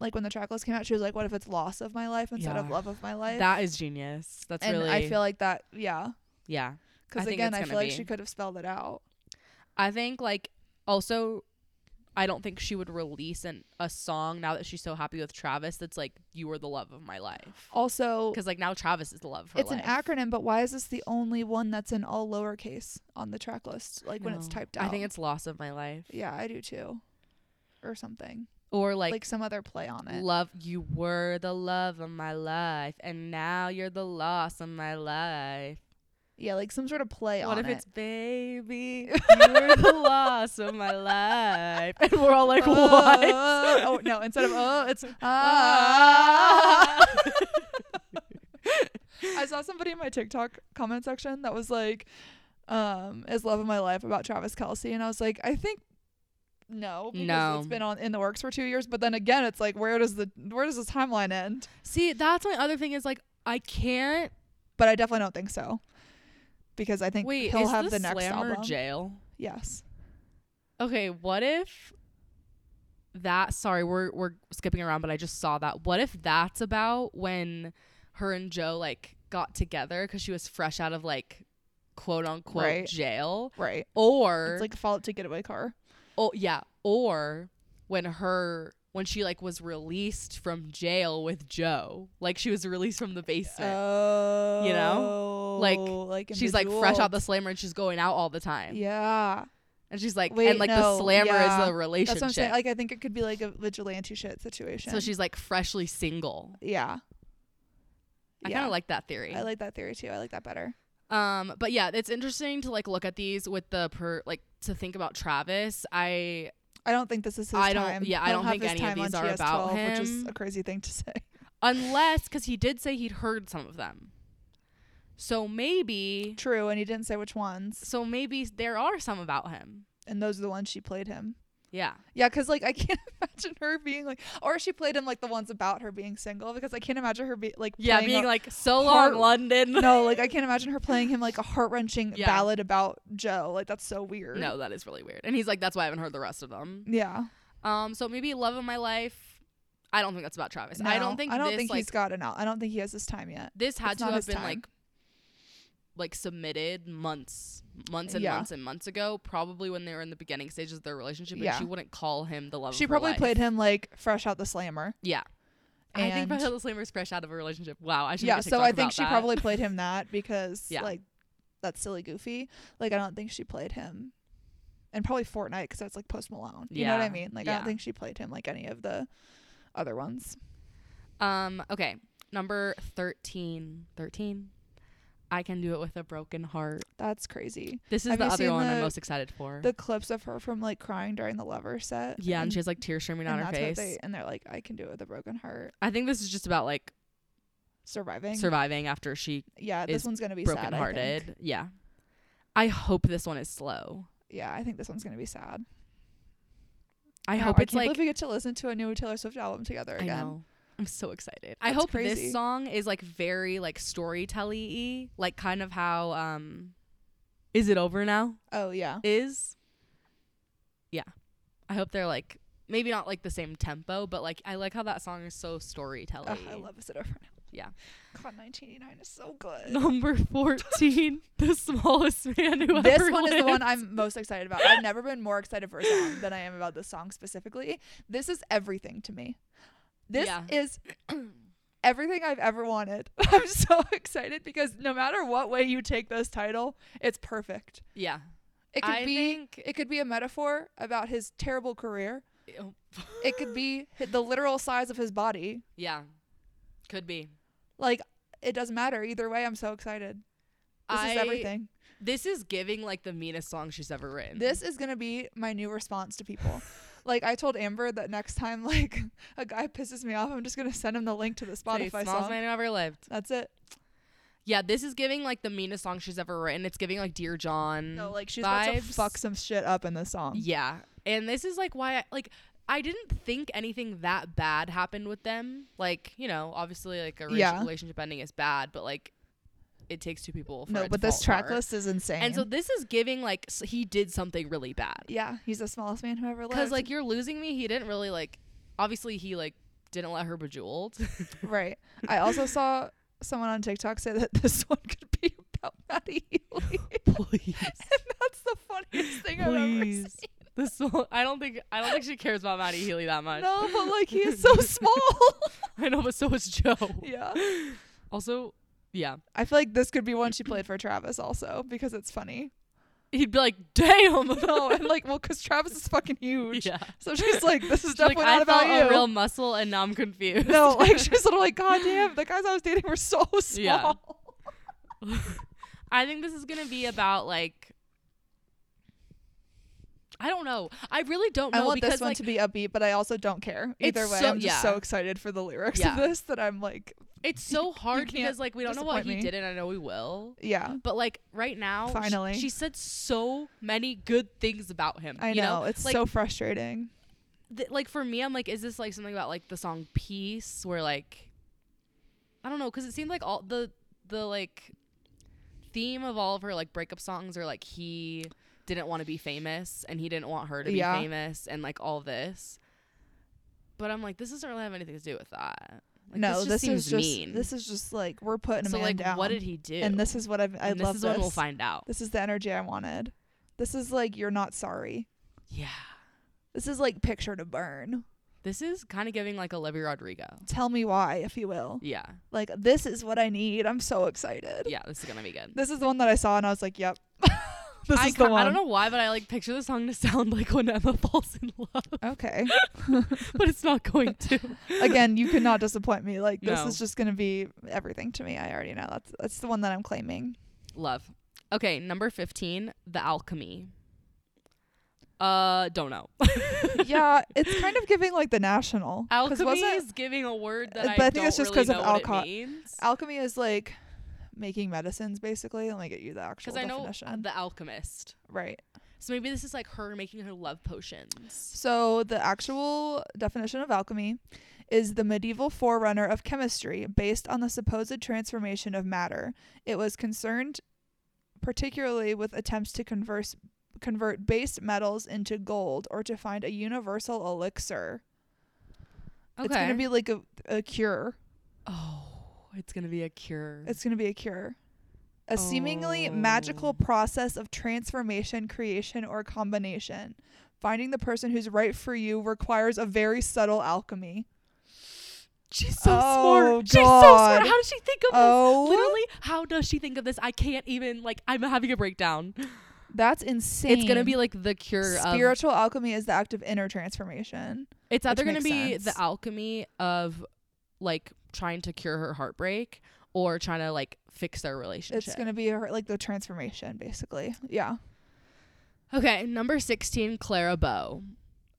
[SPEAKER 4] like when the track list came out she was like what if it's loss of my life instead of
[SPEAKER 3] Yeah.
[SPEAKER 4] love of my life?
[SPEAKER 3] that is genius. That's
[SPEAKER 4] and
[SPEAKER 3] really
[SPEAKER 4] I feel like that yeah
[SPEAKER 3] yeah. I
[SPEAKER 4] cuz
[SPEAKER 3] think
[SPEAKER 4] again
[SPEAKER 3] it's
[SPEAKER 4] I
[SPEAKER 3] gonna
[SPEAKER 4] feel like
[SPEAKER 3] be.
[SPEAKER 4] she could have spelled it out.
[SPEAKER 3] I think like also I don't think she would release an a song now that she's so happy with Travis that's like you were the love of my life.
[SPEAKER 4] Also
[SPEAKER 3] Cuz like now Travis is the love of her
[SPEAKER 4] it's an
[SPEAKER 3] life.
[SPEAKER 4] acronym but why is this the only one that's in all lowercase on the track list like when it's
[SPEAKER 3] No.
[SPEAKER 4] typed out?
[SPEAKER 3] I think it's loss of my life
[SPEAKER 4] Yeah, I do too. Or something.
[SPEAKER 3] or like,
[SPEAKER 4] Like, some other play on it.
[SPEAKER 3] love you were the love of my life and now you're the loss of my life.
[SPEAKER 4] yeah, like some sort of play
[SPEAKER 3] what
[SPEAKER 4] on
[SPEAKER 3] if
[SPEAKER 4] it.
[SPEAKER 3] it's baby you were the loss of my life and we're all like what?
[SPEAKER 4] Uh, oh no! Instead of oh, it's ah.
[SPEAKER 3] Ah.
[SPEAKER 4] I saw somebody in my TikTok comment section that was like, um, "Is love of my life about Travis Kelsey?" And I was like, I think no, because
[SPEAKER 3] No.
[SPEAKER 4] it's been on in the works for two years. But then again, it's like, where does the where does this timeline end?
[SPEAKER 3] See, that's my other thing is like I can't
[SPEAKER 4] But I definitely don't think so, because I think
[SPEAKER 3] Wait,
[SPEAKER 4] he'll
[SPEAKER 3] is
[SPEAKER 4] have
[SPEAKER 3] this
[SPEAKER 4] the next
[SPEAKER 3] Slammer
[SPEAKER 4] album.
[SPEAKER 3] jail.
[SPEAKER 4] yes.
[SPEAKER 3] Okay, what if that? Sorry, we're we're skipping around, but I just saw that. What if that's about when her and Joe like got together because she was fresh out of like quote unquote
[SPEAKER 4] Right.
[SPEAKER 3] jail,
[SPEAKER 4] Right.
[SPEAKER 3] or
[SPEAKER 4] It's like a Fallout to Getaway Car.
[SPEAKER 3] oh yeah, or when her when she like was released from jail with Joe, like she was released from the basement.
[SPEAKER 4] Oh.
[SPEAKER 3] Like,
[SPEAKER 4] like
[SPEAKER 3] she's like fresh out the slammer and she's going out all the time,
[SPEAKER 4] Yeah.
[SPEAKER 3] and she's like,
[SPEAKER 4] Wait,
[SPEAKER 3] and like
[SPEAKER 4] no,
[SPEAKER 3] the slammer
[SPEAKER 4] yeah.
[SPEAKER 3] is the relationship.
[SPEAKER 4] That's what I'm saying. Like I think it could be like a vigilante shit situation.
[SPEAKER 3] so she's like freshly single.
[SPEAKER 4] yeah.
[SPEAKER 3] I
[SPEAKER 4] yeah.
[SPEAKER 3] kind of like that theory.
[SPEAKER 4] I like that theory too. I like that better.
[SPEAKER 3] um, but yeah, it's interesting to like look at these with the per like to think about Travis. I
[SPEAKER 4] I don't think this is his
[SPEAKER 3] I don't-
[SPEAKER 4] time.
[SPEAKER 3] yeah, I don't
[SPEAKER 4] have
[SPEAKER 3] think
[SPEAKER 4] his
[SPEAKER 3] any of
[SPEAKER 4] time on
[SPEAKER 3] these are
[SPEAKER 4] GS12,
[SPEAKER 3] about
[SPEAKER 4] which is
[SPEAKER 3] him.
[SPEAKER 4] a crazy thing to say.
[SPEAKER 3] unless because he did say he'd heard some of them, so maybe
[SPEAKER 4] True, and he didn't say which ones,
[SPEAKER 3] so maybe there are some about him.
[SPEAKER 4] and those are the ones she played him.
[SPEAKER 3] Yeah,
[SPEAKER 4] Yeah, because like I can't imagine her being like, or she played him like the ones about her being single, because I can't imagine her be like
[SPEAKER 3] yeah,
[SPEAKER 4] playing
[SPEAKER 3] being
[SPEAKER 4] a-
[SPEAKER 3] like so
[SPEAKER 4] hard-
[SPEAKER 3] long London.
[SPEAKER 4] no, like I can't imagine her playing him like a heart wrenching
[SPEAKER 3] Yeah.
[SPEAKER 4] ballad about Joe. Like that's so weird.
[SPEAKER 3] no, that is really weird. And he's like, that's why I haven't heard the rest of them.
[SPEAKER 4] Yeah.
[SPEAKER 3] Um, so maybe love of my life. I don't think that's about Travis. I
[SPEAKER 4] No,
[SPEAKER 3] don't think
[SPEAKER 4] I don't
[SPEAKER 3] this
[SPEAKER 4] think
[SPEAKER 3] like
[SPEAKER 4] he's got an out. I don't think he has his time yet.
[SPEAKER 3] this
[SPEAKER 4] It's
[SPEAKER 3] had to
[SPEAKER 4] not
[SPEAKER 3] have
[SPEAKER 4] his
[SPEAKER 3] been
[SPEAKER 4] time.
[SPEAKER 3] like like submitted months months and
[SPEAKER 4] Yeah.
[SPEAKER 3] months and months ago probably when they were in the beginning stages of their relationship
[SPEAKER 4] Yeah.
[SPEAKER 3] and she wouldn't call him the love
[SPEAKER 4] She
[SPEAKER 3] of her
[SPEAKER 4] probably
[SPEAKER 3] life.
[SPEAKER 4] played him like fresh out the slammer.
[SPEAKER 3] yeah i think
[SPEAKER 4] and-
[SPEAKER 3] Priscilla Slammer's fresh out of a relationship wow i should
[SPEAKER 4] Yeah, so I think she
[SPEAKER 3] that.
[SPEAKER 4] probably played him that because
[SPEAKER 3] Yeah.
[SPEAKER 4] like that's silly goofy. Like I don't think she played him, and probably Fortnite because that's like Post Malone. You know what I
[SPEAKER 3] Yeah,
[SPEAKER 4] mean? Like I don't
[SPEAKER 3] yeah.
[SPEAKER 4] think she played him like any of the other ones.
[SPEAKER 3] um okay number 13 13 i can do it with a broken heart
[SPEAKER 4] That's crazy.
[SPEAKER 3] this is
[SPEAKER 4] Have
[SPEAKER 3] the
[SPEAKER 4] you
[SPEAKER 3] other
[SPEAKER 4] seen
[SPEAKER 3] one
[SPEAKER 4] the-
[SPEAKER 3] i'm most excited for
[SPEAKER 4] The clips of her from like crying during the lover set.
[SPEAKER 3] yeah and she has like tears streaming down
[SPEAKER 4] and
[SPEAKER 3] her
[SPEAKER 4] that's
[SPEAKER 3] face
[SPEAKER 4] What they, and they're like, I can do it with a broken heart.
[SPEAKER 3] i think this is just about like
[SPEAKER 4] Surviving.
[SPEAKER 3] surviving after she
[SPEAKER 4] yeah, this
[SPEAKER 3] is
[SPEAKER 4] one's gonna be sad. I think.
[SPEAKER 3] broken hearted yeah i hope this one is slow
[SPEAKER 4] Yeah, I think this one's gonna be sad.
[SPEAKER 3] I
[SPEAKER 4] Wow,
[SPEAKER 3] hope it's
[SPEAKER 4] can't
[SPEAKER 3] like
[SPEAKER 4] believe we get to listen to a new Taylor Swift album together
[SPEAKER 3] I
[SPEAKER 4] again.
[SPEAKER 3] know. I'm so excited. I
[SPEAKER 4] That's
[SPEAKER 3] hope
[SPEAKER 4] crazy.
[SPEAKER 3] this song is like very like storytelling y, like kind of how um Is It Over Now?
[SPEAKER 4] Oh yeah,
[SPEAKER 3] Is Yeah. I hope they're like maybe not like the same tempo, but like I like how that song is so storytelling.
[SPEAKER 4] Ugh, I love Is It Over Now.
[SPEAKER 3] Yeah.
[SPEAKER 4] God, 1989 is so good.
[SPEAKER 3] Number fourteen, the smallest man who
[SPEAKER 4] this
[SPEAKER 3] ever
[SPEAKER 4] one is the
[SPEAKER 3] lived.
[SPEAKER 4] one I'm most excited about. I've never been more excited for a song than I am about this song specifically. This is everything to me. This
[SPEAKER 3] Yeah.
[SPEAKER 4] is everything I've ever wanted. I'm so excited because no matter what way you take this title, it's perfect.
[SPEAKER 3] Yeah.
[SPEAKER 4] It could
[SPEAKER 3] I
[SPEAKER 4] be
[SPEAKER 3] think-
[SPEAKER 4] it could be a metaphor about his terrible career.
[SPEAKER 3] Ew.
[SPEAKER 4] It could be hi- the literal size of his body.
[SPEAKER 3] Yeah. Could be.
[SPEAKER 4] Like it doesn't matter either way. I'm so excited. This is
[SPEAKER 3] I-
[SPEAKER 4] everything.
[SPEAKER 3] This is giving like the meanest song she's ever written.
[SPEAKER 4] This is gonna be my new response to people. like I told Amber that next time like a guy pisses me off, I'm just gonna send him the link to the
[SPEAKER 3] Say,
[SPEAKER 4] Spotify
[SPEAKER 3] smallest
[SPEAKER 4] song.
[SPEAKER 3] man who ever lived.
[SPEAKER 4] That's it.
[SPEAKER 3] Yeah, this is giving like the meanest song she's ever written. It's giving like Dear John.
[SPEAKER 4] No, like she's about to
[SPEAKER 3] Mm. vibes.
[SPEAKER 4] fuck some shit up in this song.
[SPEAKER 3] Yeah. And this is like why I like I didn't think anything that bad happened with them. Like, you know, obviously, like a re-
[SPEAKER 4] Yeah.
[SPEAKER 3] relationship ending is bad, but like, it takes two people. For
[SPEAKER 4] no,
[SPEAKER 3] it
[SPEAKER 4] but
[SPEAKER 3] to
[SPEAKER 4] this
[SPEAKER 3] fall
[SPEAKER 4] track
[SPEAKER 3] apart.
[SPEAKER 4] list is insane.
[SPEAKER 3] And so this is giving like s he did something really bad
[SPEAKER 4] yeah, he's the smallest man who ever lived.
[SPEAKER 3] because like you're losing me. He didn't really like. Obviously, he like didn't let her bejeweled.
[SPEAKER 4] right. I also saw someone on TikTok say that this one could be about Maddie Healy.
[SPEAKER 3] Please,
[SPEAKER 4] and that's the funniest thing I've ever seen.
[SPEAKER 3] please. This one, I don't think I don't think she cares about Maddie Healy that much.
[SPEAKER 4] No, but like he is so small.
[SPEAKER 3] I know, but so is Joe.
[SPEAKER 4] yeah.
[SPEAKER 3] Also, yeah,
[SPEAKER 4] I feel like this could be one she played for Travis also because it's funny.
[SPEAKER 3] he'd be like, "Damn."
[SPEAKER 4] No, and like, well, because Travis is fucking huge.
[SPEAKER 3] yeah.
[SPEAKER 4] So she's like, this is
[SPEAKER 3] She's like,
[SPEAKER 4] definitely not
[SPEAKER 3] I
[SPEAKER 4] about
[SPEAKER 3] felt
[SPEAKER 4] you.
[SPEAKER 3] a real muscle, and now I'm confused.
[SPEAKER 4] no, like she's little like, God damn, the guys I was dating were so small.
[SPEAKER 3] Yeah. I think this is gonna be about like. I don't know. I really don't
[SPEAKER 4] I
[SPEAKER 3] know
[SPEAKER 4] want
[SPEAKER 3] because
[SPEAKER 4] this one
[SPEAKER 3] like
[SPEAKER 4] to be upbeat, but I also don't care.
[SPEAKER 3] It's
[SPEAKER 4] Either way,
[SPEAKER 3] so-
[SPEAKER 4] I'm just
[SPEAKER 3] yeah.
[SPEAKER 4] so excited for the lyrics
[SPEAKER 3] Yeah.
[SPEAKER 4] of this that I'm like,
[SPEAKER 3] it's so hard
[SPEAKER 4] can't
[SPEAKER 3] because like we don't know what
[SPEAKER 4] disappoint
[SPEAKER 3] he
[SPEAKER 4] me.
[SPEAKER 3] did, and I know we will.
[SPEAKER 4] yeah,
[SPEAKER 3] But like right now, sh-
[SPEAKER 4] Finally.
[SPEAKER 3] she, said so many good things about him.
[SPEAKER 4] I
[SPEAKER 3] you
[SPEAKER 4] know. It's
[SPEAKER 3] like,
[SPEAKER 4] so frustrating.
[SPEAKER 3] th- like for me, I'm like, is this like something about like the song "Peace," where like, I don't know, because it seemed like all the the like theme of all of her like breakup songs are like he didn't want to be famous and he didn't want her to be
[SPEAKER 4] Yeah.
[SPEAKER 3] famous and like all this. But I'm like, this doesn't really have anything to do with that. Like,
[SPEAKER 4] no,
[SPEAKER 3] this, just seems
[SPEAKER 4] is just
[SPEAKER 3] mean.
[SPEAKER 4] this is just like we're putting
[SPEAKER 3] so
[SPEAKER 4] a man
[SPEAKER 3] like,
[SPEAKER 4] down.
[SPEAKER 3] what did he do?
[SPEAKER 4] and this is what I've, I
[SPEAKER 3] And
[SPEAKER 4] love
[SPEAKER 3] this is when we'll find out.
[SPEAKER 4] This is the energy I wanted. This is like you're not sorry.
[SPEAKER 3] Yeah,
[SPEAKER 4] This is like picture to burn.
[SPEAKER 3] this is kind of giving like Olivia Rodrigo.
[SPEAKER 4] Tell me why, if you will.
[SPEAKER 3] Yeah,
[SPEAKER 4] Like this is what I need. I'm so excited.
[SPEAKER 3] yeah, this is gonna be good.
[SPEAKER 4] This is the one that I saw and I was like, yep. this
[SPEAKER 3] I,
[SPEAKER 4] is the
[SPEAKER 3] ca-
[SPEAKER 4] one.
[SPEAKER 3] I don't know why, but I like picture the song to sound like when Emma falls in love,
[SPEAKER 4] Okay.
[SPEAKER 3] but it's not going to.
[SPEAKER 4] Again, you could not disappoint me. Like this
[SPEAKER 3] No.
[SPEAKER 4] is just gonna be everything to me. I already know. That's that's the one that I'm claiming.
[SPEAKER 3] Love. Okay, number fifteen, The Alchemy. Uh, don't know.
[SPEAKER 4] yeah, it's kind of giving like the national. 'Cause
[SPEAKER 3] Alchemy
[SPEAKER 4] wasn't-
[SPEAKER 3] is giving a word that
[SPEAKER 4] Uh,
[SPEAKER 3] I,
[SPEAKER 4] but I
[SPEAKER 3] don't
[SPEAKER 4] think it's just
[SPEAKER 3] really
[SPEAKER 4] 'cause of
[SPEAKER 3] know what
[SPEAKER 4] Alcott.
[SPEAKER 3] it means.
[SPEAKER 4] alchemy is like making medicines basically. Let me get you the actual
[SPEAKER 3] Because I know
[SPEAKER 4] definition.
[SPEAKER 3] uh, The Alchemist.
[SPEAKER 4] right.
[SPEAKER 3] So maybe this is like her making her love potions.
[SPEAKER 4] So, the actual definition of alchemy is the medieval forerunner of chemistry based on the supposed transformation of matter. It was concerned particularly with attempts to converse, convert base metals into gold or to find a universal elixir. It's going to be like a, a cure.
[SPEAKER 3] oh, it's gonna be a cure.
[SPEAKER 4] It's going to be a cure. A seemingly magical
[SPEAKER 3] Oh.
[SPEAKER 4] process of transformation, creation, or combination. Finding the person who's right for you requires a very subtle alchemy.
[SPEAKER 3] She's so
[SPEAKER 4] Oh,
[SPEAKER 3] smart. She's so smart.
[SPEAKER 4] God.
[SPEAKER 3] How does she think of
[SPEAKER 4] Oh.
[SPEAKER 3] this? Literally, how does she think of this? I can't even like I'm having a breakdown.
[SPEAKER 4] That's insane.
[SPEAKER 3] It's gonna be like um, the cure of
[SPEAKER 4] spiritual alchemy is the act of inner transformation.
[SPEAKER 3] it's either
[SPEAKER 4] which
[SPEAKER 3] gonna
[SPEAKER 4] makes
[SPEAKER 3] be
[SPEAKER 4] sense.
[SPEAKER 3] the alchemy of like trying to cure her heartbreak or trying to like fix their relationship.
[SPEAKER 4] It's gonna be her, like the transformation, basically. Yeah.
[SPEAKER 3] Okay, number 16, Clara Bow.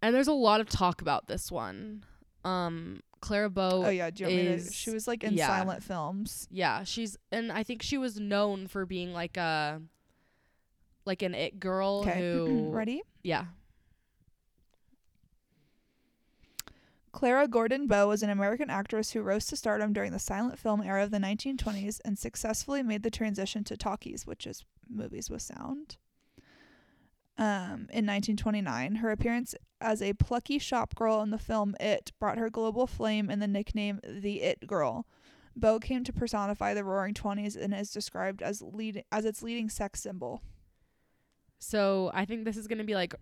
[SPEAKER 3] And there's a lot of talk about this one. Um Clara Bow
[SPEAKER 4] Oh yeah. Do you want me to?
[SPEAKER 3] is-
[SPEAKER 4] She was like in
[SPEAKER 3] yeah.
[SPEAKER 4] silent films.
[SPEAKER 3] Yeah, she's and I think she was known for being like a like an it girl
[SPEAKER 4] Okay.
[SPEAKER 3] who
[SPEAKER 4] Ready?
[SPEAKER 3] Yeah.
[SPEAKER 4] Clara Gordon Bow was an American actress who rose to stardom during the silent film era of the 1920s and successfully made the transition to talkies, which is movies with sound. Um, in 1929, her appearance as a plucky shop girl in the film It brought her global flame and the nickname the It Girl. Bow came to personify the Roaring Twenties and is described as lead as its leading sex symbol.
[SPEAKER 3] So I think this is gonna be like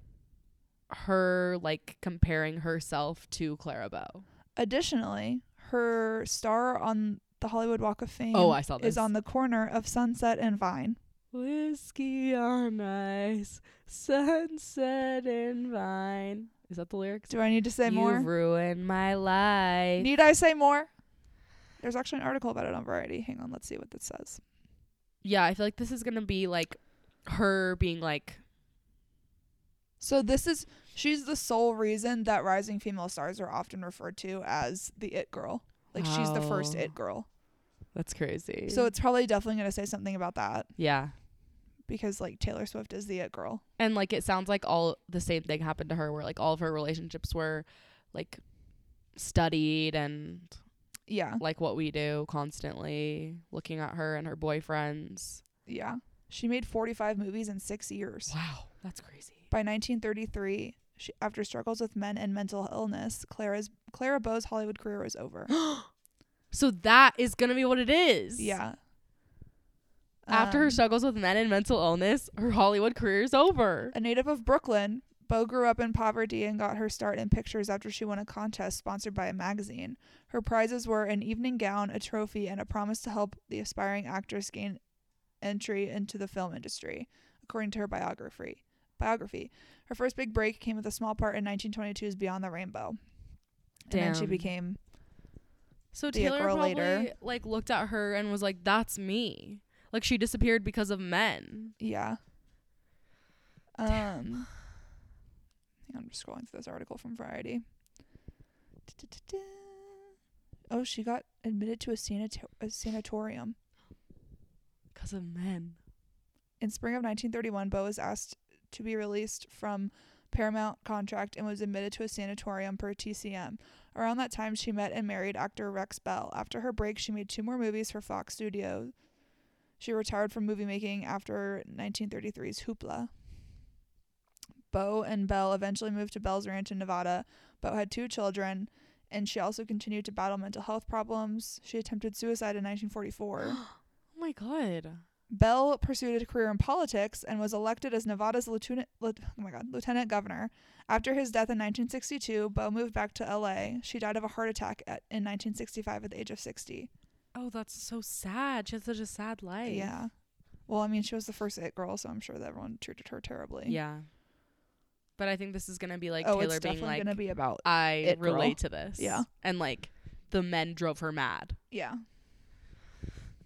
[SPEAKER 3] her like comparing herself to Clara Bow.
[SPEAKER 4] Additionally, her star on the Hollywood Walk of Fame
[SPEAKER 3] Oh, I saw this.
[SPEAKER 4] is on the corner of Sunset and Vine.
[SPEAKER 3] whiskey on ice, sunset and vine. Is that the lyrics?
[SPEAKER 4] Do I need to say
[SPEAKER 3] you
[SPEAKER 4] more?
[SPEAKER 3] ruined my life.
[SPEAKER 4] Need I say more? There's actually an article about it on Variety. Hang on, let's see what this says.
[SPEAKER 3] yeah, I feel like this is gonna be like her being like
[SPEAKER 4] So this is she's the sole reason that rising female stars are often referred to as the it girl. Like she's the first
[SPEAKER 3] Wow.
[SPEAKER 4] it girl.
[SPEAKER 3] that's crazy.
[SPEAKER 4] So it's probably definitely going to say something about that
[SPEAKER 3] yeah,
[SPEAKER 4] because like Taylor Swift is the it girl.
[SPEAKER 3] And like it sounds like all the same thing happened to her where like all of her relationships were like studied and
[SPEAKER 4] Yeah.
[SPEAKER 3] like what we do constantly looking at her and her boyfriends.
[SPEAKER 4] Yeah. She made 45 movies in 6 years.
[SPEAKER 3] Wow, that's crazy.
[SPEAKER 4] By 1933, she, after struggles with men and mental illness, Clara's Clara Bow's Hollywood career was over.
[SPEAKER 3] So that is going to be what it is.
[SPEAKER 4] yeah.
[SPEAKER 3] After her
[SPEAKER 4] Um,
[SPEAKER 3] struggles with men and mental illness, her Hollywood career is over.
[SPEAKER 4] a native of Brooklyn, Bo grew up in poverty and got her start in pictures after she won a contest sponsored by a magazine. Her prizes were an evening gown, a trophy, and a promise to help the aspiring actress gain entry into the film industry, according to her biography. Biography. Her first big break came with a small part in 1922's Beyond the Rainbow. And then she
[SPEAKER 3] Damn.
[SPEAKER 4] became
[SPEAKER 3] So
[SPEAKER 4] be a
[SPEAKER 3] Taylor
[SPEAKER 4] girl
[SPEAKER 3] probably
[SPEAKER 4] later.
[SPEAKER 3] like looked at her and was like, "That's me." Like she disappeared because of men.
[SPEAKER 4] Yeah. Um, hang on, I'm just scrolling through this article from Variety. Du-du-du-du. Oh, she got admitted to a, sanato- a sanatorium.
[SPEAKER 3] Because of men.
[SPEAKER 4] In spring of 1931, Bo was asked to be released from Paramount contract and was admitted to a sanatorium per TCM. Around that time, she met and married actor Rex Bell. After her break, she made two more movies for Fox Studios. She retired from movie making after 1933's Hoopla. Bo and Bell eventually moved to Bell's Ranch in Nevada. Bo had two children, and she also continued to battle mental health problems. She attempted suicide in 1944.
[SPEAKER 3] Oh my god.
[SPEAKER 4] Bell pursued a career in politics and was elected as Nevada's lieutenant. Lit- oh my God, lieutenant governor. After his death in 1962, Bell moved back to L.A. She died of a heart attack at, in 1965 at the age of 60.
[SPEAKER 3] Oh, that's so sad. She had such a sad life.
[SPEAKER 4] Yeah. Well, I mean, she was the first it girl, so I'm sure that everyone treated her terribly.
[SPEAKER 3] Yeah. But I think this is gonna be like
[SPEAKER 4] oh,
[SPEAKER 3] Taylor
[SPEAKER 4] it's
[SPEAKER 3] being
[SPEAKER 4] definitely
[SPEAKER 3] like,
[SPEAKER 4] gonna be about.
[SPEAKER 3] "I
[SPEAKER 4] it girl."
[SPEAKER 3] relate to this."
[SPEAKER 4] Yeah.
[SPEAKER 3] And like, the men drove her mad.
[SPEAKER 4] Yeah.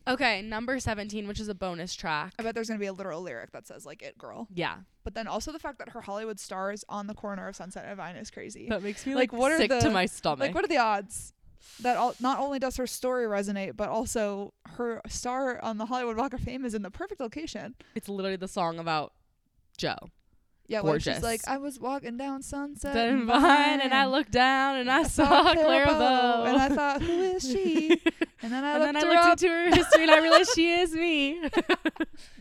[SPEAKER 3] Okay, number seventeen, which is a bonus track.
[SPEAKER 4] I bet there's gonna be a literal lyric that says like "it girl,"
[SPEAKER 3] yeah,
[SPEAKER 4] but then also the fact that her Hollywood star is on the corner of Sunset and Vine is crazy.
[SPEAKER 3] that makes me
[SPEAKER 4] Like,
[SPEAKER 3] like,
[SPEAKER 4] what are
[SPEAKER 3] sick
[SPEAKER 4] the-
[SPEAKER 3] to my stomach.
[SPEAKER 4] Like, what are the odds that all, not only does her story resonate, but also her star on the Hollywood Walk of Fame is in the perfect location?
[SPEAKER 3] it's literally the song about Joe.
[SPEAKER 4] Yeah, where she's
[SPEAKER 3] Gorgeous.
[SPEAKER 4] like, I was walking down Sunset
[SPEAKER 3] Then
[SPEAKER 4] and
[SPEAKER 3] Vine, and I
[SPEAKER 4] Vine,
[SPEAKER 3] looked down and I, saw Clara Bow.
[SPEAKER 4] and I thought, who is she? And then I
[SPEAKER 3] and then
[SPEAKER 4] looked
[SPEAKER 3] I
[SPEAKER 4] her
[SPEAKER 3] looked
[SPEAKER 4] up.
[SPEAKER 3] into her history and I realized she is me.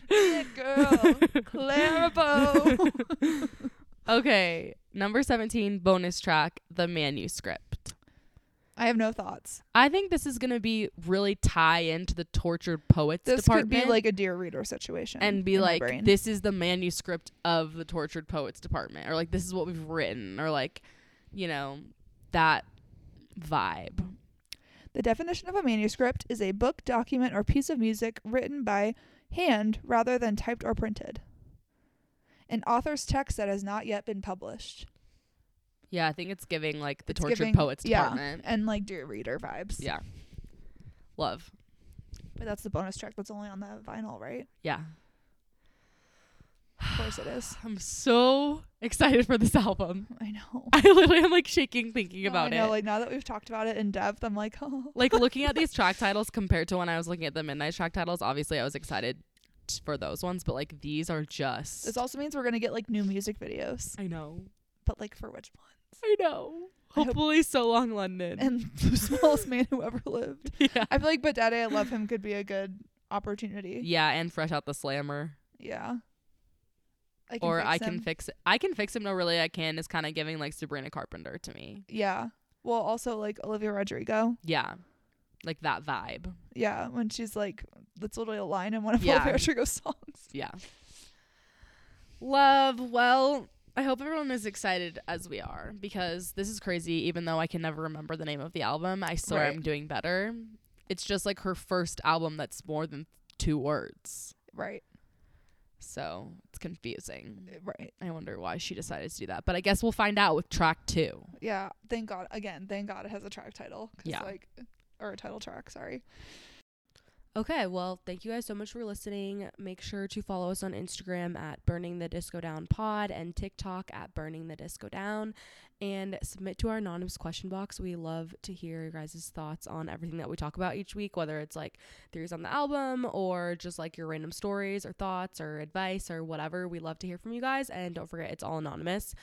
[SPEAKER 4] It girl, Clara Bow.
[SPEAKER 3] okay, number 17, bonus track, The Manuscript.
[SPEAKER 4] I have no thoughts.
[SPEAKER 3] I think this is going to be really tie into the tortured poets
[SPEAKER 4] This could
[SPEAKER 3] department.
[SPEAKER 4] be like a dear reader situation,
[SPEAKER 3] and be
[SPEAKER 4] in my
[SPEAKER 3] like,
[SPEAKER 4] brain.
[SPEAKER 3] this is the manuscript of the tortured poets department, or like, this is what we've written, or like, you know, that vibe.
[SPEAKER 4] The definition of a manuscript is a book, document, or piece of music written by hand rather than typed or printed. An author's text that has not yet been published.
[SPEAKER 3] Yeah, I think it's giving like the
[SPEAKER 4] It's
[SPEAKER 3] tortured
[SPEAKER 4] giving-
[SPEAKER 3] poets
[SPEAKER 4] yeah,
[SPEAKER 3] department.
[SPEAKER 4] And like dear reader vibes.
[SPEAKER 3] Yeah. Love.
[SPEAKER 4] But that's the bonus track that's only on the vinyl, right?
[SPEAKER 3] Yeah.
[SPEAKER 4] Of course it is.
[SPEAKER 3] I'm so excited for this album.
[SPEAKER 4] I know.
[SPEAKER 3] I literally am like shaking thinking
[SPEAKER 4] Oh,
[SPEAKER 3] about
[SPEAKER 4] I know,
[SPEAKER 3] it. Like,
[SPEAKER 4] Like now that we've talked about it in depth, I'm like, oh
[SPEAKER 3] looking at these track titles compared to when I was looking at the Midnight track titles, obviously I was excited t- for those ones, but like these are just
[SPEAKER 4] this also means we're gonna get like new music videos.
[SPEAKER 3] I know.
[SPEAKER 4] But like for which one?
[SPEAKER 3] I know.
[SPEAKER 4] I hope-
[SPEAKER 3] Hopefully so long London.
[SPEAKER 4] And the smallest man who ever lived.
[SPEAKER 3] yeah.
[SPEAKER 4] I feel like But Daddy I Love Him could be a good opportunity.
[SPEAKER 3] Yeah, and fresh out the slammer.
[SPEAKER 4] Yeah. I
[SPEAKER 3] or I
[SPEAKER 4] fix
[SPEAKER 3] can
[SPEAKER 4] him.
[SPEAKER 3] fix it. I can fix him no really I can is kind of giving like Sabrina Carpenter to me.
[SPEAKER 4] Yeah. Well, also like Olivia Rodrigo.
[SPEAKER 3] Yeah. Like that vibe.
[SPEAKER 4] Yeah, when she's like, that's literally a line in one of
[SPEAKER 3] Yeah.
[SPEAKER 4] Olivia Rodrigo's songs.
[SPEAKER 3] Yeah. Love. Well, I hope everyone is excited as we are because this is crazy. Even though I can never remember the name of the album, I swear
[SPEAKER 4] Right.
[SPEAKER 3] I'm doing better. It's just like her first album that's more than two words.
[SPEAKER 4] Right.
[SPEAKER 3] So it's confusing.
[SPEAKER 4] Right.
[SPEAKER 3] I wonder why she decided to do that. But I guess we'll find out with track two.
[SPEAKER 4] Yeah. Thank God. Again, thank God it has a track title. 'cause,
[SPEAKER 3] Yeah.
[SPEAKER 4] Like, or a title track. Sorry.
[SPEAKER 3] Okay, well, thank you guys so much for listening. Make sure to follow us on Instagram at Burning the Disco Down Pod and TikTok at Burning the Disco Down and submit to our anonymous question box. We love to hear your guys' thoughts on everything that we talk about each week, whether it's like theories on the album or just like your random stories or thoughts or advice or whatever. We love to hear from you guys and don't forget it's all anonymous.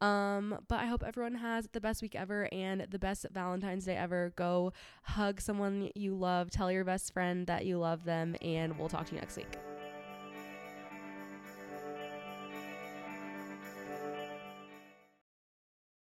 [SPEAKER 3] Um, but I hope everyone has the best week ever and the best Valentine's Day ever. Go hug someone you love, tell your best friend that you love them, and we'll talk to you next week.